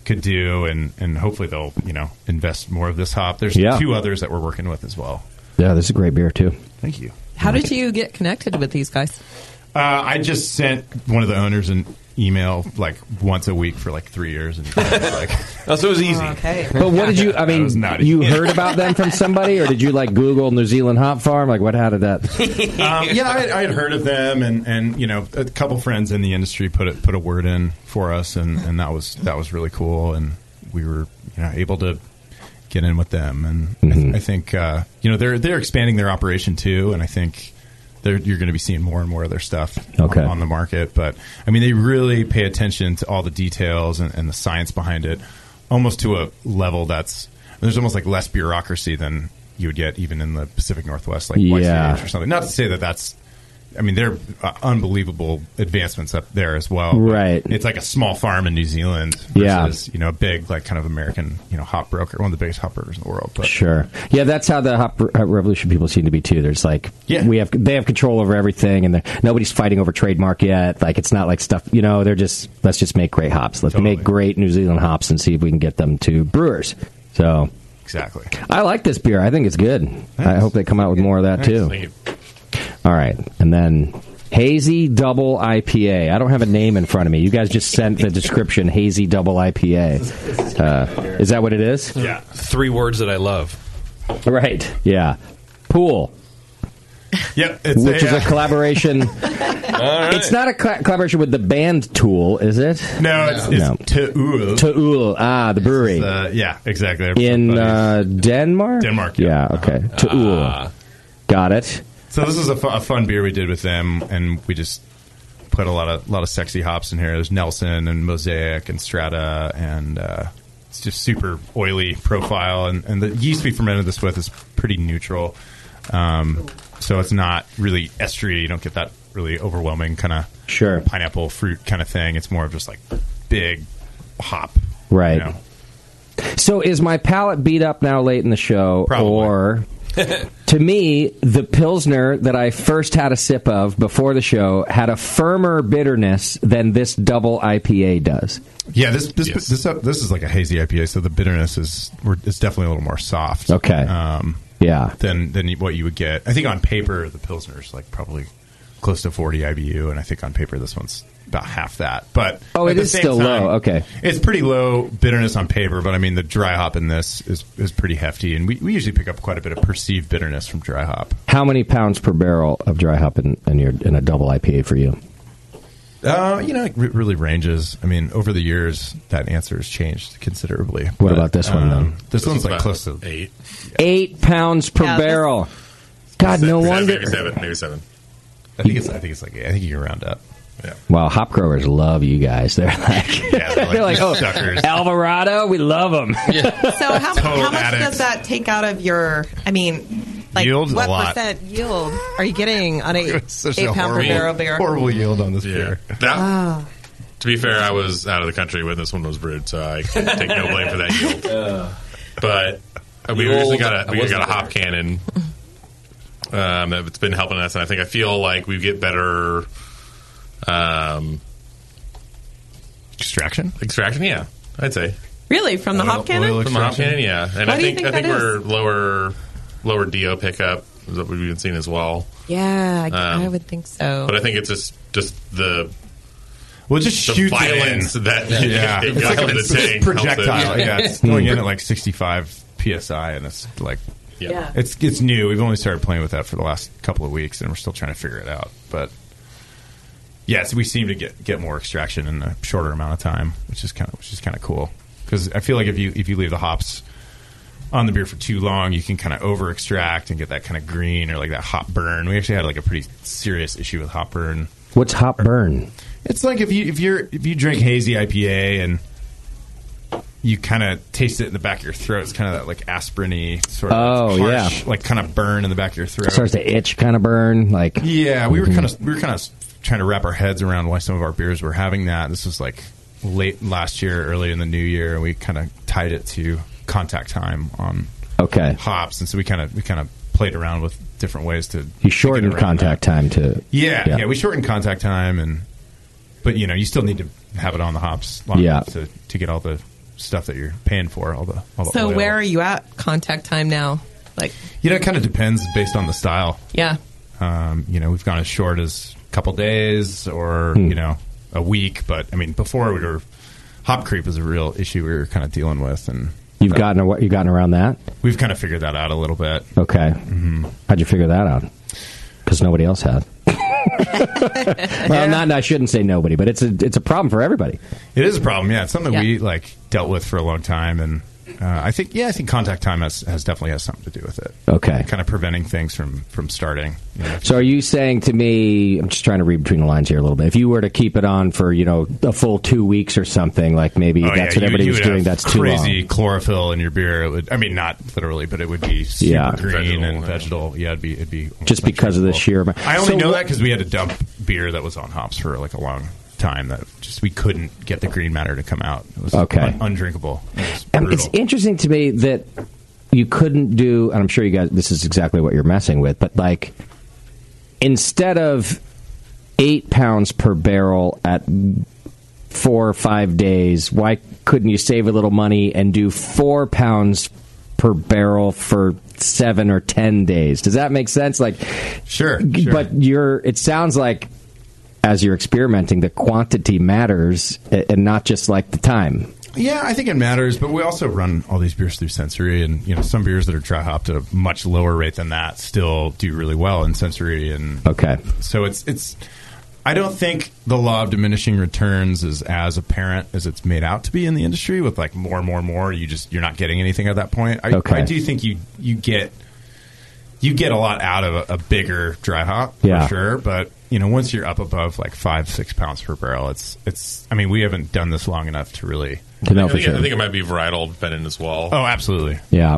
S11: could do, and and hopefully they'll you know invest more of this hop. There's
S9: Yeah.
S11: two others that we're working with as well.
S9: Yeah, this is a great beer too.
S11: Thank you.
S10: How did you get connected with these guys?
S11: Uh, I just sent one of the owners an email like once a week for like three years, and like,
S2: oh, so it was easy.
S10: Okay,
S9: But what did you? I
S11: That was
S9: mean,
S11: naughty.
S9: you heard about them from somebody, or did you like Google New Zealand hop farm? Like, what? How did that?
S11: um, yeah, I had, I had heard of them, and, and you know, a couple friends in the industry put it, put a word in for us, and, and that was that was really cool, and we were you know able to get in with them, and I, th- I think uh, you know they're they're expanding their operation too, and I think they're, you're going to be seeing more and more of their stuff on-
S9: Okay.
S11: on, the market. But I mean, they really pay attention to all the details and, and the science behind it, almost to a level that's there's almost like less bureaucracy than you would get even in the Pacific Northwest, like
S9: Yeah.
S11: YCH or something. Not to say that that's. I mean, there are uh, unbelievable advancements up there as well.
S9: Right.
S11: It's like a small farm in New Zealand
S9: Yeah.
S11: versus, you know, a big, like, kind of American, you know, hop broker, one of the biggest hop brokers in the world. But
S9: Sure. Yeah, that's how the hop hop revolution people seem to be too. There's like
S11: Yeah.
S9: we have they have control over everything, and they're- nobody's fighting over trademark yet. Like it's not like stuff you know. They're just let's just make great hops. Let's make great New Zealand hops and see if we can get them to brewers. So
S11: exactly.
S9: I like this beer. I think it's good. I hope they come out with more of that
S11: Thanks.
S9: too.
S11: Thank you.
S9: All right, and then hazy double IPA. I don't have a name in front of me. You guys just sent the description hazy double IPA. Uh, is that what it is?
S2: Yeah, three words that I love.
S9: Right. Yeah. Pool.
S11: Yep.
S9: which is a collaboration. It's not a cla collaboration with the band Tool, is it?
S11: No, it's- it's Tool.
S9: Tool. Ah, the brewery.
S11: Uh, yeah, exactly.
S9: In uh, Denmark? Denmark. Yeah, okay.
S11: Ah.
S9: Tool. Got it.
S11: So this is a fu- a fun beer we did with them, and we just put a lot of lot of sexy hops in here. There's Nelson and Mosaic and Strata, and uh, it's just super oily profile. And, and the yeast we fermented this with is pretty neutral, um, so it's not really estuary. You don't get that really overwhelming kind of
S9: sure
S11: pineapple fruit kind of thing. It's more of just like big hop,
S9: Right.
S11: know.
S9: So is my palate beat up now late in the show? Or to me, the Pilsner that I first had a sip of before the show had a firmer bitterness than this double IPA does.
S11: Yeah, this this this uh, this is like a hazy IPA, so the bitterness is we're, it's definitely a little more soft. Okay. Um,
S9: yeah.
S11: Than than what you would get. I think on paper the pilsner's like probably close to 40 IBU, and I think on paper this one's about half that. But
S9: Oh,
S11: at
S9: it
S11: the
S9: is
S11: same
S9: still
S11: time,
S9: low. Okay.
S11: It's pretty low bitterness on paper, but I mean the dry hop in this is is pretty hefty, and we, we usually pick up quite a bit of perceived bitterness from dry hop.
S9: How many pounds per barrel of dry hop in, in your in a double IPA for you?
S11: Uh, you know, it re- really ranges. I mean, over the years that answer has changed considerably. um,
S9: What about this one, then?
S11: This,
S9: This
S11: one's
S9: is
S11: like
S9: about
S11: close to eight.
S9: Eight pounds per
S11: Yeah, this-
S9: barrel. God, no
S13: Maybe
S9: wonder.
S13: seven, maybe seven.
S11: I think it's. I think it's like. I think you can round up.
S9: Well, hop growers love you guys. They're like,
S11: they're
S9: they're like, oh,
S11: suckers.
S9: Alvarado, we love them.
S10: So how,
S9: Total
S10: how much
S9: addicts.
S10: does that take out of your? I mean, like
S11: Yield is a
S10: what
S11: lot.
S10: percent yield are you getting on a
S11: It's such
S10: eight
S11: a
S10: pound
S11: horrible,
S10: per barrel beer?
S11: horrible yield on this beer.
S13: That-
S10: Wow.
S13: To be fair, I was out of the country when this one was brewed, so I can take no blame for that yield. But uh, we
S2: Yield,
S13: originally got
S2: I
S13: a we
S2: wasn't
S13: got a hop cannon. Um, that's been helping us, and I think I feel like we get better. Um,
S11: extraction,
S13: extraction, yeah, I'd say
S10: Really, from
S11: Uh,
S10: the hop cannon?
S13: from the hop cannon, yeah. And
S10: Why
S13: I
S10: do you
S13: think,
S10: think
S13: I think
S10: that
S13: we're
S10: is?
S13: lower lower do pickup is what we've been seeing as well.
S10: Yeah, I,
S13: Um,
S10: I would think so.
S13: But I think it's just just the
S11: Well, just
S13: the
S11: shoot it
S13: violence
S11: in.
S13: that
S11: yeah,
S13: it
S11: it's
S13: got
S11: like
S13: out of
S11: a
S13: the tank helps
S11: projectile.
S13: it.
S11: Yeah, it's going
S13: Hmm.
S11: in at like 65 psi, and it's like,
S13: Yeah. Yeah.
S11: it's it's new. We've only started playing with that for the last couple of weeks, and we're still trying to figure it out. But yes, we seem to get get more extraction in a shorter amount of time, which is kind of which is kind of cool because I feel like if you if you leave the hops on the beer for too long, you can kind of over extract and get that kind of green or like that hop burn. We actually had like a pretty serious issue with hop burn.
S9: What's hop burn?
S11: It's like if you if you're if you drink hazy IPA and you kind of taste it in the back of your throat. It's kind of that like aspiriny sort of
S9: Oh,
S11: like,
S9: yeah.
S11: like kind of burn in the back of your throat.
S9: It starts to itch, kind of burn. Like,
S11: Yeah, we were
S9: Mhm.
S11: kind of we were kind of trying to wrap our heads around why some of our beers were having that. This was like late last year, early in the new year, and we kind of tied it to contact time on
S9: Okay.
S11: hops, and so we kind of we kind of played around with different ways to
S9: you shortened contact time to.
S11: yeah, yeah, We shortened contact time, and but you know, you still need to have it on the hops, long
S9: Yeah.
S11: enough to to get all the stuff that you're paying for, all the all the
S10: so
S11: oil.
S10: where are you at contact time now? Like,
S11: you know, it kind of depends based on the style.
S10: yeah,
S11: Um, you know, we've gone as short as a couple days or you know a week, but I mean, before we were hop creep was a real issue we were kind of dealing with, and
S9: You've gotten a- you've gotten around that.
S11: we've kind of figured that out a little bit.
S9: Okay.
S11: Mhm.
S9: How'd you figure that out? Because nobody else had. well, not I shouldn't say nobody, but it's a it's a problem for everybody.
S11: It is a problem. Yeah, it's something we like dealt with for a long time, and uh, I think yeah, I think contact time has, has definitely has something to do with it.
S9: Okay.
S11: kind of preventing things from from starting. You know,
S9: So are you saying to me? I'm just trying to read between the lines here a little bit. If you were to keep it on for you know a full two weeks or something, like maybe
S11: Oh, yeah,
S9: that's
S11: you-
S9: what everybody
S11: you
S9: was
S11: would
S9: doing.
S11: have
S9: That's too long.
S11: crazy chlorophyll in your beer. It would, I mean, not literally, but it would be super
S9: Yeah.
S11: green and vegetal. Yeah, it'd be it'd be
S9: Just because of the sheer amount.
S11: I only
S9: So
S11: know
S9: what-
S11: that because we had to dump beer that was on hops for like a long time. That just we couldn't get the green matter to come out. It was
S9: Okay.
S11: un- undrinkable. It was
S9: Um, it's
S11: brutal.
S9: interesting to me that you couldn't do, and I'm sure you guys, this is exactly what you're messing with, but like, instead of eight pounds per barrel at four or five days, why couldn't you save a little money and do four pounds per barrel for seven or ten days? Does that make sense? Like,
S11: sure,
S9: but you're, it sounds like. As you're experimenting, the quantity matters, a- and not just like the time.
S11: Yeah, I think it matters, but we also run all these beers through sensory, and you know some beers that are dry hopped at a much lower rate than that still do really well in sensory. And
S9: okay,
S11: so it's it's. I don't think the law of diminishing returns is as apparent as it's made out to be in the industry. With like more, and more, and more, you just you're not getting anything at that point. I,
S9: Okay.
S11: I do think you you get you get a lot out of a, a bigger dry hop
S9: Yeah.
S11: for sure. But you know, once you're up above like five, six pounds per barrel, it's it's. I mean, we haven't done this long enough to really
S13: I think, I think it might be varietal dependent as well.
S11: Oh, absolutely.
S9: Yeah.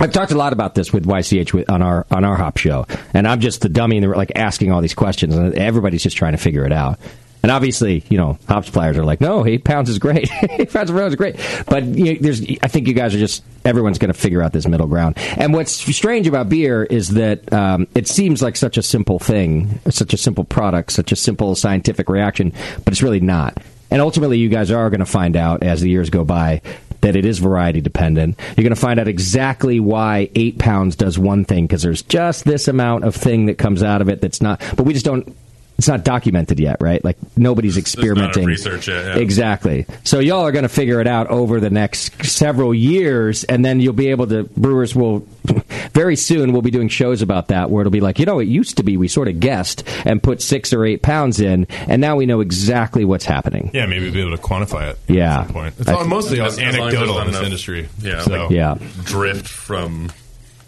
S9: I've talked a lot about this with YCH with, on our on our hop show, and I'm just the dummy and they're like asking all these questions, and everybody's just trying to figure it out. And obviously, you know, hops pliers are like, no, eight pounds is great, eight pounds of row is great. But you know, there's, I think you guys are just everyone's going to figure out this middle ground. And what's strange about beer is that um, it seems like such a simple thing, such a simple product, such a simple scientific reaction, but it's really not. And ultimately, you guys are going to find out as the years go by that it is variety dependent. You're going to find out exactly why eight pounds does one thing because there's just this amount of thing that comes out of it that's not. But we just don't. It's not documented yet, right? Like nobody's experimenting.
S13: research yet, yeah.
S9: Exactly. So y'all are going to figure it out over the next several years, and then you'll be able to. Brewers will very soon. We'll be doing shows about that where it'll be like, you know, it used to be we sort of guessed and put six or eight pounds in, and now we know exactly what's happening.
S11: Yeah, maybe we'll be able to quantify it.
S9: Yeah.
S11: point. It's
S9: I
S11: all,
S9: th-
S11: mostly all
S13: As- as long as there's
S11: anecdotal
S13: not
S11: in this
S13: enough-
S11: industry.
S13: Yeah,
S11: So.
S13: like drift from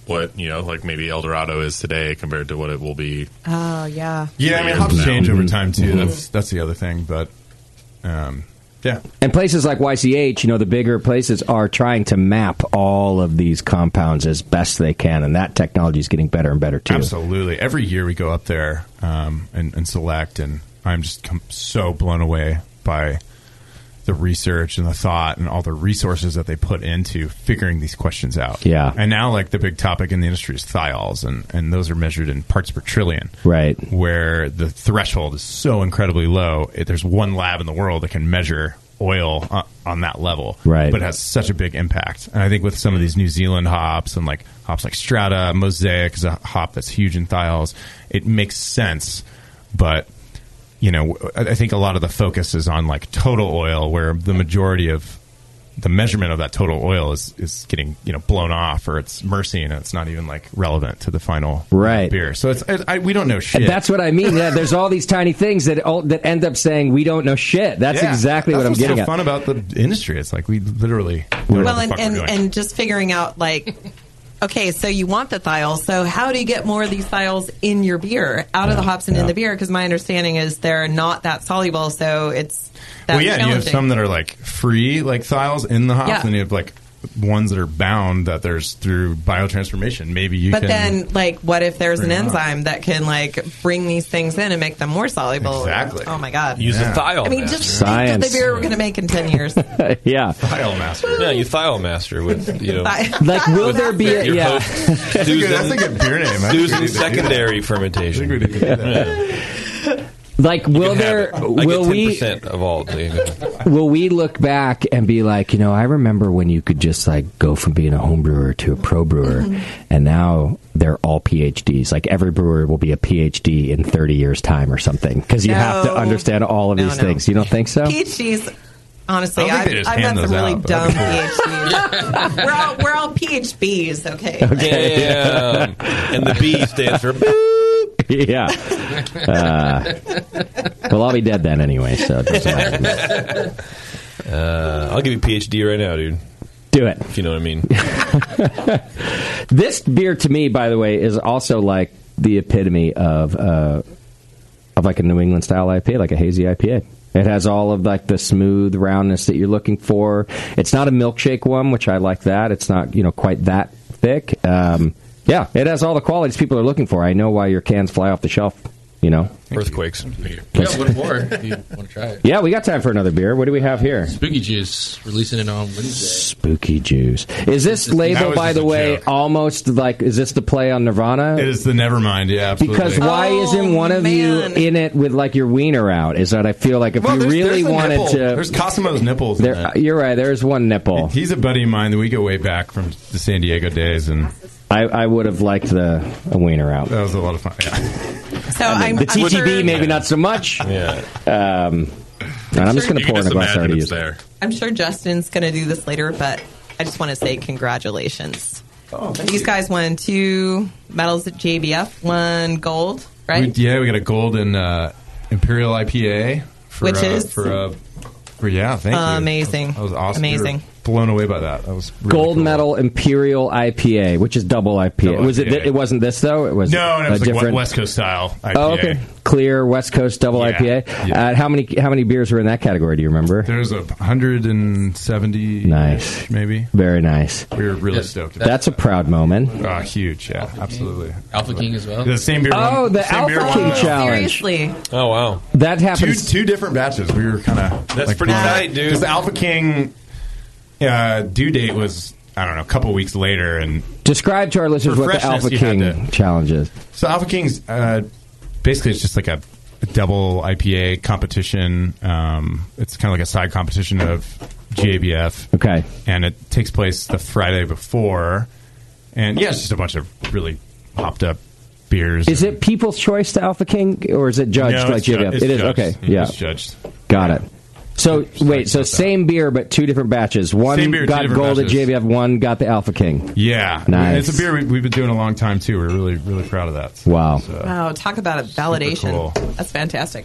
S13: what you know, like maybe El Dorado is today compared to what it will be.
S10: Oh yeah.
S11: Yeah, I mean, hops change over time too. That's that's the other thing, but um, yeah,
S9: And places like YCH, you know, the bigger places are trying to map all of these compounds as best they can, and that technology is getting better and better too.
S11: absolutely. Every year we go up there um, and, and select, and I'm just com- so blown away by the research and the thought and all the resources that they put into figuring these questions out.
S9: Yeah.
S11: And now, like the big topic in the industry is thiols, and and those are measured in parts per trillion.
S9: Right.
S11: where the threshold is so incredibly low. It, there's one lab in the world that can measure oil on, on that level,
S9: Right.
S11: But it has such a big impact. And I think with some of these New Zealand hops and like hops like Strata, Mosaic is a hop that's huge in thiols. It makes sense, but you know, I I think a lot of the focus is on like total oil, where the majority of the measurement of that total oil is, is getting you know blown off or it's mercy and it's not even like relevant to the final
S9: right
S11: beer. So it's I, I, we don't know shit.
S9: And that's what I mean. Yeah, there's all these tiny things that all, that end up saying we don't know shit. That's
S11: Yeah.
S9: exactly
S11: That's
S9: what I'm
S11: what's
S9: getting
S11: so
S9: at.
S11: fun about the industry. It's like we literally know what
S10: Well,
S11: the
S10: and,
S11: fuck we're
S10: and,
S11: doing.
S10: and just figuring out like, okay, so you want the thiol. So how do you get more of these thiols in your beer, out of the hops and in the beer? Because my understanding is they're not that soluble, so it's that
S11: well, yeah, and you have
S10: challenging.
S11: some that are like free, like thiols in the hops,
S10: Yeah.
S11: and you have like ones that are bound that there's through biotransformation. Maybe you
S10: but
S11: can.
S10: then, like, what if there's an
S11: Bring it up.
S10: enzyme that can like bring these things in and make them more soluble?
S11: Exactly.
S10: Oh my god.
S2: Use the Yeah. thiol
S10: I mean,
S2: master.
S10: just think of the
S2: Science.
S10: beer we're going to make in ten years.
S9: yeah.
S11: Thiol master.
S2: Yeah, you thiol master with you know.
S10: Thi-
S9: Like, will there be a
S2: your
S9: yeah?
S2: host, Susan, Susan secondary fermentation.
S9: Like, will there?
S2: I
S9: Will
S2: get
S9: we?
S2: percent of all. The,
S9: Will we look back and be like, you know, I remember when you could just like go from being a home brewer to a pro brewer, and now they're all PhDs. Like every brewer will be a PhD in 30 years' time or something because you have to
S10: No.
S9: understand all of
S10: No,
S9: these
S10: no.
S9: things. You don't think so?
S10: PhDs. Honestly,
S9: I don't think they
S10: I've,
S9: just
S10: I've had
S9: hand
S10: some
S9: those
S10: really
S9: out, but
S10: dumb
S9: that's
S10: PhDs. we're all we're all PhDs, okay?
S2: Damn. and the B stands for.
S9: yeah. Uh, well, I'll be dead then anyway, so it doesn't matter.
S2: Uh, I'll give you PhD right now, dude.
S9: Do it
S2: if you know what I mean.
S9: this beer to me, by the way, is also like the epitome of uh, of like a New England style IPA, like a hazy IPA. It has all of like the smooth roundness that you're looking for. It's not a milkshake one, which I like that. It's not you know quite that thick. Um, yeah, it has all the qualities people are looking for. I know why your cans fly off the shelf. You know.
S2: Earthquakes.
S12: We got one more. If you want to try it?
S9: Yeah, we got time for another beer. What do we have here?
S12: Spooky Juice releasing it on Wednesday.
S9: Spooky Jews. Is this label, by the way, almost like is this the play on Nirvana?
S11: it is the Nevermind. Yeah, absolutely.
S9: Because why
S10: Oh,
S9: isn't one of you in it with like your wiener out? Is that I feel like if
S11: Well,
S9: you
S11: there's-
S9: really
S11: there's a
S9: wanted
S11: nipple.
S9: to,
S11: There's Cosimo's nipples.
S9: There- you're right. There's one nipple.
S11: He's a buddy of mine that we go way back from the San Diego days, and
S9: I, I would have liked the a wiener out.
S11: That was a lot of fun. Yeah.
S10: So Uh, I'm,
S9: the
S10: I'm
S9: TTB
S10: sure,
S9: maybe not so much. Yeah. Um, and I'm just going to
S10: You
S9: pour
S10: can
S9: in a
S10: just
S9: glass I
S10: imagine
S9: already
S10: it's
S9: used.
S13: there.
S10: I'm sure Justin's going to do this later, but I just want to say congratulations.
S11: thank
S10: These guys won two medals at JBF, one gold, right?
S11: We, yeah, we got a golden uh, Imperial IPA, for,
S10: Which
S11: uh,
S10: is- Um,
S11: for, uh, for yeah, thank you.
S10: Amazing.
S11: That was awesome. We were
S10: Amazing.
S11: blown away by that. That was really
S9: Gold medal Imperial IPA, which is double IPA.
S11: Double
S9: was it?
S11: IPA.
S9: It wasn't this though. It was
S11: no, no,
S9: a
S11: it was like
S9: different
S11: West Coast style IPA.
S9: Oh, okay. Clear West Coast double
S11: Yeah.
S9: IPA.
S11: Yeah.
S9: Uh, how many how many beers were in that category? Do you remember?
S11: There's a hundred and seventy.
S9: Nice,
S11: maybe.
S9: Very nice.
S11: We were really stoked. About
S9: That's a proud moment.
S11: that. Ah, huge. Yeah, absolutely.
S12: Alpha King as well.
S11: The same beer.
S9: Oh,
S11: one-
S9: the
S11: same beer
S9: Alpha
S11: one,
S9: King
S11: though.
S9: challenge.
S10: Seriously.
S2: Oh wow,
S9: that
S11: Two,
S9: happens.
S11: two different batches. We were kind of
S2: That's pretty tight, dude.
S11: Because the Alpha King uh, due date was I don't know a couple weeks later, and
S9: Describe to our listeners
S11: For
S9: what the
S11: freshness,
S9: Alpha
S11: you had
S9: King challenge is.
S11: So Alpha Kings, uh, basically, it's just like a, a double IPA competition. Um, it's kind of like a side competition of GABF.
S9: Okay,
S11: and it takes place the Friday before, and yeah, it's just a bunch of really hopped up beers.
S9: Is it People's Choice to Alpha King, or is it judged
S11: No,
S9: like
S11: it's ju-
S9: JBF?
S11: it's
S9: it is
S11: judged.
S9: okay.
S11: Mm,
S9: Yeah,
S11: it's judged.
S9: Got it. So wait, so same beer but two different batches. One
S11: Same beer, two
S9: got
S11: different
S9: gold
S11: batches.
S9: at JBF. One got the Alpha King.
S11: Yeah,
S9: Nice.
S11: It's a beer we, we've been doing a long time too. We're really really proud of that.
S9: Wow.
S10: Wow, talk about a validation. That's fantastic.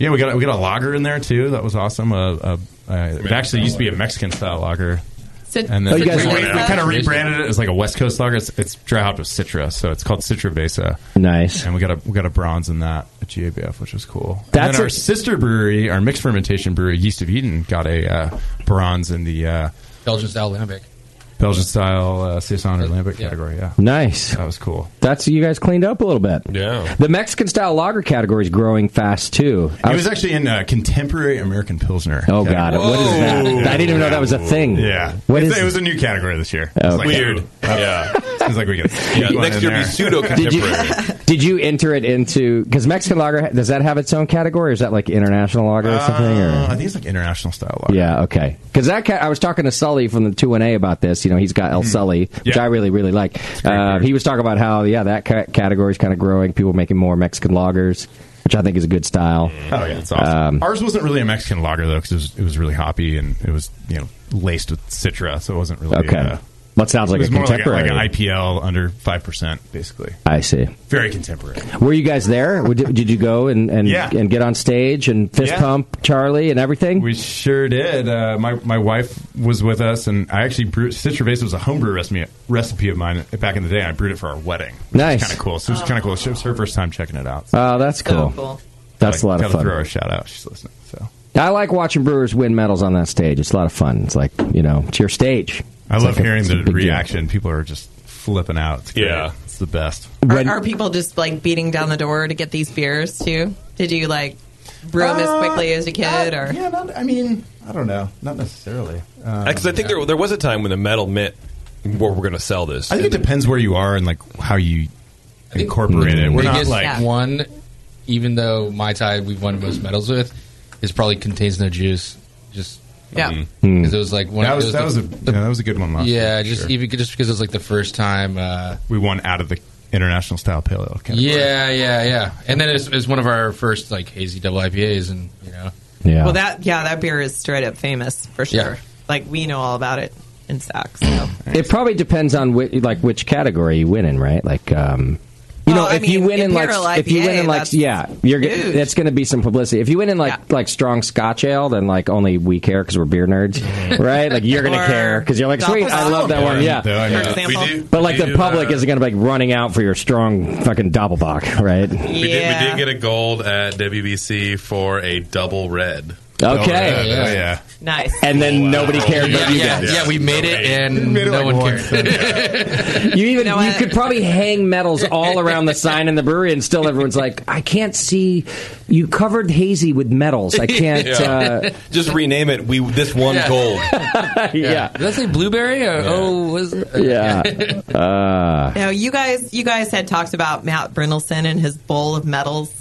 S11: Yeah, we got we got a lager in there too. That was awesome. Uh, uh, uh, it actually used to be a Mexican style lager.
S10: So,
S11: And
S9: Oh,
S11: then
S10: so
S11: we,
S10: Teresa-
S11: kind of rebranded it as like a West Coast lager. It's, it's dry hopped with Citra, so it's called Citra Vesa.
S9: Nice.
S11: And we got a we got a bronze in that at GABF, which was cool. And
S9: That's
S11: then our
S9: a-
S11: sister brewery, our mixed fermentation brewery, Yeast of Eden, got a uh, bronze in the uh,
S12: Belgian style lambic.
S11: Belgian style uh, saison or lambic category. Yeah,
S9: Nice.
S11: that was cool.
S9: That's you guys cleaned up a little bit.
S11: Yeah.
S9: The Mexican style lager category is growing fast too. I
S11: It was actually in uh, contemporary American Pilsner.
S9: Oh god, what is that?
S11: Whoa.
S9: I didn't even know that was a thing.
S11: Yeah,
S9: What
S11: It's-
S9: is
S11: it was a new category this year.
S9: Okay.
S11: It's like-
S9: Weird.
S11: yeah, it's like we got
S2: Yeah, next year be pseudo
S9: Did you,
S2: contemporary.
S9: did you enter it into because Mexican lager does that have its own category or is that like international lager or something? Or?
S11: Uh, I think it's like international style lager.
S9: Yeah, okay. Because that cat, I was talking to Sully from the two and A about this. You know, he's got El Sully, which
S11: Hmm. Yeah.
S9: I really really like. Uh, he was talking about how yeah that ca- category is kind of growing. People making more Mexican lagers, which I think is a good style.
S11: Oh yeah, it's awesome.
S9: Um,
S11: Ours wasn't really a Mexican lager though, because it was, it was really hoppy and it was you know laced with citra, so it wasn't really.
S9: Okay.
S11: uh,
S9: That sounds like
S11: it was
S9: a
S11: more
S9: contemporary.
S11: like, a, like an IPL under five percent, basically.
S9: I see.
S11: Very contemporary.
S9: Were you guys there? Would- Did you go and and,
S11: Yeah.
S9: and get on stage and fist
S11: Yeah.
S9: pump Charlie and everything?
S11: We sure did. Uh, my my wife was with us, and I actually brewed citra base was a homebrew recipe recipe of mine back in the day. and I brewed it for our wedding. Which
S9: Nice.
S11: kind of cool. So it was kind of cool. She was her first time checking it out.
S9: Oh, that's cool. That's a lot
S11: Gotta
S9: of fun.
S11: Throw her a shout out. She's listening. So
S9: I like watching Brewers win medals on that stage. It's a lot of fun. It's like you know, it's your stage.
S11: I
S9: It's
S11: love
S9: like a-
S11: hearing
S9: it's a
S11: the
S9: big deal.
S11: reaction. People are just flipping out. It's great.
S9: Yeah.
S11: it's the best.
S9: When-
S10: Are people just like beating down the door to get these beers too? Did you like brew them
S9: Uh,
S10: as quickly as you could, or
S11: yeah? Uh, Not, I mean, I don't know. Not necessarily. Uh,
S2: Because I think there there was a time when the metal meant where we're going to sell this.
S11: I think it depends where you are and like how you incorporate it. We're not
S12: biggest
S11: like
S12: one, even though Mai Tai we've won most medals with, is probably contains no juice. Just
S10: Yeah.
S12: because it was like one.
S11: Hmm. that
S12: of
S11: was
S12: those.
S11: that was a yeah, that was a good one last.
S12: yeah,
S11: year, for
S12: just
S11: sure.
S12: even just because it was like the first time. Uh,
S11: we won out of the international style pale ale. category.
S12: yeah, yeah, yeah, and then it's, it's one of our first like hazy double IPAs, and you know,
S9: Yeah.
S10: Well, that yeah, that beer is straight up famous for sure.
S9: Yeah.
S10: Like we know all about it in Saks. So.
S9: It probably depends on which, like which category you win in, right? Like, um, you know, if you win in like,
S10: Imperial
S9: if you win in
S10: IPA,
S9: like,
S10: that's
S9: yeah, you're g- that's going to be some publicity. If you win in like like strong Scotch ale, then like only we care because we're beer nerds, right? Like you're going to
S11: Or
S9: care because you're like, sweet, I love that one, yeah.
S11: Though, I know.
S13: We do,
S9: But like
S13: we
S9: the
S13: do,
S9: public
S13: uh,
S9: isn't going to be like running out for your strong fucking doppelbock, right?
S13: We, did, we did get a gold at WBC for a double red.
S9: Okay. Oh, yeah. Oh, yeah.
S10: Nice.
S9: And then nobody cared
S12: yeah,
S9: about you
S12: yeah,
S9: guys.
S12: yeah, we made it, and no one cared.
S9: You even you could probably hang medals all around the sign in the brewery, and still everyone's like, "I can't see." You covered hazy with medals. I can't. Uh,
S2: Just rename it. We this one
S12: Yeah.
S2: gold.
S9: yeah. yeah.
S12: Did that say blueberry? Or, Oh, was
S9: Uh,
S10: Now you guys, you guys had talked about Matt Brindleson and his bowl of medals.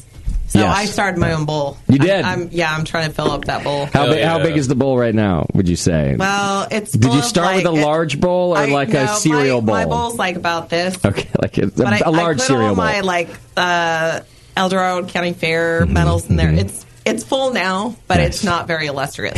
S10: So
S9: Yes.
S10: I started my own bowl.
S9: You did?
S10: I'm, I'm, yeah, I'm trying to fill up that bowl.
S9: how, big, how big is the bowl right now? Would you say?
S10: Well, it's.
S9: Did
S10: full
S9: you
S10: of,
S9: start
S10: like,
S9: with a large bowl or
S10: I-
S9: like
S10: no,
S9: a cereal
S10: my, My
S9: bowl?
S10: bowl's like about this.
S9: Okay, like a,
S10: But I
S9: a large
S10: I put
S9: cereal
S10: all
S9: bowl. Mm-hmm.
S10: my like uh, El Dorado County Fair medals in there. It's it's full now, but it's not very illustrious.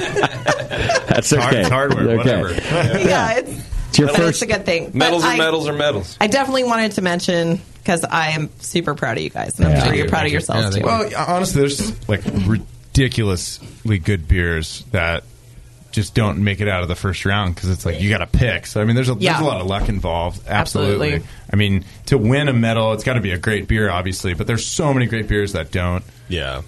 S9: That's okay.
S2: Hard-
S9: Okay.
S2: hardware, whatever.
S10: yeah, it's,
S9: It's your
S10: but
S9: first-
S10: It's a good thing. But
S2: Medals are
S10: I-
S2: medals are medals.
S10: I definitely wanted to mention because I am super proud of you guys, and I'm
S11: Yeah.
S10: sure you're proud of yourselves too.
S11: Well, honestly, there's like ridiculously good beers that just don't make it out of the first round because it's like you got to pick. So I mean, there's a
S10: Yeah.
S11: there's a lot of luck involved. Absolutely.
S10: Absolutely.
S11: I mean, to win a medal, it's got to be a great beer, obviously. But there's so many great beers that don't. uh,
S2: Yeah.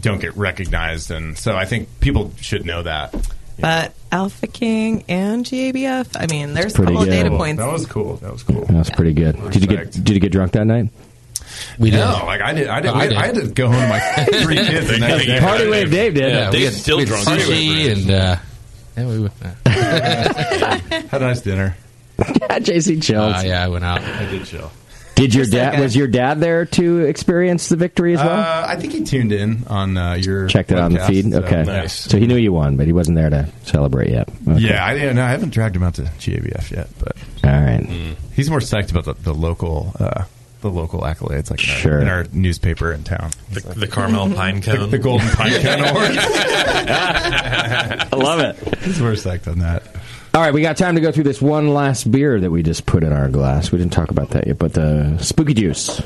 S11: Don't get recognized, and so I think people should know that.
S10: but Alpha King and GABF, I mean, there's a
S9: pretty
S10: couple of
S9: good.
S10: data points.
S11: That was cool. That was cool.
S9: That's pretty good. Did you get Did you get drunk that night?
S12: We
S11: no, like I did. I did.
S9: Oh, I
S11: I,
S9: did.
S11: had to go home to my three kids. the next day.
S9: Party Wave Dave did.
S12: Yeah, we had, we had sushi and uh, yeah, we went.
S11: had a nice dinner.
S9: JC chilled.
S12: Uh, yeah, I went out.
S11: I did chill.
S9: Did your dad was your dad there to experience the victory as well?
S11: Uh, I think he tuned in on uh, your
S9: Checked it out on the
S11: webcast,
S9: feed.
S11: so-
S9: Okay,
S11: Yeah.
S9: so he knew you won, but he wasn't there to celebrate yet. Okay.
S11: Yeah, I didn't know. I haven't dragged him out to GABF yet, but
S9: All right.
S11: he's more psyched about the, the local uh, the local accolades, like in our-
S9: Sure.
S11: in our newspaper in town. The,
S13: the Carmel Pine Cone,
S11: the, Golden Pine Cone Award.
S9: I love it.
S11: He's more psyched on that.
S9: All right, we got time to go through this one last beer that we just put in our glass. We didn't talk about that yet, but the spooky juice.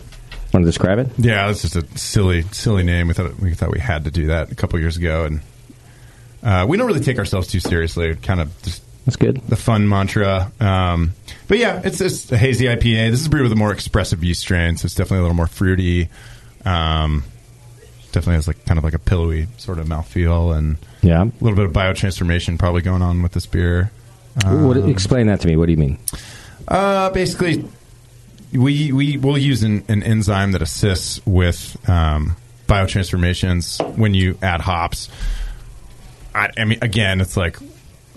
S9: Want to describe it?
S11: Yeah, that's just a silly, silly name. We thought we thought we had to do that a couple years ago, and Uh, we don't really take ourselves too seriously. Kind of just
S9: that's good.
S11: The fun mantra. Um, but yeah, it's it's a hazy IPA. This is a brew with a more expressive yeast strain, so it's definitely a little more fruity. Um, definitely has like kind of like a pillowy sort of mouthfeel and
S9: yeah, a
S11: little bit of biotransformation probably going on with this beer.
S9: what,
S11: Um,
S9: explain that to me. What do you mean?
S11: Uh, basically, we we will use an, an enzyme that assists with um, biotransformations when you add hops. I, I mean, again, it's like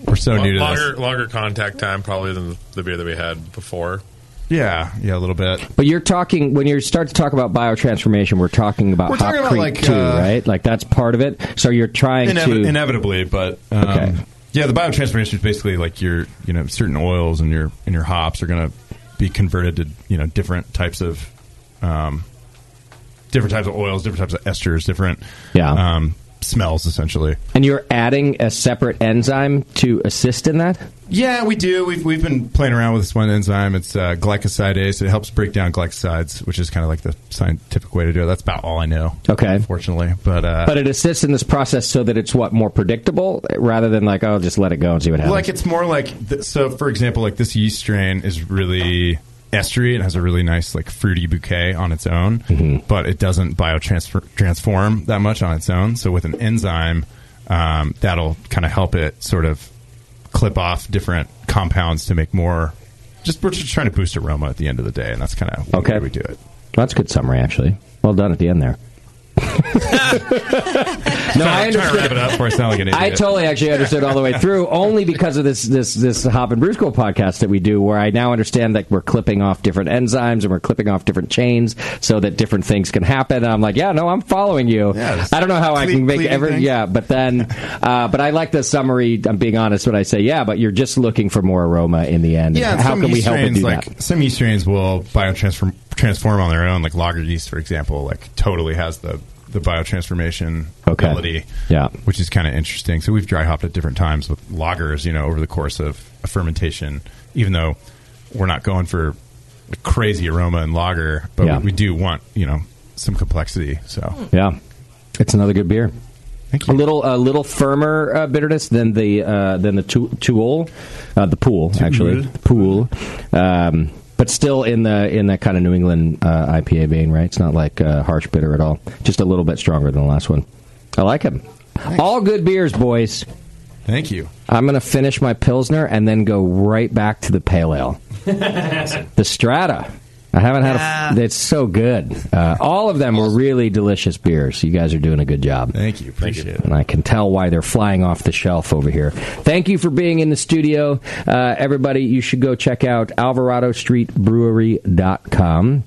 S11: we're so new to
S13: longer,
S11: this.
S13: Longer contact time probably than the beer that we had before.
S11: Yeah, yeah, a little bit.
S9: But you're talking when you start to talk about biotransformation, we're talking about
S11: We're
S9: hop
S11: talking about,
S9: creep
S11: like,
S9: too,
S11: uh,
S9: right? Like that's part of it. So you're trying
S11: Inevi-
S9: to
S11: inevitably, but um,
S9: Okay.
S11: yeah, the biotransformation is basically like your you know certain oils and your and your hops are going to be converted to you know different types of um, different types of oils, different types of esters, different
S9: yeah
S11: um, smells essentially.
S9: and you're adding a separate enzyme to assist in that.
S11: Yeah, we do. We've we've been playing around with this one enzyme. It's uh, glycosidase. It helps break down glycosides, which is kind of like the scientific way to do it. That's about all I know.
S9: Okay,
S11: unfortunately, but uh,
S9: But it assists in this process so that it's what more predictable rather than like oh just let it go and see what happens.
S11: Like it's more like th- so. For example, like this yeast strain is really estery and has a really nice like fruity bouquet on its own,
S9: Mm-hmm.
S11: but it doesn't biotransfer transform that much on its own. So with an enzyme, um, that'll kind of help it sort of clip off different compounds to make more. Just we're just trying to boost aroma at the end of the day, and that's kind of okay. we do it.
S9: That's a good summary actually. Well done at the end there.
S11: no, I'm trying to wrap it up before I sound like an idiot.
S9: I totally actually understood all the way through, only because of this this this Hop and Brew School podcast that we do, where I now understand that we're clipping off different enzymes and we're clipping off different chains so that different things can happen. And I'm like, yeah, no, I'm following you. I don't know how I
S11: cle-
S9: can make
S11: cleaning
S9: every
S11: things?
S9: yeah, but then, uh, but I like the summary. I'm being honest when I say yeah, but you're just looking for more aroma in the end.
S11: Yeah, and
S9: how
S11: some
S9: can we
S11: yeast
S9: help it
S11: strains,
S9: do
S11: like,
S9: that?
S11: Some yeast strains will biotransform transform on their own, like lager yeast, for example, like totally has the the biotransformation ability,
S9: yeah,
S11: which is kind of interesting. So we've dry hopped at different times with lagers, you know, over the course of a fermentation, even though we're not going for a crazy aroma in lager, but
S9: Yeah.
S11: we, we do want you know some complexity. So
S9: Yeah, it's another good beer. A little, a little firmer uh, bitterness than the uh, than the tu- Tuol, uh, the pool actually pool, um, but still in the in that kind of New England uh, IPA vein, right? It's not like uh, harsh bitter at all. Just a little bit stronger than the last one. I like him. All good beers, boys.
S11: Thank you.
S9: I'm gonna finish my pilsner and then go right back to the pale ale. The Strata. I haven't had a. It's so good. Uh, all of them were really delicious beers. You guys are doing a good job.
S11: Thank you. Appreciate it.
S9: And I can tell why they're flying off the shelf over here. Thank you for being in the studio. Uh, everybody, you should go check out alvaradostreetbrewery.com.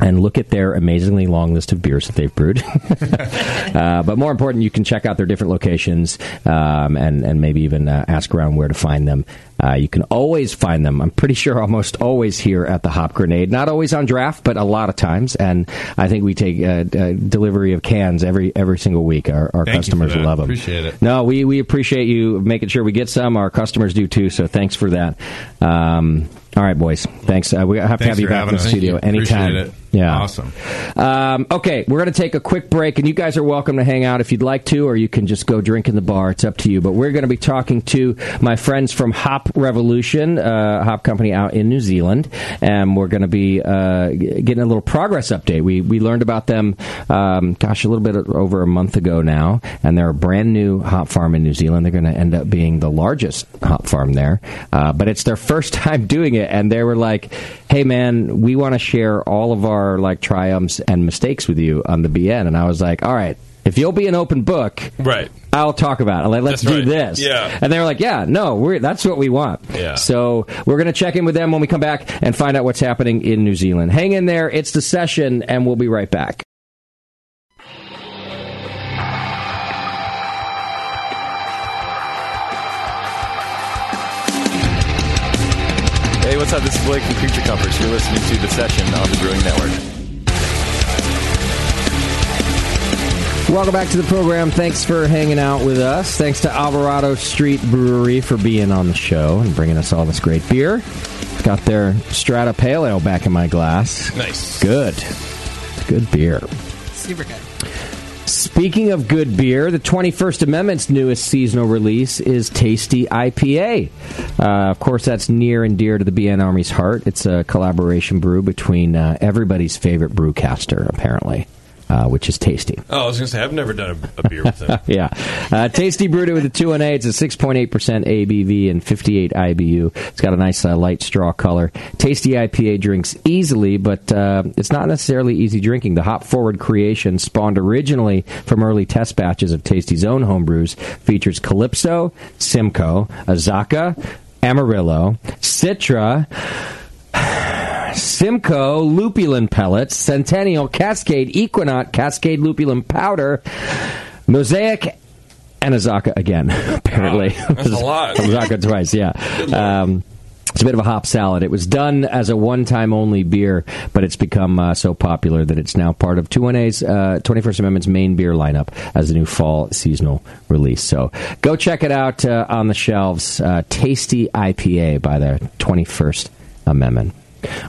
S9: And look at their amazingly long list of beers that they've brewed. uh, but more important, you can check out their different locations um, and, and maybe even uh, ask around where to find them. Uh, you can always find them. I'm pretty sure almost always here at the Hop Grenade. Not always on draft, but a lot of times. And I think we take uh, d- uh, delivery of cans every every single week. Our, our
S11: Thank you for
S9: customers
S11: that.
S9: love them.
S11: Appreciate it.
S9: No, we, we appreciate you making sure we get some. Our customers do too. So thanks for that. Um, all right, boys. Thanks. Uh, we have to
S11: Thanks
S9: have you
S11: for
S9: back in
S11: having
S9: the
S11: us.
S9: studio
S11: Thank you.
S9: anytime.
S11: Appreciate it.
S9: Yeah.
S11: Awesome.
S9: Um, okay, we're going to take a quick break, and you guys are welcome to hang out if you'd like to, or you can just go drink in the bar. It's up to you. But we're going to be talking to my friends from Hop Revolution, uh, hop company out in New Zealand, and we're going to be uh, g- getting a little progress update. We we learned about them, um, gosh, a little bit over a month ago now, and they're a brand new hop farm in New Zealand. They're going to end up being the largest hop farm there, uh, but it's their first time doing it, and they were like, "Hey, man, we want to share all of our like triumphs and mistakes with you on the BN." And I was like, "All right, if you'll be an open book,
S2: right,
S9: I'll talk about it. Like, let's
S2: That's
S9: do
S2: right.
S9: this."
S2: Yeah.
S9: and they were like, "Yeah, no, we're that's what we want."
S2: Yeah.
S9: So we're gonna check in with them when we come back and find out what's happening in New Zealand. Hang in there; it's the session, and we'll be right back.
S16: Hey, what's up? This is Blake from Creature Comforts. You're listening to The Session on the Brewing Network.
S9: Welcome back to the program. Thanks for hanging out with us. Thanks to Alvarado Street Brewery for being on the show and bringing us all this great beer. Got their Strata Pale Ale back in my glass.
S2: Nice.
S9: Good. Good beer.
S10: Super good.
S9: Speaking of good beer, the 21st Amendment's newest seasonal release is Tasty IPA. Uh, of course, that's near and dear to the BN Army's heart. It's a collaboration brew between uh, everybody's favorite brewcaster, apparently, uh, which is Tasty.
S2: Oh, I was going to say I've never done a, a beer with them.
S9: yeah. Uh, Tasty brewed it with a 2 and A. It's a 6.8% ABV and 58 IBU. It's got a nice uh, light straw color. Tasty IPA drinks easily, but uh, it's not necessarily easy drinking. The hop forward creation spawned originally from early test batches of Tasty's own homebrews features Calypso, Simcoe, Azaka, Amarillo, Citra. Simcoe lupulin pellets, Centennial Cascade Equinox Cascade lupulin powder, Mosaic and Azaka again. Apparently,
S2: that's a lot.
S9: Azaka twice, yeah. Um, it's a bit of a hop salad. It was done as a one-time only beer, but it's become uh, so popular that it's now part of 2NA's uh, 21st Amendment's main beer lineup as a new fall seasonal release. So go check it out uh, on the shelves. Uh, Tasty IPA by the 21st Amendment.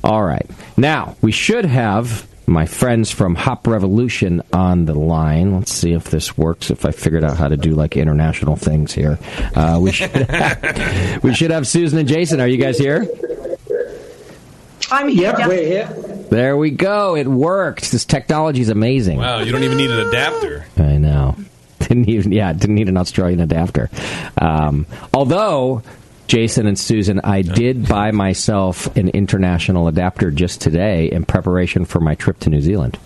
S9: All right. Now, we should have my friends from Hop Revolution on the line. Let's see if this works, if I figured out how to do like international things here. Uh, we, should have, we should have Susan and Jason. Are you guys here?
S17: I'm here. Yep, we're here.
S9: There we go. It worked. This technology is amazing.
S2: Wow, you don't even need an adapter.
S9: I know. Didn't even yeah, didn't need an Australian adapter. Um, although Jason and Susan, I did buy myself an international adapter just today in preparation for my trip to New Zealand.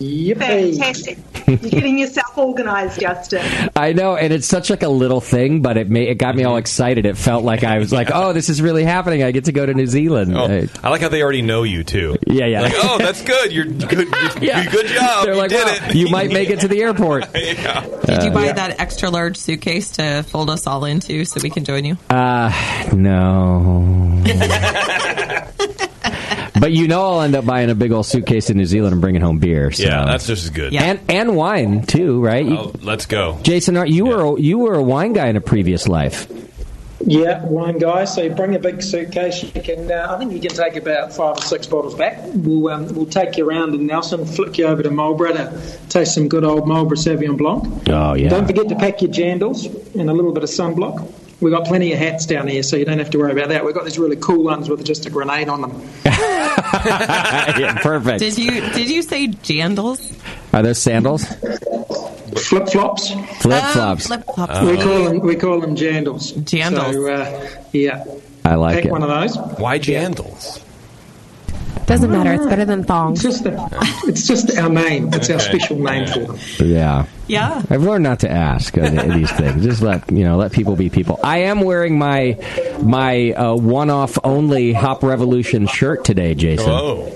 S17: Fantastic. You're getting yourself organized, Justin.
S9: I know, and it's such like a little thing, but it made, it got
S2: Mm-hmm.
S9: me all excited. It felt like I was like, "Oh, this is really happening! I get to go to New Zealand." I-
S2: I like how they already know you too.
S9: Yeah, yeah.
S2: Like, oh, that's good. You're good. You're,
S9: Yeah.
S2: Good job.
S9: They're like,
S2: you did
S9: "Wow,
S2: it.
S9: you might make it to the airport."
S10: Did you
S9: Uh,
S10: buy that extra large suitcase to fold us all into so we can join you?
S9: Uh, no. but you know, I'll end up buying a big old suitcase to New Zealand and bringing home beer. so-
S2: Yeah, that's just as good.
S9: and and wine too, right? You-
S2: Oh, let's go.
S9: Jason, are- you were you were a wine guy in a previous life.
S17: Yeah, wine guy. So you bring a big suitcase. You can. Uh, I think you can take about five or six bottles back. We'll um, we'll take you around in Nelson, flick you over to Marlborough to taste some good old Marlborough Sauvignon Blanc.
S9: Oh
S17: Don't forget to pack your jandals and a little bit of sunblock. We've got plenty of hats down here, so you don't have to worry about that. We've got these really cool ones with just a grenade on them.
S9: Yeah, perfect.
S10: Did you did you say jandals?
S9: Are those sandals?
S17: Flip flops.
S9: Flip flops.
S10: Uh, Um, flip-flops.
S17: Uh, We call them we call them jandals.
S10: Jandals.
S17: So, uh, yeah.
S9: I like
S17: Pick
S9: it.
S17: one of those.
S2: Why jandals?
S6: Doesn't matter. It's better than
S17: It's
S6: thongs.
S17: just the, it's just our name. It's our
S2: Okay.
S17: special name for them.
S9: Yeah.
S10: Yeah.
S9: I've learned not to ask on th- these things. Just let you know, let people be people. I am wearing my my uh, one off only Hop Revolution shirt today, Jason.
S2: Oh.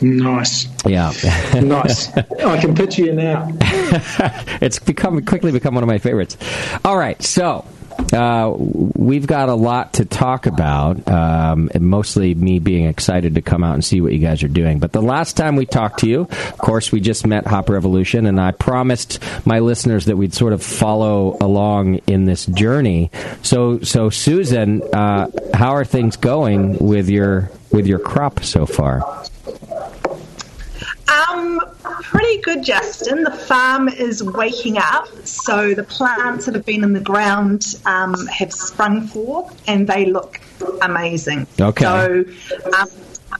S17: Nice.
S9: Yeah.
S17: Nice. I can picture you now.
S9: it's become quickly become one of my favorites. All right, so uh, we've got a lot to talk about, um, and mostly me being excited to come out and see what you guys are doing. But the last time we talked to you, of course, we just met Hop Revolution, and I promised my listeners that we'd sort of follow along in this journey. So, so Susan, uh, how are things going with your with your crop so far?
S17: Um,
S18: pretty good, Justin. The farm is waking up, so the plants that have been in the ground um, have sprung forth, and they look amazing.
S9: Okay.
S18: So um,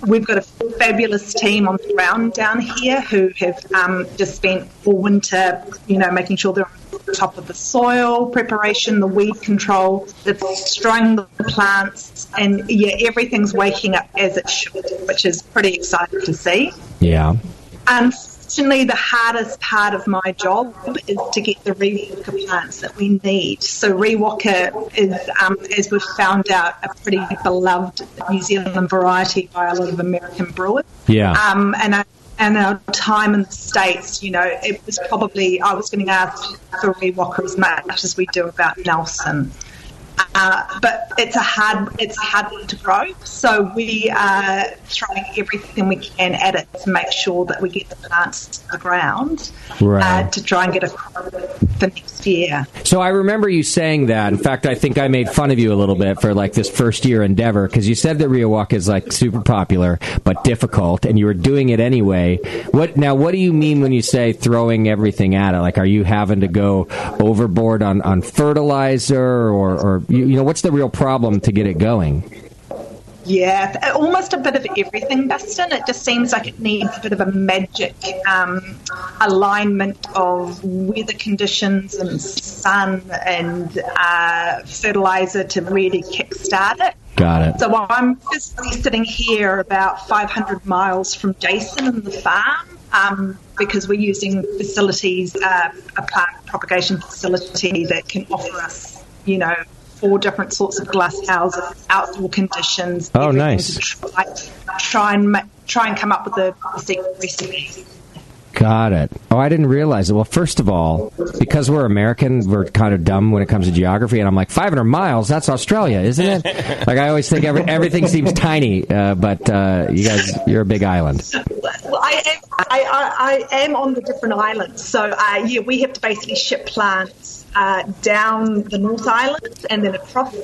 S18: we've got a fabulous team on the ground down here who have um, just spent all winter, you know, making sure they're on top of the soil preparation, the weed control, they've strung the plants, and yeah, everything's waking up as it should, which is pretty exciting to see.
S9: Yeah.
S18: Unfortunately, the hardest part of my job is to get the rewalker plants that we need. So, rewalker is, um, as we've found out, a pretty beloved New Zealand variety by a lot of American brewers.
S9: Yeah.
S18: Um, and I, and our time in the states, you know, it was probably I was getting asked for rewalker as much as we do about Nelson. Uh, but it's a hard it's hard one to grow. So we are throwing everything we can at it to make sure that we get the plants to the ground
S9: Right.
S18: uh, to try and get a crop for next Yeah.
S9: So I remember you saying that. In fact, I think I made fun of you a little bit for like this first year endeavor because you said that Riowak is like super popular but difficult, and you were doing it anyway. What now? What do you mean when you say throwing everything at it? Like, are you having to go overboard on on fertilizer or or you, you know what's the real problem to get it going?
S18: Yeah, th- almost a bit of everything, Dustin. It just seems like it needs a bit of a magic um, alignment of weather conditions and sun and uh, fertilizer to really kickstart it.
S9: Got it.
S18: So I'm physically sitting here about 500 miles from Jason and the farm um, because we're using facilities, uh, a plant propagation facility that can offer us, you know, four different sorts of glass houses, outdoor conditions.
S9: Oh,
S18: everything
S9: nice.
S18: to Try, try and ma- try and come up with the secret recipes.
S9: Got it. Oh, I didn't realize it. Well, first of all, because we're American, we're kind of dumb when it comes to geography, and I'm like, 500 miles? That's Australia, isn't it? like, I always think every, everything seems tiny, uh, but uh, you guys, you're a big island.
S18: Well, I am, I, I, I am on the different islands, so uh, yeah, we have to basically ship plants uh, down the North Island and then across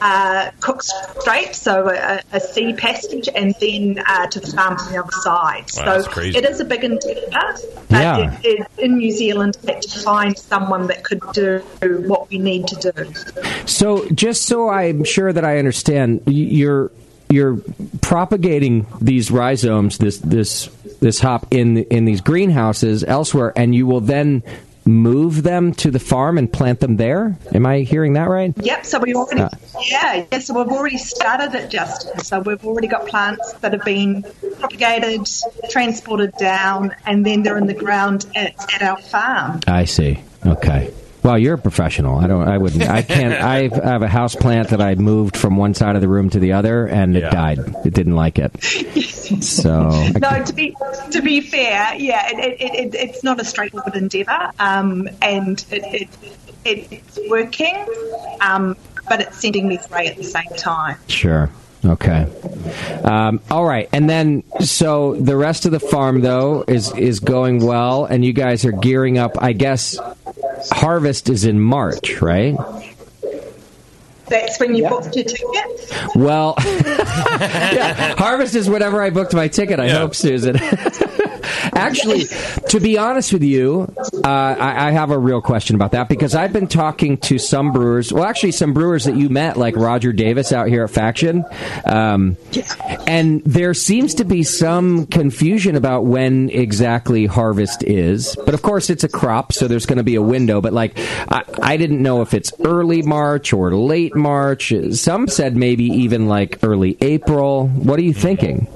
S18: uh, Cook Strait, so a, a sea passage, and then uh, to the farm on the other side.
S9: Wow,
S18: so
S9: that's crazy.
S18: it is a big endeavour.
S9: Yeah.
S18: But it, it, in New Zealand, we had to find someone that could do what we need to do.
S9: So, just so I'm sure that I understand, y- you're you're propagating these rhizomes, this this this hop in in these greenhouses elsewhere, and you will then move them to the farm and plant them there. Am I hearing that right?
S18: Yep. So we already,
S9: Uh.
S18: yeah, yeah. So we've already started it, Justin. So we've already got plants that have been propagated, transported down, and then they're in the ground at, at our farm.
S9: I see. Okay. Well, you're a professional. I don't. I wouldn't. I can't. I have a house plant that I moved from one side of the room to the other, and it died. It didn't like it. So I
S18: No, to be to be fair, yeah, it, it, it, it- it's not a straightforward endeavour, um, and it, it, it's working, um, but it's sending me grey at the same time.
S9: Sure. Okay. Um, all right. And then, so the rest of the farm though is is going well, and you guys are gearing up. I guess harvest is in March, right?
S18: That's when you booked your ticket.
S9: Well, yeah, harvest is whenever I booked my ticket. I hope, Susan. Actually, to be honest with you, uh, I, I have a real question about that because I've been talking to some brewers. Well, actually, some brewers that you met, like Roger Davis out here at Faction, um, and there seems to be some confusion about when exactly harvest is. But of course, it's a crop, so there's going to be a window. But like, I, I didn't know if it's early March or late March. Some said maybe even like early April. What are you thinking?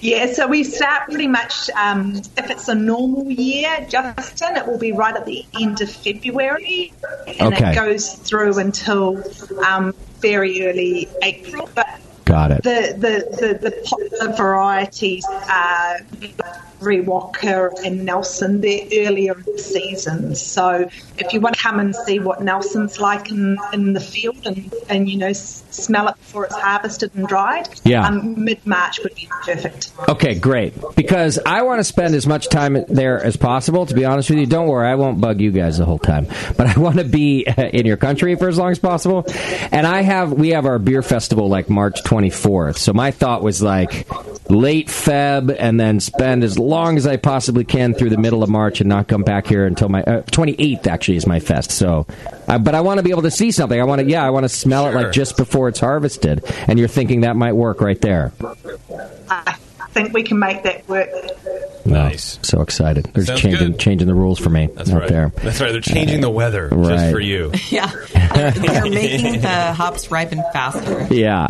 S18: Yeah, so we start pretty much, um, if it's a normal year, Justin, it will be right at the end of February. And
S9: Okay.
S18: it goes through until um, very early April. But
S9: Got it.
S18: the, the, the, the popular varieties are Rewalker and Nelson. They're earlier in the season. So if you want to come and see what Nelson's like in, in the field and, and, you know, s- smell it before it's harvested and dried,
S9: Yeah.
S18: um, mid-March would be perfect.
S9: Okay, great. Because I want to spend as much time there as possible. To be honest with you, don't worry, I won't bug you guys the whole time. But I want to be uh, in your country for as long as possible. And I have we have our beer festival like March 24th. So my thought was like late Feb and then spend as long as I possibly can through the middle of March and not come back here until my uh, 28th actually is my fest. So, uh, but I want to be able to see something. I want to yeah, I want to smell it like just before it's harvested. And you're thinking that might work right there.
S18: I think we can make that work.
S9: Nice. So excited. They're
S2: Sounds
S9: changing changing the rules for me
S2: That's
S9: out
S2: right.
S9: there.
S2: That's right. They're changing the weather just
S9: Right.
S2: for you.
S10: Yeah. They're making the hops ripen faster.
S9: Yeah.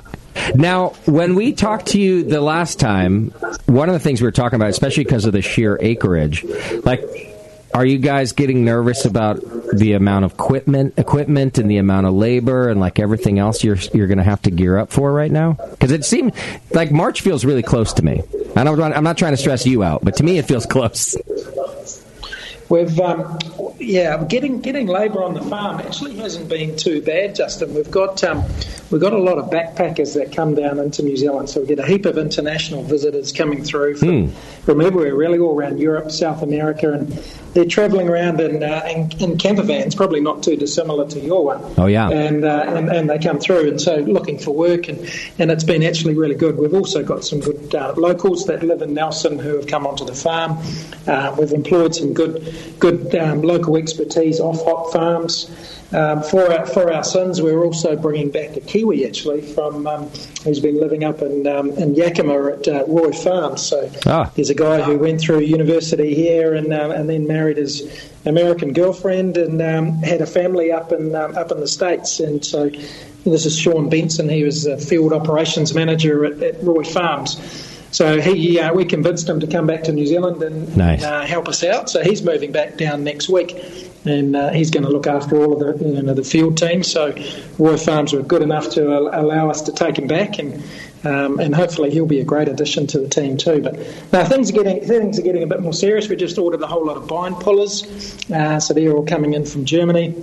S9: Now, when we talked to you the last time, one of the things we were talking about, especially because of the sheer acreage, like are you guys getting nervous about the amount of equipment, equipment, and the amount of labor, and like everything else you're you're going to have to gear up for right now? Because it seems like March feels really close to me. I don't. I'm not trying to stress you out, but to me it feels close.
S17: We've um, yeah, getting getting labour on the farm actually hasn't been too bad, Justin. We've got um, we've got a lot of backpackers that come down into New Zealand, so we get a heap of international visitors coming through
S2: Hmm.
S17: from, from everywhere, really, all around Europe, South America, and they're travelling around in, uh, in in camper vans, probably not too dissimilar to your one.
S9: Oh, yeah.
S17: and, uh, and and they come through, and so looking for work, and and it's been actually really good. We've also got some good uh, locals that live in Nelson who have come onto the farm. Uh, we've employed some good good um, local expertise off hot farms. Um, for our, for our sons, we're also bringing back a Kiwi actually from um, who's been living up in um, in Yakima at uh, Roy Farms. So
S9: Ah.
S17: there's a guy who went through university here and um, and then married his American girlfriend and um, had a family up in um, up in the states. And so this is Sean Benson. He was a field operations manager at, at Roy Farms. So he uh, we convinced him to come back to New Zealand and,
S9: Nice.
S17: and, uh, help us out. So he's moving back down next week. And uh, he's going to look after all of the you know, the field team. So Roy Farms were good enough to al- allow us to take him back, and um, and hopefully he'll be a great addition to the team too. But now things are getting things are getting a bit more serious. We just ordered a whole lot of bind pullers, uh, so they're all coming in from Germany.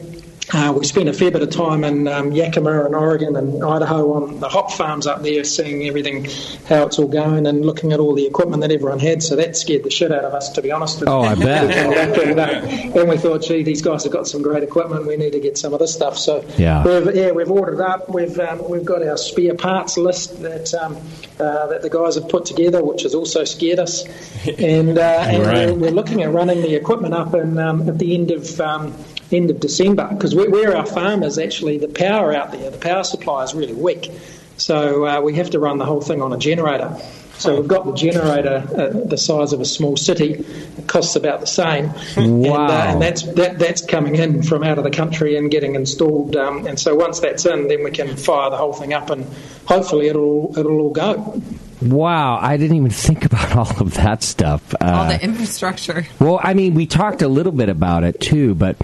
S17: Uh, we spent a fair bit of time in um, Yakima and Oregon and Idaho on the hop farms up there, seeing everything, how it's all going, and looking at all the equipment that everyone had. So that scared the shit out of us, to be honest.
S9: Oh, I bet.
S17: and, uh, and we thought, gee, these guys have got some great equipment. We need to get some of this stuff. So
S9: Yeah.
S17: We've, yeah, we've ordered up. We've um, we've got our spare parts list that um, uh, that the guys have put together, which has also scared us. And, uh, and
S7: Right.
S17: we're, we're looking at running the equipment up in, um, at the end of um, end of December because where, where our farm is actually the power out there, the power supply is really weak. So uh, we have to run the whole thing on a generator. So we've got the generator uh, the size of a small city. It costs about the same. And, uh,
S9: Wow.
S17: and that's that, that's coming in from out of the country and getting installed. Um, and so once that's in, then we can fire the whole thing up and hopefully it'll it'll all go.
S9: Wow, I didn't even think about all of that stuff.
S10: all
S9: Uh,
S10: the infrastructure.
S9: Well, I mean, we talked a little bit about it too, but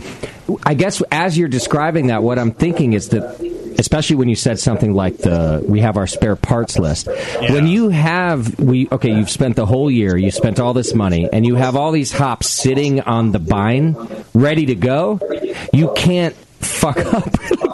S9: I guess as you're describing that, what I'm thinking is that, especially when you said something like the we have our spare parts list. When you have we okay, you've spent the whole year, you spent all this money, and you have all these hops sitting on the vine, ready to go. You can't fuck up.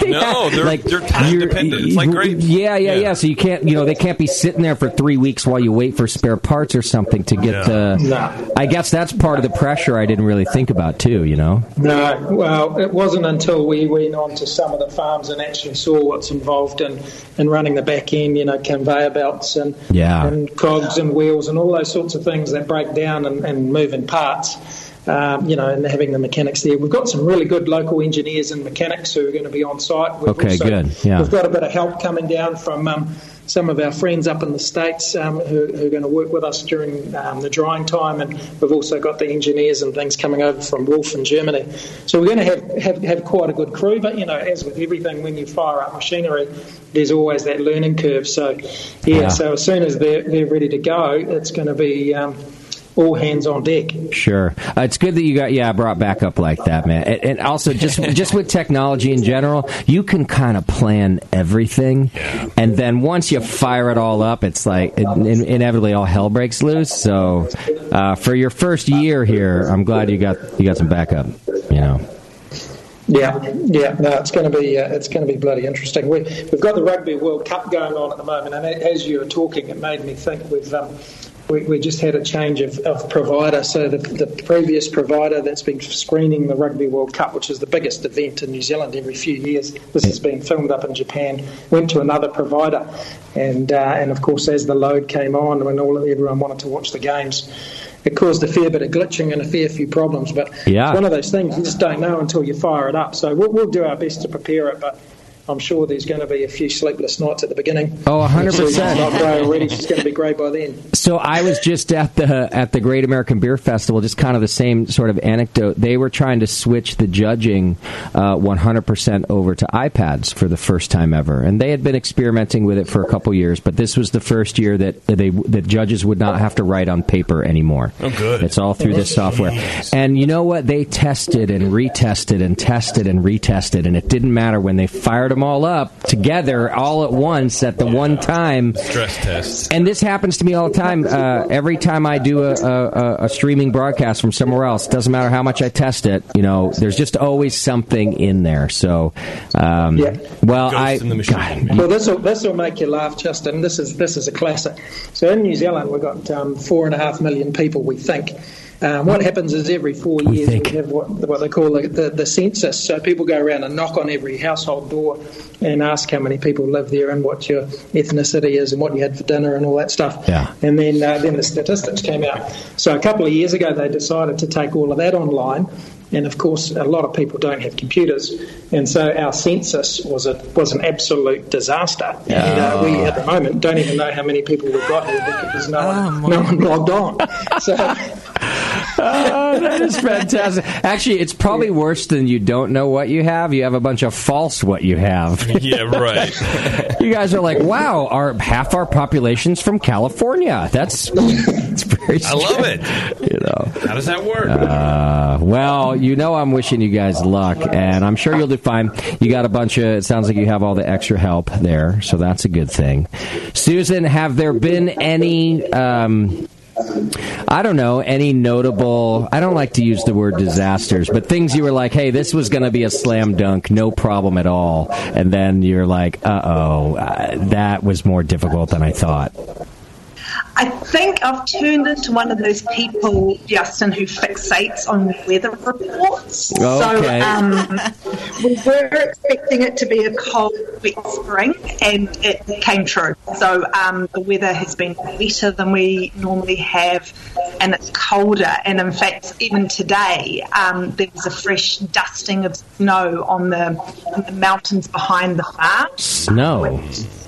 S2: No, they're, they're time dependent.
S9: e-
S2: It's like great.
S9: Yeah, yeah, yeah, So you can't, you know, they can't be sitting there for three weeks while you wait for spare parts or something to get the. I guess that's part of the pressure I didn't really think about too. You know.
S17: No, well, it wasn't until we went on to some of the farms and actually saw what's involved in, in running the back end, you know, conveyor belts and
S9: Yeah.
S17: and cogs and wheels and all those sorts of things that break down and, and move in parts. Um, you know, and having the mechanics there. We've got some really good local engineers and mechanics who are going to be on site. We've
S9: Okay, good. Yeah.
S17: We've got a bit of help coming down from um, some of our friends up in the States um, who, who are going to work with us during um, the drying time. And we've also got the engineers and things coming over from Wolf in Germany. So we're going to have, have, have quite a good crew. But, you know, as with everything, when you fire up machinery, there's always that learning curve. So, yeah,
S9: Yeah.
S17: so as soon as they're, they're ready to go, it's going to be um, all hands on deck.
S9: Sure, uh, it's good that you got yeah brought back up like that, man. And, and also just just with technology in general, you can kind of plan everything, and then once you fire it all up, it's like in, in- inevitably all hell breaks loose. So uh, for your first year here, I'm glad you got you got some backup. You know.
S17: Yeah, yeah, no, it's going to be uh, it's going to be bloody interesting. We, we've got the Rugby World Cup going on at the moment, and a- as you were talking, it made me think we've um, we, we just had a change of, of provider. So the, the previous provider that's been screening the Rugby World Cup, which is the biggest event in New Zealand every few years, this has been filmed up in Japan, went to another provider, and uh, and of course as the load came on, when all everyone wanted to watch the games, it caused a fair bit of glitching and a fair few problems, but.
S9: Yeah.
S17: It's one of those things you just don't know until you fire it up. So we'll, we'll do our best to prepare it, but I'm sure there's going to be a few sleepless nights at the beginning.
S9: Oh, 100%.
S17: If Susan's Not grey already. She's going to be grey by then.
S9: So I was just at the at the Great American Beer Festival, just kind of the same sort of anecdote. They were trying to switch the judging uh, 100% over to iPads for the first time ever, and they had been experimenting with it for a couple years, but this was the first year that they that judges would not have to write on paper anymore. Oh, good! It's all through this software, and you know what? They tested and retested and tested and retested, and it didn't matter when they fired them all up together all at once at the one time.
S2: Stress test.
S9: And this happens to me all the time. Uh, every time I do a, a, a- a streaming broadcast from somewhere else, doesn't matter how much I test it. You know, there's just always something in there. So, um,
S17: Yeah.
S9: well, I God,
S17: Well, this will this will make you laugh, Justin. This is this is a classic. So in New Zealand, we've got um, four and a half million people. We think. Um, what happens is every four years we have what, what they call the, the, the census. So people go around and knock on every household door and ask how many people live there and what your ethnicity is and what you had for dinner and all that stuff.
S9: Yeah.
S17: And then uh, then the statistics came out. So a couple of years ago, they decided to take all of that online. And of course, a lot of people don't have computers, and so our census was a was an absolute disaster. And, uh, we at the moment don't even know how many people we've got here because no one no one logged on. So
S9: Oh, that is fantastic. Actually, it's probably worse than you don't know what you have. You have a bunch of false what you have.
S2: yeah, right.
S9: you guys are like, wow, our half our population's from California. That's it's very.
S2: I love
S9: strange, You know.
S2: How does that work?
S9: Uh, well, you know, I'm wishing you guys luck, and I'm sure you'll do fine. You got a bunch of. It sounds like you have all the extra help there, so that's a good thing. Susan, have there been any? Um, I don't know any notable. I don't like to use the word disasters, but things you were like, "Hey, this was going to be a slam dunk, no problem at all," and then you're like, "Uh-oh, uh, that was more difficult than I thought."
S18: I think I've turned into one of those people, Justin, who fixates on weather reports.
S9: Okay.
S18: So um, we were expecting it to be a cold, wet spring, and it came true. So um, the weather has been wetter than we normally have, and it's colder. And in fact, even today, um, there was a fresh dusting of snow on the, on the mountains behind the farm.
S9: Snow.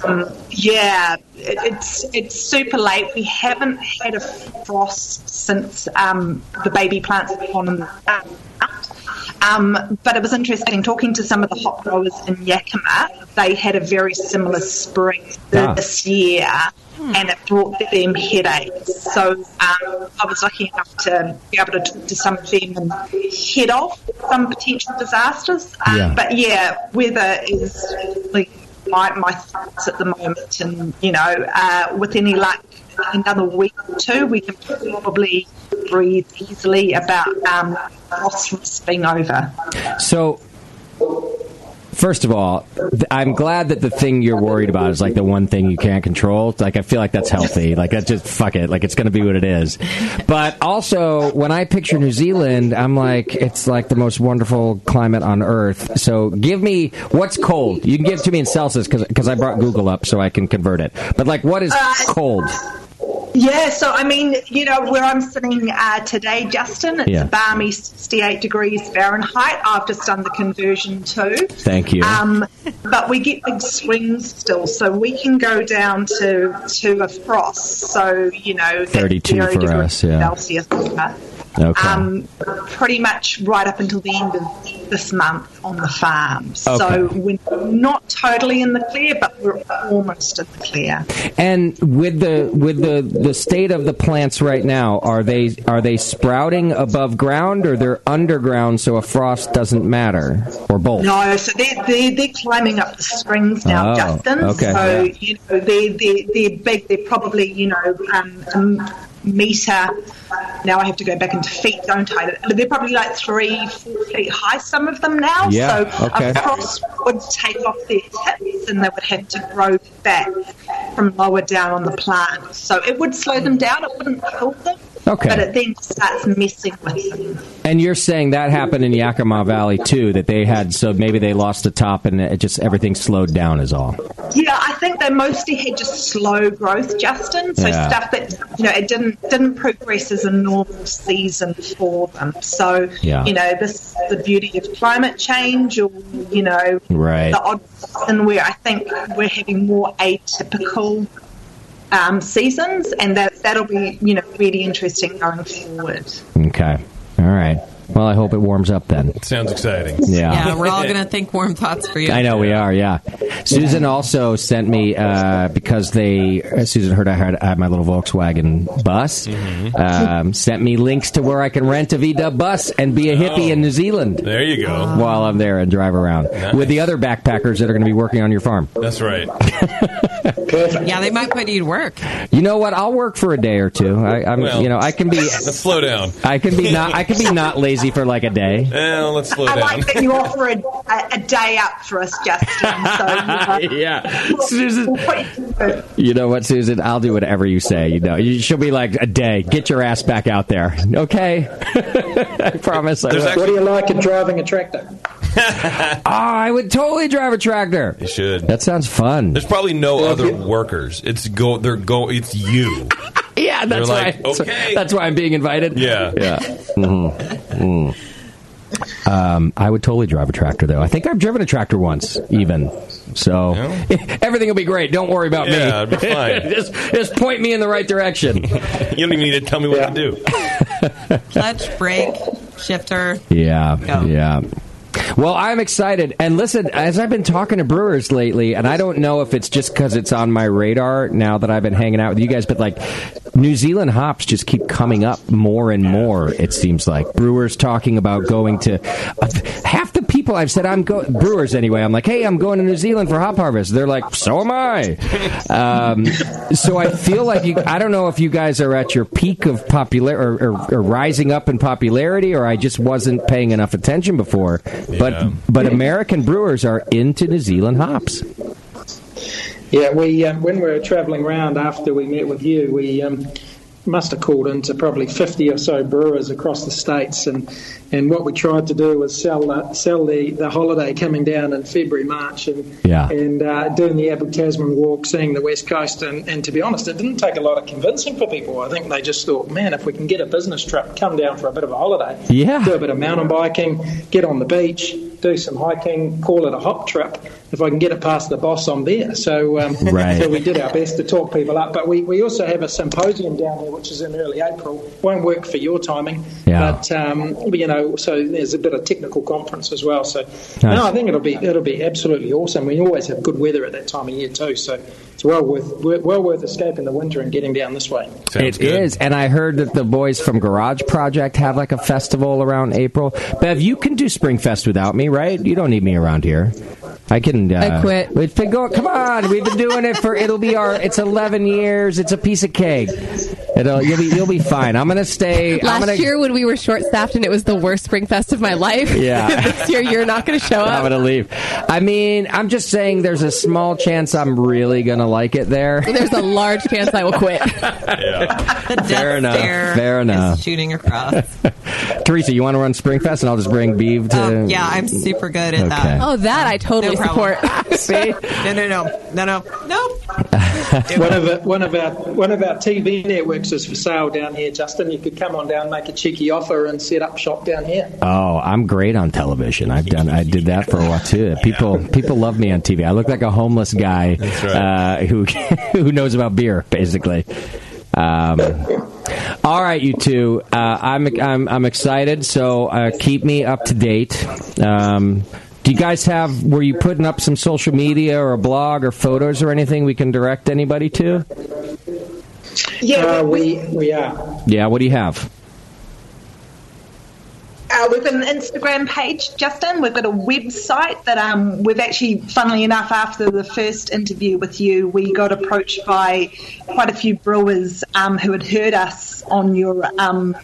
S18: Um, yeah, it, it's it's super late. We haven't had a frost since um, the baby plants were on in the farm. Um, but it was interesting talking to some of the hop growers in Yakima. They had a very similar spring
S9: Ah.
S18: this year, and it brought them headaches. So um, I was lucky enough to be able to talk to some of them and head off some potential disasters. Um,
S6: Ah.
S9: Yeah.
S18: But yeah, weather is like my my thoughts at the moment, and you know, uh, with any luck, another week or two, we can probably breathe easily about um, frost risk being over.
S9: So, first of all, th- I'm glad that the thing you're worried about is like the one thing you can't control. Like, I feel like that's healthy. Like, that's just fuck it. Like, it's going to be what it is. But also, when I picture New Zealand, I'm like, it's like the most wonderful climate on earth. So, give me what's cold. You can give it to me in Celsius because I brought Google up so I can convert it. But, like, what is cold?
S18: Yeah, so I mean, you know, where I'm sitting uh, today, Justin, it's
S9: Yeah.
S18: a balmy 68 degrees Fahrenheit. I've just done the conversion too.
S9: Thank you.
S18: Um, but we get big swings still, so we can go down to to a frost. So you know, that's
S9: 32
S18: zero
S9: for
S18: degrees
S9: us, yeah.
S18: Celsius.
S9: Okay.
S18: Um, pretty much right up until the end of this month on the farm. So
S9: Okay.
S18: we're not totally in the clear, but we're almost in the clear.
S9: And with the with the the state of the plants right now, are they are they sprouting above ground or they're underground so a frost doesn't matter or both?
S18: No, so they're, they're, they're climbing up the springs now,
S9: Oh,
S18: Justin.
S9: okay.
S18: So,
S9: Yeah.
S18: you know, they're, they're, they're big. They're probably, you know, um, a m- metre. Now I have to go back into feet, don't I? But they're probably like three, four feet high, some of them now.
S9: Yeah,
S18: so
S9: okay.
S18: a frost would take off their tips and they would have to grow back from lower down on the plant. So it would slow them down. It wouldn't kill them.
S9: Mm. Okay.
S18: But it then starts messing with them.
S9: And you're saying that happened in Yakima Valley too, that they had so maybe they lost the top and it just everything slowed down is all.
S18: Yeah, I think they mostly had just slow growth, Justin. So
S9: Yeah.
S18: stuff that you know it didn't didn't progress as a normal season for them. So
S9: Yeah.
S18: you know this is the beauty of climate change, or you know
S9: Right.
S18: the odd season where I think we're having more atypical um, seasons, and that that'll be you know really interesting going forward.
S9: Okay. All right. Well, I hope it warms up then.
S2: Sounds exciting.
S9: Yeah.
S10: we're all gonna think warm thoughts for you.
S9: I know we are. Yeah. Susan also sent me uh, because they uh, Susan heard I had I had my little Volkswagen bus.
S2: Mm-hmm.
S9: Um, sent me links to where I can rent a V Dub bus and be a hippie in New Zealand.
S2: Oh. There you go.
S9: While I'm there and drive around with the other backpackers that are going to be working on your farm.
S2: That's right.
S10: Yeah, they might put you to work.
S9: You know what? I'll work for a day or two. I, I'm,
S2: Well,
S9: you know, I can be,
S2: Let's slow down.
S9: I can be not, I can be not lazy for like a day.
S2: Well, let's slow
S18: I
S2: down.
S18: like that you offer a, a, a day up for us, Justin. So,
S9: yeah. You know what, Susan? I'll do whatever you say. You know, you, she'll be like a day. Get your ass back out there. Okay. I promise. I will.
S17: what do you like at driving a tractor?
S9: oh, I would totally drive a tractor.
S2: You should.
S9: That sounds fun.
S2: There's probably no other workers. It's go. They're go. It's you.
S9: Yeah, Ah,
S2: They're
S9: that's
S2: like,
S9: right. That's- That's why I'm being invited.
S2: Yeah.
S9: Yeah. Mhm. Mm. Um, I would totally drive a tractor, though. I think I've driven a tractor once, even. So everything will be great. Don't worry about me.
S2: Yeah, it'll be fine.
S9: just, just point me in the right direction.
S2: You don't even need to tell me what to do.
S10: Clutch, brake, shifter.
S9: Yeah,
S10: Yeah.
S9: yeah. Well, I'm excited. And listen, as I've been talking to brewers lately, and I don't know if it's just because it's on my radar now that I've been hanging out with you guys, but like New Zealand hops just keep coming up more and more, it seems like. Brewers talking about going to uh, half the people I've said I'm going, brewers anyway, I'm like, hey, I'm going to New Zealand for hop harvest. They're like, so am I. Um, so I feel like you, I don't know if you guys are at your peak of popular or, or, or rising up in popularity, or I just wasn't paying enough attention before. But but American brewers are into New Zealand hops.
S17: Yeah, we um, when we were travelling round after we met with you, we um, must have called into probably fifty or so brewers across the states, and and what we tried to do was sell uh, sell the, the holiday coming down in February March, and
S9: Yeah.
S17: and uh, doing the Abu Tasman walk, seeing the West Coast, and, and to be honest, it didn't take a lot of convincing for people. I think they just thought, man, if we can get a business trip, come down for a bit of a holiday,
S9: Yeah.
S17: do a bit of mountain biking, get on the beach, do some hiking, call it a hop trip. If I can get it past the boss, I'm there. So, um,
S9: Right.
S17: so we did our best to talk people up. But we, we also have a symposium down there, which is in early April. Won't work for your timing.
S9: Yeah.
S17: But, um, you know, so there's a bit of technical conference as well. So, no, I think it'll be it'll be absolutely awesome. We always have good weather at that time of year, too. So it's well worth, well worth escaping the winter and getting down this way.
S9: It is, and I heard that the boys from Garage Project have like a festival around April. Bev, you can do Springfest without me, right? You don't need me around here. I can. Uh,
S6: I quit.
S9: We've been going. Come on, we've been doing it for. It'll be our. It's eleven years. It's a piece of cake. It'll. You'll be. You'll be fine. I'm gonna stay. I'm
S6: Last
S9: gonna,
S6: year when we were short staffed and it was the worst spring fest of my life.
S9: Yeah.
S6: this year you're not going to show
S9: I'm
S6: up.
S9: gonna leave. I mean, I'm just saying. There's a small chance I'm really gonna like it there.
S6: There's a large chance I will quit.
S9: Fair enough.
S10: stare
S9: Uh, Fair
S10: is
S9: enough.
S10: shooting across.
S9: Teresa, you want to run Springfest, and I'll just bring Beeve to.
S10: yeah, I'm super good at
S9: Okay.
S10: that.
S6: Oh, that I totally
S10: no problem.
S6: support.
S9: See?
S10: No, no, no, no, no, no.
S17: one of our, one of our one of our TV networks is for sale down here, Justin. You could come on down, make a cheeky offer, and set up shop down here.
S9: Oh, I'm great on television. I've done. I did that for a while too. People people love me on TV. I look like a homeless guy uh, who who knows about beer, basically. Um, all right, you two. Uh, I'm I'm I'm excited. So uh, keep me up to date. Um, do you guys have? Were you putting up some social media or a blog or photos or anything we can direct anybody to?
S17: Yeah, Uh, we we are.
S9: Yeah. What do you have?
S18: Uh, we've got an Instagram page, Justin. We've got a website that um, we've actually, funnily enough, after the first interview with you, we got approached by quite a few brewers um, who had heard us on your um,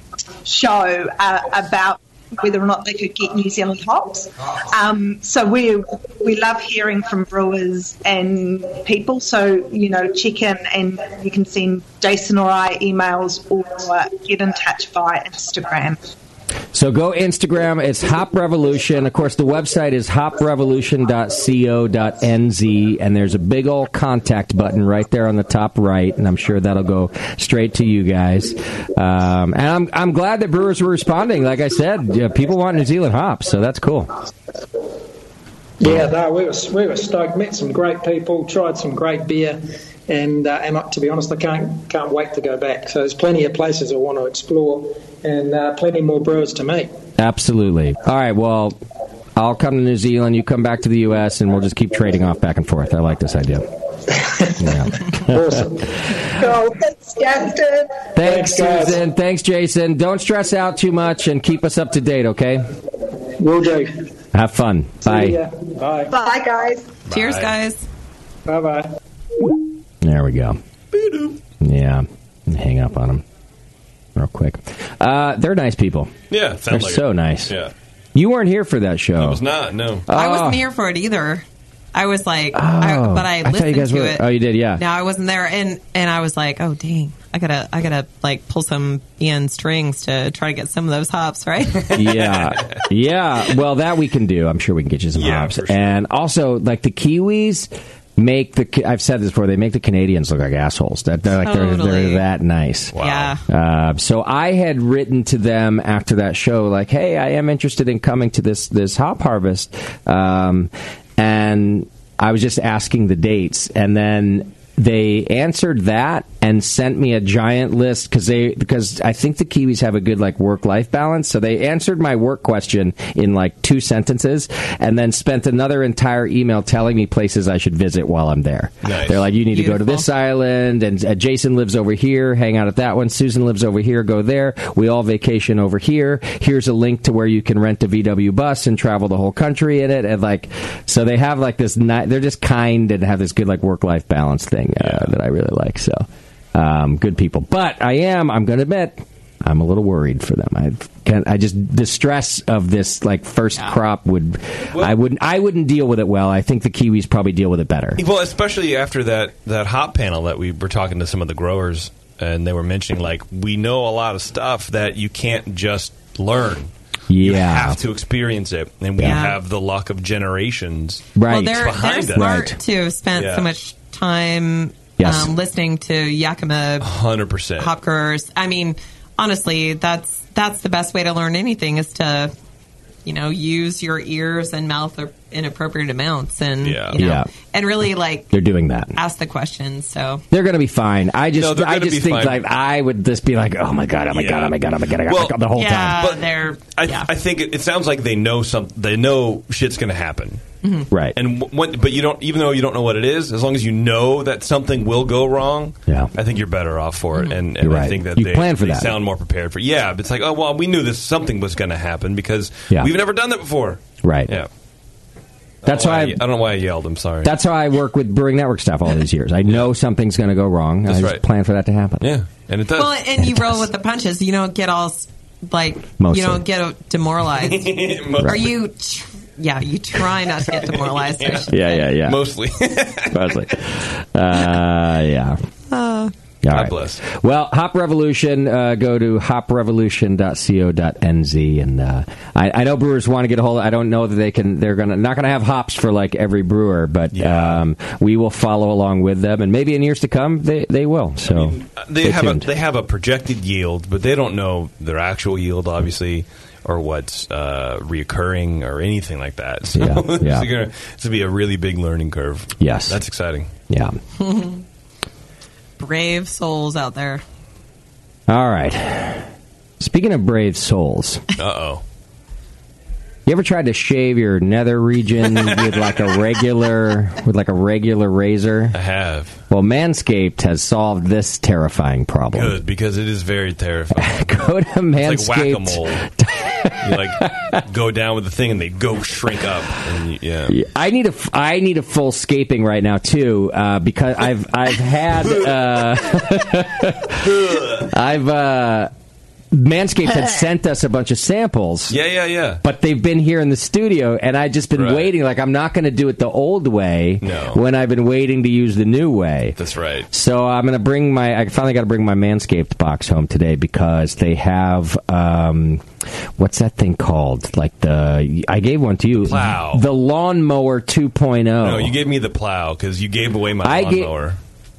S18: show uh, about whether or not they could get New Zealand hops. Um, so we we love hearing from brewers and people. So you know, check in and you can send Jason or I emails or get in touch via Instagram.
S9: So go Instagram. It's Hop Revolution. Of course, the website is hoprevolution.co.nz, and there's a big old contact button right there on the top right, and I'm sure that'll go straight to you guys. Um, and I'm I'm glad that brewers were responding. Like I said, yeah, people want New Zealand hops, so that's cool.
S17: Yeah, no, we were we were stoked. Met some great people, tried some great beer, and uh, and I- to be honest, I can't can't wait to go back. So there's plenty of places I want to explore, and uh, plenty more brewers to meet.
S9: Absolutely. All right. Well, I'll come to New Zealand. You come back to the U.S. and we'll just keep trading off back and forth. I like this idea. Yeah.
S18: So thanks, Justin.
S9: Thanks, Susan. Thanks, Jason. Don't stress out too much and keep us up to date. Okay.
S17: Will do.
S9: Have fun. Bye.
S17: See ya. Bye.
S18: Bye, guys.
S10: Cheers, guys.
S17: Bye bye.
S9: There we go. Yeah. Hang up on them real quick. Uh, they're nice people.
S2: Yeah,
S9: They're
S2: sounds like
S9: so
S2: it.
S9: nice.
S2: Yeah.
S9: You weren't here for that show. I
S2: was not. No.
S10: I wasn't here for it either. I was like, I, but I listened
S9: Ah. Oh. thought you guys
S10: to
S9: were.
S10: it.
S9: Oh, you did. Yeah.
S10: No, I wasn't there, and and I was like, oh dang, I gotta, I gotta like pull some BN strings to try to get some of those hops, right?
S9: yeah, yeah. Well, that we can do. I'm sure we can get you some hops. And also, like the Kiwis make the. I've said this before. They make the Canadians look like assholes. That they're like they're,
S10: Totally.
S9: they're that nice.
S10: Yeah.
S9: Uh, so I had written to them after that show, like, "Hey, I am interested in coming to this this hop harvest," um, and I was just asking the dates, and then they answered that and sent me a giant list because they because I think the Kiwis have a good like work life balance, so they answered my work question in like two sentences, and then spent another entire email telling me places I should visit while I'm there.
S2: Nice.
S9: They're like, "You need to go to this island," and uh, Jason lives over here. Hang out at that one. Susan lives over here. Go there. We all vacation over here. Here's a link to where you can rent a VW bus and travel the whole country in it. And like, so they have like this. Ni- they're just kind and have this good like work life balance thing uh, that I really like. So, um, good people. But I am. I'm going to admit. I'm a little worried for them. I can I just the stress of this like first crop would I wouldn't I wouldn't deal with it well. I think the Kiwis probably deal with it better.
S2: Well, especially after that that hop panel that we were talking to some of the growers, and they were mentioning like we know a lot of stuff that you can't just learn. You
S9: Yeah.
S2: have to experience it, and we
S10: Yeah.
S2: have the luck of generations
S10: Well, they're, they're
S2: behind us.
S10: smart to have spent
S2: Yeah.
S10: so much time
S2: Yes.
S10: um, listening to Yakima
S2: Hundred percent.
S10: hop growers. I mean, honestly, that's that's the best way to learn anything is to, you know, use your ears and mouth in appropriate amounts, and you know,
S9: Yeah.
S10: and really like
S9: They're doing that.
S10: ask the questions. So
S9: They're going to be fine. I
S10: No,
S9: just,
S10: they're
S9: I
S10: gonna
S9: just
S10: be
S9: think
S10: fine.
S9: like I would just be like, oh my god, oh my god, oh my god, oh my god, oh my god, the whole time.
S2: But I, I think it, it sounds like they know some. They know shit's going to happen,
S9: right?
S2: And w- when, but you don't, even though you don't know what it is, as long as you know that something will go wrong,
S9: yeah.
S2: I think you're better off for
S10: Mm-hmm.
S2: it. And, and
S9: You're
S2: I
S9: right.
S2: think that
S9: You
S2: they,
S9: plan for
S2: they
S9: that.
S2: sound more prepared for. Yeah, but it's like, oh well, we knew this something was going to happen because
S9: Yeah.
S2: we've never done that before.
S9: Right.
S2: Yeah.
S9: That's
S2: I
S9: why.
S2: don't know why I, I don't know why I yelled. I'm sorry.
S9: That's how I work with brewing network staff all these years. I know something's going to go wrong. I
S2: That's
S9: just
S2: right.
S9: plan for that to happen.
S2: Yeah, and it does.
S10: well, and you roll with the punches. You don't get all s- like
S9: Mostly.
S10: you don't get demoralized.
S9: Mostly.
S10: Are you? Tr- yeah, you try not to get demoralized. I should
S9: Yeah, yeah, yeah.
S2: Mostly.
S9: Mostly. Uh, yeah.
S10: Uh,
S9: All
S2: God
S9: right.
S2: bless.
S9: Well, Hop Revolution, uh, go to hoprevolution.co.nz. And uh, I, I know brewers want to get a hold of I don't know that they can, they're gonna not going to have hops for like every brewer, but um, we will follow along with them. And maybe in years to come, they, they will. So
S2: uh, they
S9: stay
S2: have
S9: tuned.
S2: a, they have a projected yield, but they don't know their actual yield, obviously, or what's uh, reoccurring or anything like that. So
S9: Yeah,
S2: it's
S9: yeah.
S2: gonna it's gonna be a really big learning curve.
S9: Yes.
S2: that's exciting.
S9: yeah.
S10: brave souls out there.
S9: All right. Speaking of brave souls.
S2: Uh oh.
S9: You ever tried to shave your nether region with like a regular with like a regular razor? I
S2: have.
S9: Well, Manscaped has solved this terrifying problem.
S2: Good because it is very terrifying.
S9: Go to
S2: It's like whack a
S9: Manscaped.
S2: mole. you like go down with the thing and they go shrink up. And you, yeah.
S9: I need a f- I need a full scaping right now too uh, because I've I've had uh, I've uh, Manscaped had sent us a bunch of samples.
S2: Yeah, yeah, yeah.
S9: But they've been here in the studio, and I just been waiting. Like I'm not going to do it the old way.
S2: No.
S9: When I've been waiting to use the new way.
S2: That's right.
S9: So I'm going to bring my. I finally got to bring my Manscaped box home today because they have um, what's that thing called? Like the I gave one to you.
S2: Plow.
S9: The lawnmower 2.0.
S2: No, you gave me the plow because you gave away my
S9: Oh. I gave-
S2: lawnmower.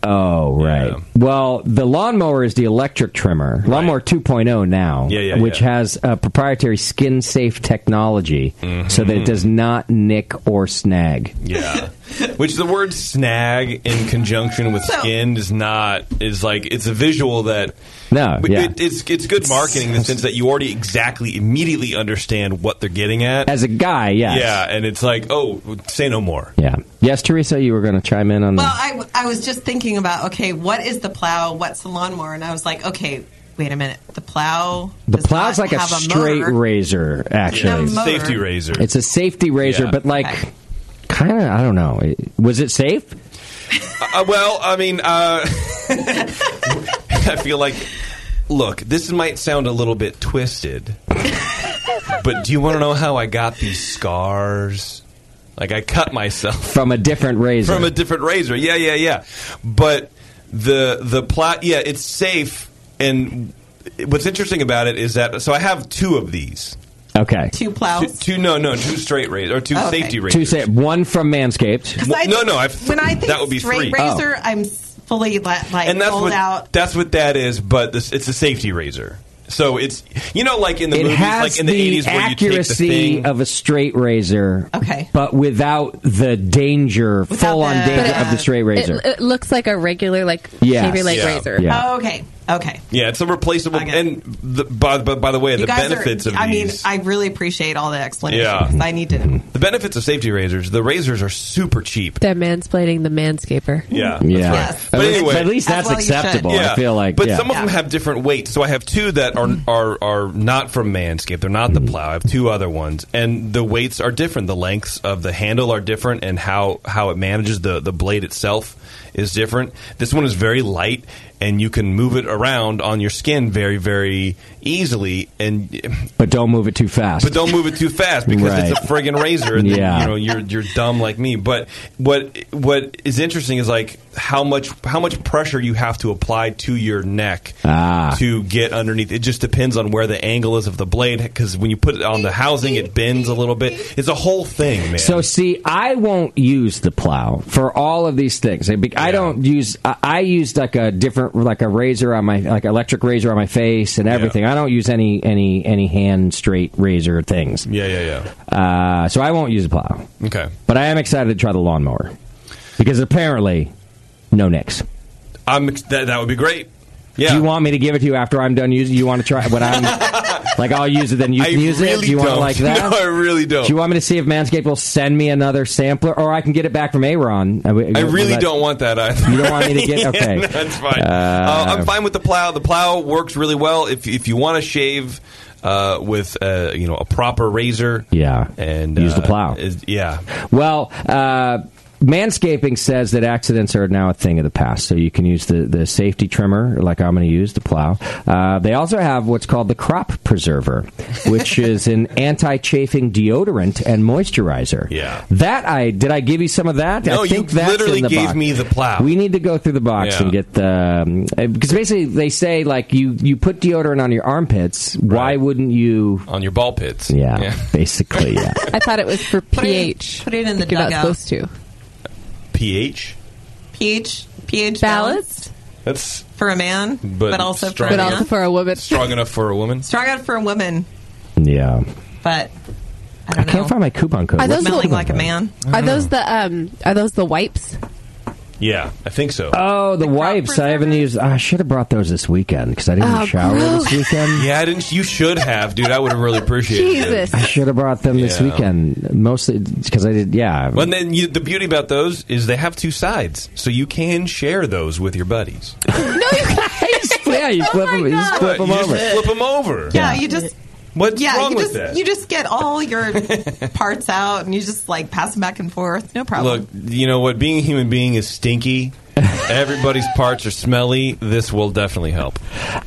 S9: Oh, right. Well, the lawnmower is the electric trimmer. Lawnmower 2.0 now,
S2: Yeah, yeah,
S9: which has a proprietary skin safe technology so that it
S2: Mhm.
S9: does not nick or snag.
S2: Yeah. Which the word snag in conjunction with skin is not is like it's a visual that
S9: No,
S2: But
S9: yeah.
S2: it, it's it's good marketing in the sense that you already exactly immediately understand what they're getting at.
S9: As a guy, yes.
S2: Yeah, and it's like, oh, say no more.
S9: Yeah. Yes, Teresa, you were going to chime in on
S10: Well,
S9: that.
S10: I, w- I was just thinking about okay, what is the plow? What's the lawnmower? And I was like, okay, wait a minute. The plow.
S9: The plow's like a
S10: have a
S9: straight
S10: motor.
S9: razor, actually.
S10: It's a motor. Safety
S2: razor.
S9: It's a safety razor,
S2: Yeah.
S9: but like, kind of, I don't know. It- Was it safe?
S2: Uh, well, I mean, uh, I feel like, look, this might sound a little bit twisted, but do you want to know how I got these scars? Like I cut myself
S9: From a different razor.
S2: from a different razor. Yeah, yeah, yeah. But the the plot, yeah, it's safe. And what's interesting about it is that so I have two of these.
S9: okay.
S10: Two plows.
S2: Two, no, no, two straight razors or two
S10: Oh, okay.
S2: safety razors.
S9: Two sa- one from Manscaped.
S10: 'Cause I
S2: no,
S10: think-
S2: no, I've,
S10: when I think
S2: that would be
S10: straight
S2: free. Oh.
S10: razor, I'm s- fully la- like
S2: and that's
S10: rolled
S2: what
S10: out.
S2: that's what that is. But this, it's a safety razor. So it's you know like in the
S9: it
S2: movies,
S9: has
S2: like in the, 80s where you take the
S9: accuracy
S2: thing.
S9: of a straight razor.
S10: Okay.
S9: But without the danger, full on
S6: But uh,
S9: danger
S6: it-
S9: of the straight razor.
S6: It, it looks like a regular like
S9: Yes.
S6: Chevy Lake
S2: Yeah.
S6: razor.
S2: Yeah.
S10: Oh, okay. Okay.
S2: Yeah, it's a replaceable. And the, by, by, by the way, the
S10: you guys
S2: benefits
S10: are,
S2: of
S10: I mean,
S2: these.
S10: I really appreciate all the explanations.
S2: Yeah.
S10: I need to
S2: the benefits of safety razors. The razors are super cheap.
S19: They're mansplaining the manscaper.
S2: Yeah,
S9: Yeah.
S2: That's
S9: Yes.
S2: right. But
S9: At least-
S2: anyway,
S9: but at least As that's well you should. acceptable, I feel like,
S2: but
S9: yeah. Mm-hmm.
S2: some of them have different weights. So I have two that are are are not from Manscaped. They're not the plow. I have two other ones, and the weights are different. The lengths of the handle are different, and how how it manages the the blade itself is different. This one is very light, and you can move it around on your skin very very easily. And
S9: but don't move it too fast.
S2: but don't move it too fast because it's a friggin' razor. And
S9: Yeah.
S2: you know you're you're dumb like me. But what what is interesting is like how much how much pressure you have to apply to your neck
S9: Ah.
S2: to get underneath. It just depends on where the angle is of the blade because when you put it on the housing, it bends a little bit. It's a whole thing, man.
S9: So see, I won't use the plow for all of these things. I be- I don't use. I, I use like a different, like a razor on my, like electric razor on my face and everything. I don't use any any any hand straight razor things.
S2: Yeah, yeah,
S9: yeah. Uh, so I won't use a plow.
S2: Okay.
S9: But I am excited to try the lawnmower because apparently, no nicks.
S2: I'm ex- that, that would be great. Yeah.
S9: Do you want me to give it to you after I'm done using? You want to try when I'm like I'll use it, then you
S2: I
S9: can use it.
S2: really
S9: Do you want
S2: don't.
S9: it like that?
S2: No, I really don't.
S9: Do you want me to see if Manscaped will send me another sampler, or I can get it back from Aaron? I
S2: I really don't want that either.
S9: You don't want me to get-
S2: Yeah,
S9: okay.
S2: that's fine.
S9: Uh,
S2: Uh, I'm fine with the plow. The plow works really well if if you want to shave uh, with uh, you know a proper razor.
S9: Yeah,
S2: and
S9: Use
S2: uh,
S9: the plow.
S2: is- yeah,
S9: Well, uh, manscaping says that accidents are now a thing of the past, so you can use the, the safety trimmer, like I'm going to use the plow. Uh, they also have what's called the crop preserver, which is an anti-chafing deodorant and moisturizer. Yeah, that I did. I give you some of that.
S2: No,
S9: I
S2: you
S9: think that's
S2: literally
S9: in the
S2: gave
S9: box.
S2: me the plow.
S9: We need to go through the box
S2: Yeah.
S9: and get the um, because basically they say like you you put deodorant on your armpits. Why wouldn't you?
S2: on your ball pits.
S9: Yeah, basically, yeah.
S6: I thought it was for pH.
S10: put it in the
S6: You're not
S10: dugout.
S6: supposed to.
S2: pH.
S10: pH pH balanced
S2: That's
S10: for a man,
S2: But
S10: but, also
S2: strong
S10: for a
S2: enough.
S10: man.
S2: But also
S6: for a woman.
S2: strong enough for a woman.
S10: Strong out for a woman,
S9: Yeah.
S10: but
S9: I, can't find my coupon code.
S6: Are
S9: What's
S6: those
S9: the
S6: the-
S9: coupon code?
S6: Are those the um? Are those the wipes?
S2: Yeah, I think so.
S9: Oh, the, wipes. I haven't used. I should have brought those this weekend because I didn't
S6: Oh,
S9: shower this
S6: gross.
S9: weekend.
S2: Yeah, I didn't. You should have, dude. I would have really appreciated it.
S9: I should have brought them this
S2: Yeah.
S9: weekend, mostly because I did. Yeah,
S2: Well, and then you, the beauty about those is they have two sides, so you can share those with your buddies.
S10: Oh
S9: yeah, you flip them. You just flip
S2: But
S9: them
S2: you just
S9: over.
S2: flip 'em over.
S10: Yeah, you just.
S2: What's
S10: yeah,
S2: wrong
S10: you
S2: with
S10: just,
S2: that?
S10: You just get all your parts out and you just like pass them back and forth. No problem.
S2: Look, you know what? Being a human being is stinky. Everybody's parts are smelly. This will definitely help.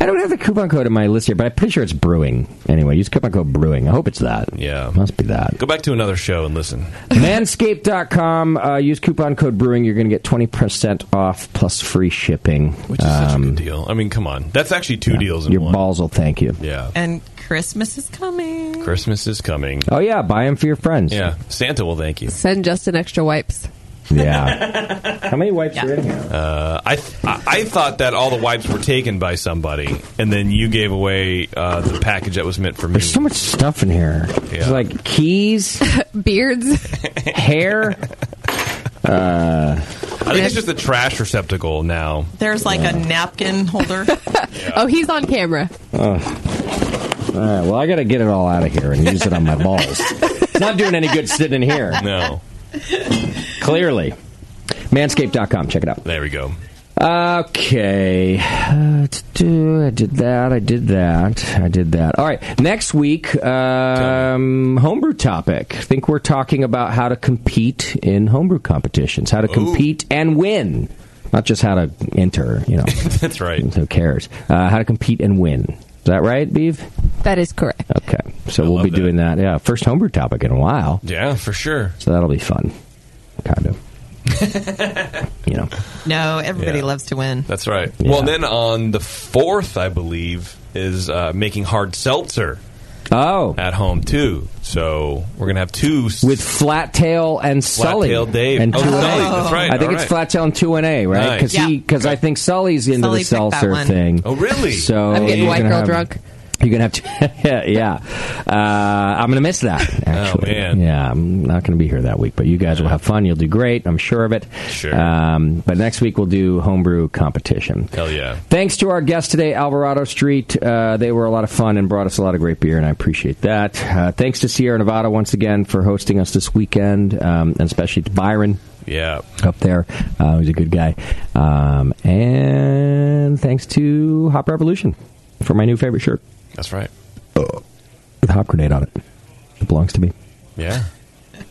S9: I don't have the coupon code in my list here, but I'm pretty sure it's brewing. Anyway, use coupon code brewing. I hope it's that.
S2: Yeah,
S9: must be that.
S2: Go back to another show and listen.
S9: Manscaped.com. Uh, use coupon code brewing. You're going to get 20% off plus free shipping. Which is such a good
S2: deal. I mean, come on. That's actually two deals in
S9: Um, Your
S2: one.
S9: balls will thank you.
S2: Yeah.
S10: And Christmas is coming.
S2: Christmas is coming.
S9: Oh, yeah. Buy them for your friends.
S2: Yeah. Santa will thank you.
S6: Send Justin extra wipes.
S9: Yeah. How many wipes are in here?
S2: Uh, I, th- I I thought that all the wipes were taken by somebody, and then you gave away uh, the package that was meant for me.
S9: There's so much stuff in here. It's like keys,
S6: beards,
S9: hair. Uh,
S2: I think it's just a trash receptacle now.
S10: There's like a napkin holder.
S6: Oh, he's on camera.
S9: All right. Well, I got to get it all out of here and use it on my balls. It's not doing any good sitting in here.
S2: No.
S9: Clearly. Manscaped.com. Check it out.
S2: There we go.
S9: Okay. Uh, do- I did that. I did that. I did that. All right. Next week, um, homebrew topic. I think we're talking about how to compete in homebrew competitions, how to compete and win. Not just how to enter, you know.
S2: That's right.
S9: Who cares? Uh, how to compete and win. Is that right, Beav?
S6: That is correct.
S9: Okay. So we'll be doing that. Yeah. First homebrew topic in a while.
S2: Yeah, for sure.
S9: So that'll be fun. Kind of. you know.
S10: No, everybody
S2: Yeah.
S10: loves to win.
S2: That's right. Well, then on the fourth, I believe, is uh, making hard seltzer.
S9: Oh,
S2: at home too. So we're gonna have two s-
S9: With Flat Tail and Sully.
S2: Flat-tail Dave.
S9: And
S2: Oh,
S9: 2 and
S2: Sully.
S9: A.
S2: That's right.
S9: I think
S2: All
S9: it's
S2: right.
S9: Flat Tail and 2 and A, right?
S2: Nice.
S9: Because I think Sully's into
S19: Sully
S9: the
S19: picked that
S9: seltzer
S19: one.
S9: thing.
S19: Oh, really?
S9: So
S19: I'm getting
S9: you're
S19: white
S9: gonna
S19: girl
S9: have-
S19: drunk.
S9: You're going to have to. yeah. Uh, I'm going to miss that,
S2: Oh,
S9: actually. Yeah, I'm not going to be here that week, but you guys will have fun. You'll do great. I'm sure of it. Sure. Um, but next week we'll do homebrew competition.
S2: Hell yeah.
S9: Thanks to our guests today, Alvarado Street. Uh, they were a lot of fun and brought us a lot of great beer, and I appreciate that. Uh, thanks to Sierra Nevada once again for hosting us this weekend, um, and especially to Byron.
S2: Yeah.
S9: Up there. Uh, he's a good guy. Um, and thanks to Hop Revolution for my new favorite shirt
S2: That's right.
S9: with Hop Grenade on it. It belongs to me.
S2: Yeah.
S9: All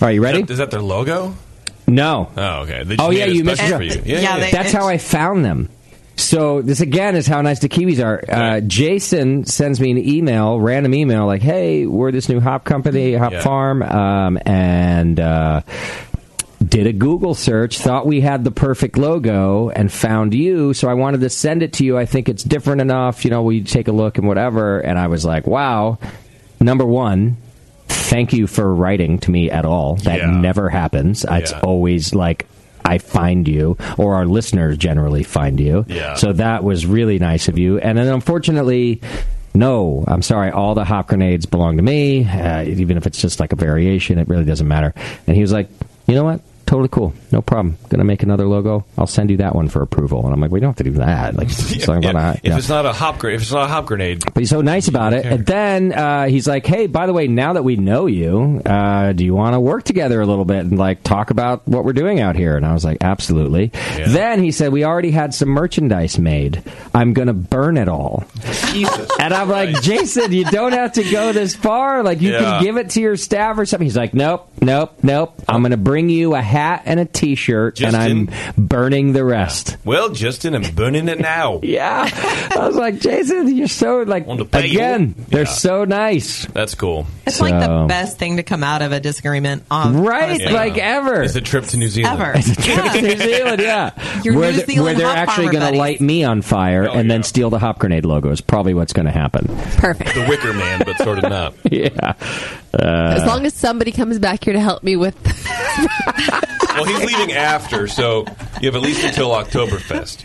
S9: right, you ready?
S2: Is that, is that their logo?
S9: No.
S2: Oh, okay. They just
S9: Oh
S2: made
S9: yeah,
S2: it
S9: you missed
S2: special
S9: it.
S2: for you. Yeah, yeah, yeah.
S9: that's how I found them. So this again is how nice the Kiwis are. Uh, Jason sends me an email, random email, like, "Hey, we're this new hop company, Hop
S20: Yeah.
S9: Farm," um, and uh, did a Google search, thought we had the perfect logo, and found you. So I wanted to send it to you. I think it's different enough. You know, will you take a look and whatever? And I was like, "Wow, number one." Thank you for writing to me at all. That never happens. It's
S2: Yeah.
S9: always like I find you, or our listeners generally find you.
S2: Yeah.
S9: So that was really nice of you. And then unfortunately, no, I'm sorry, all the hop grenades belong to me. Uh, even if it's just like a variation, it really doesn't matter. And he was like, you know what? Totally cool. No problem. Gonna make another logo. I'll send you that one for approval. And I'm like, we don't have to do that. Like, so I'm gonna,
S2: If
S9: no.
S2: it's not a hop grenade, if it's not a hop grenade,
S9: But he's so nice about it. And then uh, he's like, "Hey, by the way, now that we know you, uh, do you want to work together a little bit and like talk about what we're doing out here?" And I was like, "Absolutely." Then he said, "We already had some merchandise made. I'm going to burn it all." and I'm like, "Jason, you don't have to go this far. Like, you
S2: Yeah.
S9: can give it to your staff or something." He's like, "Nope, nope, nope. I'm going to bring you a hat and a T-shirt, and I'm burning the rest."
S2: well, Justin, I'm burning it now.
S9: yeah. I was like, Jason, you're so like
S2: pay you.
S9: again. They're so nice.
S2: That's cool.
S10: It's like the
S9: So-
S10: best thing to come out of a disagreement. On,
S9: um, Right, like ever.
S2: It's a trip to New Zealand.
S10: Ever.
S9: It's a trip to New Zealand, yeah.
S10: Your
S9: where,
S10: New
S9: they-
S10: Zealand
S9: where they're
S10: hop
S9: actually
S10: farmer
S9: going to
S10: buddies.
S9: light me on fire
S2: Oh,
S9: and then steal the hop grenade logo is probably what's going to happen.
S19: Perfect.
S2: The Wicker Man, but sort of not.
S9: yeah. Uh.
S19: as long as somebody comes back here to help me with
S2: Well, he's leaving after, so you have at least until Oktoberfest.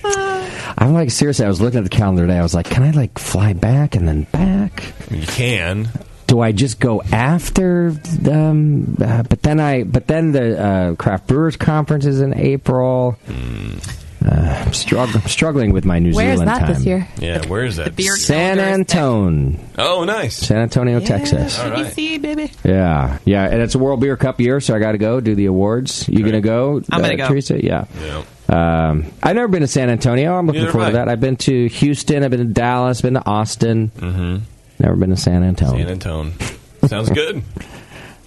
S9: I'm like seriously. I was looking at the calendar today. I was like, can I like fly back and then back?
S2: You can.
S9: Do I just go after them? Uh, but then I. But then the uh, craft brewers conference is in April.
S2: Hmm.
S9: Uh, I'm struggling. struggling with my New
S19: Where is
S9: Zealand
S19: that
S9: time.
S19: this year?
S2: Yeah, where is that?
S9: San Antone.
S2: Oh, nice.
S9: San Antonio, Texas.
S10: TBC, baby.
S9: Yeah, yeah, and it's a World Beer Cup year, so I got to go do the awards. You gonna go? uh,
S10: I'm gonna go.
S9: Teresa. Yeah. Um, I've never been to San Antonio. I'm looking
S10: Neither
S9: forward to
S10: have
S9: that. I've been to Houston. I've been to Dallas. Been to Austin. Mm-hmm. Never been to San Antonio.
S2: San Antone. Sounds good.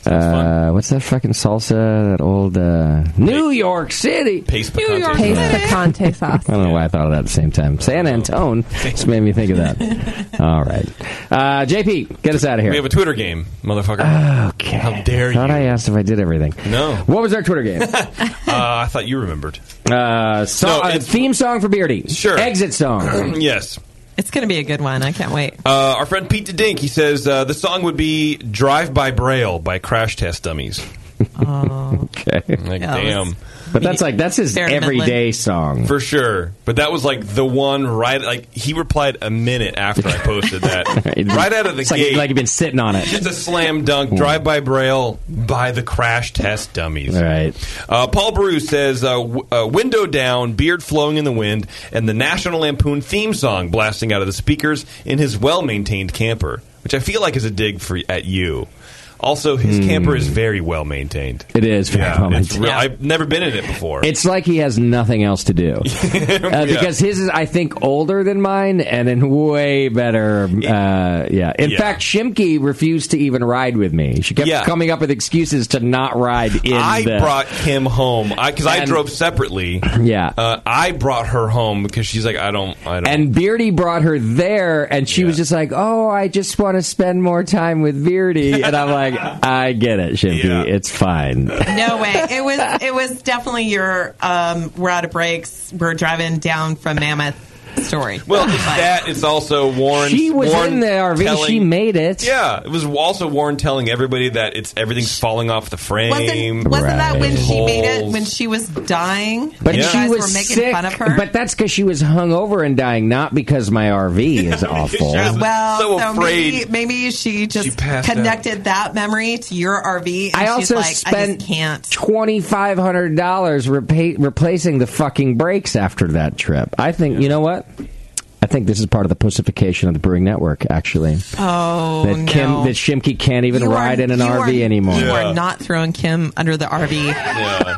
S9: uh, what's that fucking salsa? That old uh, New York City.
S2: Pace
S9: New York
S19: paste picante sauce.
S9: I don't know why I thought of that at the same time.
S2: Oh,
S9: San Antone just made me think of that. All right, uh, JP, get us out of here.
S2: We have a Twitter game, motherfucker.
S9: Okay.
S2: How dare
S9: Thought
S2: you?
S9: I asked if I did everything.
S2: No.
S9: What was our Twitter game?
S2: uh, I thought you remembered.
S9: Uh, so,
S2: No,
S9: uh,
S2: it's-
S9: theme song for Beardy. Sure. Exit song.
S2: yes.
S10: It's going to be a good one. I can't wait.
S2: Uh, our friend Pete DeDink, he says uh, the song would be Drive by Braille by Crash Test Dummies.
S9: okay.
S2: Like, Yeah, damn. that's-
S9: Oh, But that's like that's his
S2: Sarah Midland.
S9: everyday song.
S2: For sure. But that was like the one right like he replied a minute after I posted that. right out of the
S9: It's like-
S2: gate.
S9: like you've been sitting on it.
S2: Just a slam dunk, drive by Braille, by the crash test dummies.
S9: Right.
S2: Uh, Paul Bruce says, uh, w- uh, window down, beard flowing in the wind, and the National Lampoon theme song blasting out of the speakers in his well maintained camper, which I feel like is a dig for at you. Also, his
S9: Hmm.
S2: camper is very well maintained.
S9: It is very well
S2: it's
S9: maintained.
S2: real- I've never been in it before.
S9: It's like he has nothing else to do. Uh, because his is, I think, older than mine and in way better. Uh, yeah. In
S2: Yeah.
S9: fact, Shimke refused to even ride with me. She kept
S2: Yeah.
S9: coming up with excuses to not ride in
S2: I
S9: the.
S2: brought him home because I, drove separately.
S9: Yeah.
S2: uh, I brought her home because she's like, I don't, I don't.
S9: and Beardy brought her there, and she was just like, "Oh, I just want to spend more time with Beardy." And I'm like, "I get it, Shimke. It's fine."
S10: No way. It was it was definitely your um, we're out of breaks. We're driving down from Mammoth story.
S2: well, it's that it's also Warren.
S9: She was
S2: Warren
S9: in the RV.
S2: telling-
S9: she made it.
S2: Yeah, it was also Warren telling everybody that it's everything's falling off the frame.
S10: Wasn't, wasn't that when she made it when she was dying?
S9: But
S10: you
S9: she
S10: guys
S9: was
S10: were making
S9: sick.
S10: fun of her.
S9: But that's because she was hungover and dying, not because my RV is awful.
S10: well,
S2: so
S10: maybe,
S2: afraid.
S10: maybe she just
S9: passed out.
S10: connected that memory to your RV. And
S9: I
S10: she's
S9: also
S10: like, I
S9: spent
S10: just can't.
S9: twenty five hundred dollars repa- replacing the fucking brakes after that trip. I think you know what? I think this is part of the pussification of the brewing network. Actually,
S10: Oh
S9: that
S10: no!
S9: Kim that Shimke can't even
S10: You are-
S9: ride in an
S10: you
S9: RV
S10: are-
S9: anymore.
S10: You are not throwing Kim under the RV. Now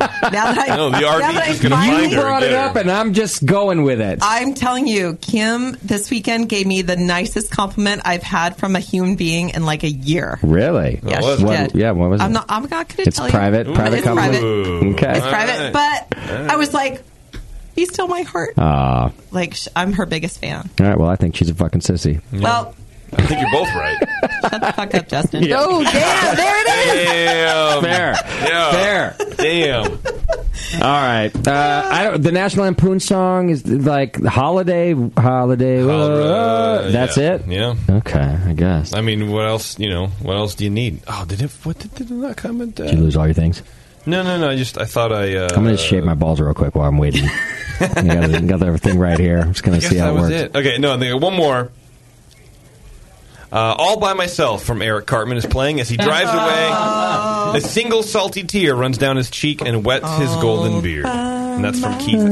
S10: that I,
S9: No, the RV
S10: now that
S9: is
S10: I
S9: just gonna
S10: finally-
S9: find her You brought and get it her. up, and I'm just going with it.
S10: I'm telling you, Kim this weekend gave me the nicest compliment I've had from a human being in like a year.
S9: Really?
S10: Yeah,
S2: Oh,
S10: she
S9: What-
S10: did.
S9: yeah, what was
S10: I'm
S9: it?
S10: not. I'm not going to
S9: It's
S10: tell you.
S9: private, private
S10: It's
S9: company.
S10: private.
S9: Okay.
S10: It's private. But I was like, he's still my heart.
S9: Ah.
S10: Like sh- I'm her biggest fan.
S9: all right. Well, I think she's a fucking sissy.
S10: Well,
S2: I think you're both right.
S10: shut the fuck up, Justin.
S9: Yeah. Oh,
S10: damn! There it
S2: Damn.
S9: Fair.
S2: Yeah.
S9: Fair.
S2: Damn.
S9: All right. Uh, I don't, the National Lampoon song is like holiday, holiday. uh, that's
S2: yeah.
S9: it.
S2: Yeah.
S9: Okay, I guess.
S2: I mean, what else? You know, what else do you need? Oh, did it? What did, did it not comment? Uh,
S9: Did you lose all your things?
S2: No, no, no. I just I thought I. Uh,
S9: I'm gonna shave my balls real quick while I'm waiting. I got, the- got everything right here. I'm just gonna
S2: I guess
S9: see how
S2: that
S9: it
S2: was
S9: works.
S2: it. Okay, no, I think one more. Uh, All by myself from Eric Cartman is playing as he drives away. A single salty tear runs down his cheek and wets his golden beard. And that's from Keith Allen.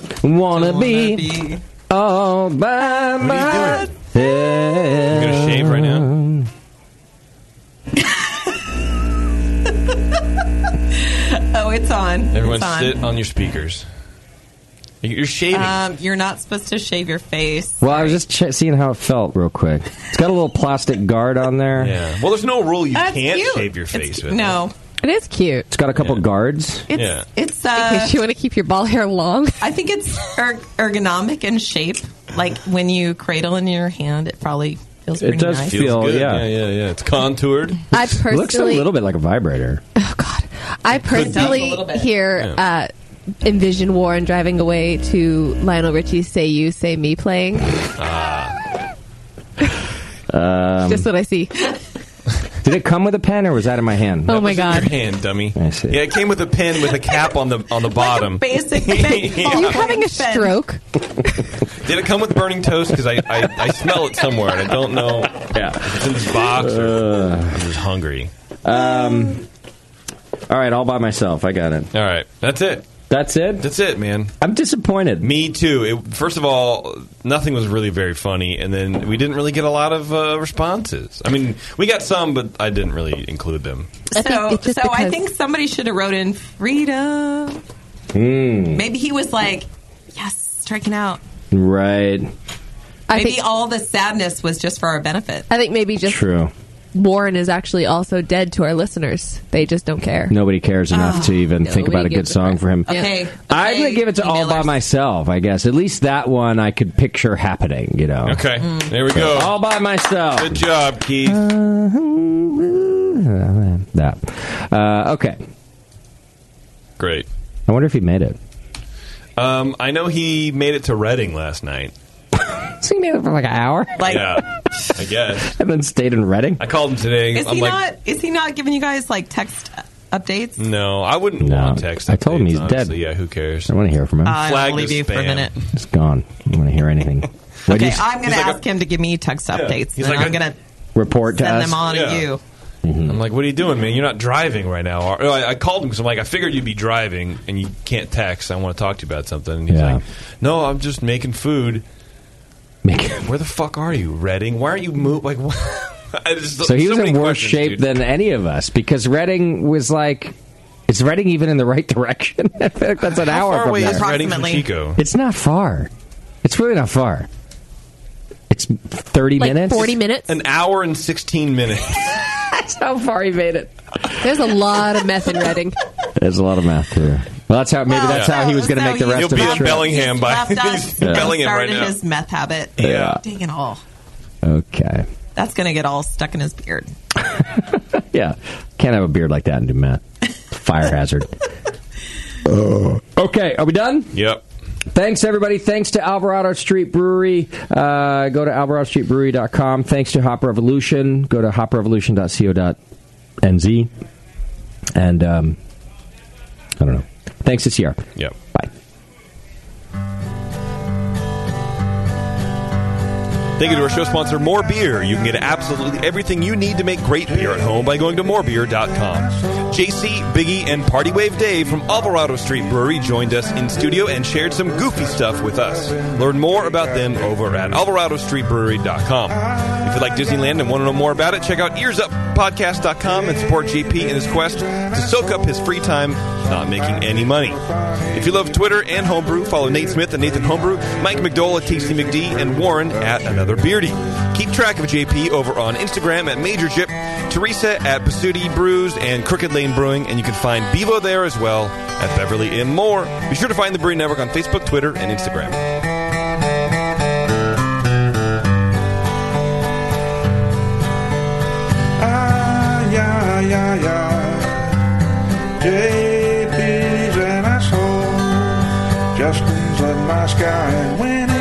S9: Myself, Wanna be all by myself. I'm
S2: gonna shave right now.
S10: is. Oh, it's on.
S2: Everyone,
S10: it's on.
S2: sit on your speakers. You're shaving.
S10: Um, you're not supposed to shave your face.
S9: Well, I was just ch- seeing how it felt real quick. It's got a little plastic guard on there.
S2: Yeah. Well, there's no rule you
S10: That's
S2: can't
S10: cute.
S2: shave your face with.
S10: No.
S19: It is cute.
S9: It's got a couple guards.
S10: It's,
S2: Yeah.
S10: it's uh,
S19: Because you want to keep your ball hair long.
S10: I think it's erg- ergonomic in shape. Like when you cradle in your hand, it probably feels pretty nice.
S2: Feels
S9: Oh,
S2: good. yeah, yeah, yeah. It's contoured.
S19: I
S9: Looks a
S19: personally,
S9: little bit like a vibrator.
S19: I
S2: Could be.
S19: personally
S2: A little bit.
S19: here uh,
S2: Yeah.
S19: envision Warren driving away to Lionel Richie's "Say You, Say Me" playing.
S2: Ah.
S9: Um,
S19: Just what I see.
S9: did it come with a pen or was that in my hand?
S19: Oh my god!
S2: Your hand, dummy.
S9: I see.
S2: Yeah, it came with a pin with a cap on the on the bottom.
S10: Basic.
S19: Are you having a stroke?
S2: Did it come with burning toast? Because I, I, I smell it somewhere and I don't know.
S9: Yeah,
S2: if it's in this box. Or I'm just hungry.
S9: Uh, Um, all right, all by myself. I got it.
S2: All right, that's it.
S9: That's it.
S2: That's it, man.
S9: I'm disappointed.
S2: Me too. It, first of all, nothing was really very funny, and then we didn't really get a lot of uh, responses. I mean, we got some, but I didn't really include them.
S10: So,
S19: it's just
S10: so I
S19: because-
S10: think somebody should have wrote in freedom.
S2: Mm.
S9: Hmm.
S10: Maybe he was like, yes, striking out.
S9: Right.
S10: Maybe all the sadness was just for our benefit.
S19: I think maybe just
S9: True.
S19: Warren is actually also dead to our listeners. They just don't care.
S9: Nobody cares enough to even think
S19: nobody
S9: about a good
S19: gives a
S9: song for him.
S19: Okay,
S9: I'm gonna give it to all by myself. I guess at least that one I could picture happening. You know.
S2: Okay, there we go.
S9: Oh. Hmm. All by myself.
S2: Good job, Keith.
S9: That. Uh, okay.
S2: Great.
S9: I wonder if he made it.
S2: Um, I know he made it to Reading last night.
S9: So you made it for like an hour?
S10: Like-
S2: yeah, I guess.
S9: and then stayed in Reading?
S2: I called him today.
S10: Is
S2: I'm
S10: he
S2: like,
S10: not? Is he not giving you guys like text updates?
S2: no, I wouldn't want text.
S9: I told him he's
S2: honestly.
S9: dead.
S2: Yeah, who cares?
S9: I want to hear from him.
S10: I
S2: Flag
S10: will leave
S2: to
S10: you for a
S2: spam.
S10: minute.
S9: He's gone. I don't want to hear anything. What do
S10: Okay,
S9: you s-
S10: I'm going to ask him to give me text updates,
S2: He's
S10: and
S2: like
S10: I'm
S2: a-
S10: going to
S9: report to
S10: send
S9: us?
S10: them all
S2: Yeah.
S10: to you.
S2: I'm like, what are you doing, man? You're not driving right now. Or, oh, I, I called him because I'm like, I figured you'd be driving and you can't text. I want to talk to you about something. And he's
S9: Yeah.
S2: like, No, I'm just making food. Where the fuck are you, Redding? Why aren't you moving? Like, what? I just,
S9: so he was
S2: many
S9: in worse
S2: questions,
S9: shape
S2: dude.
S9: than any of us because Reading was like, is Reading even in the right direction? I feel like that's an
S2: How
S9: hour
S2: far
S9: from
S2: away
S9: there.
S2: is Reading from Approximately. Chico?
S9: It's not far. It's really not far. It's thirty minutes.
S19: minutes?
S2: An hour and 16 minutes.
S19: That's how far he made it. There's a lot of meth in Reading.
S9: There's a lot of math here. Well, that's how maybe
S2: Well,
S9: that's how he was going to make the rest
S2: He'll
S9: of the
S2: be
S9: trip.
S2: in Bellingham by
S10: Left
S2: he's
S10: us
S9: Yeah.
S10: and
S2: Bellingham right
S10: started
S2: now.
S10: his meth habit.
S9: Yeah.
S10: Dang it all.
S9: Okay.
S10: That's going to get all stuck in his beard.
S9: Yeah. Can't have a beard like that and do math. Fire hazard. Ugh. okay, are we done?
S2: Yep.
S9: Thanks, everybody. Thanks to Alvarado Street Brewery. Uh, go to alvaradostreetbrewery.com. Thanks to Hop Revolution. Go to hoprevolution.co.nz. And um, I don't know. Thanks to CR.
S2: Yep.
S9: Bye.
S2: Thank you to our show sponsor, More Beer. You can get absolutely everything you need to make great beer at home by going to morebeer.com. JC, Biggie, and Party Wave Dave from Alvarado Street Brewery joined us in studio and shared some goofy stuff with us. Learn more about them over at alvaradostreetbrewery.com. If you like Disneyland and want to know more about it, check out earsuppodcast.com and support JP in his quest to soak up his free time not making any money. If you love Twitter and homebrew, follow Nate Smith and Nathan Homebrew, Mike McDowell at TC McD, and Warren at Another Beardy. Keep track of JP over on Instagram at Major Jip, Teresa at Pasuti Brews, and Crooked Lane Brewing, and you can find Bevo there as well at Beverly and More. Be sure to find the Brewery Network on Facebook, Twitter, and Instagram.
S20: Ah, yeah, yeah, yeah. oh. JP's an asshole. Justin's a nice guy when it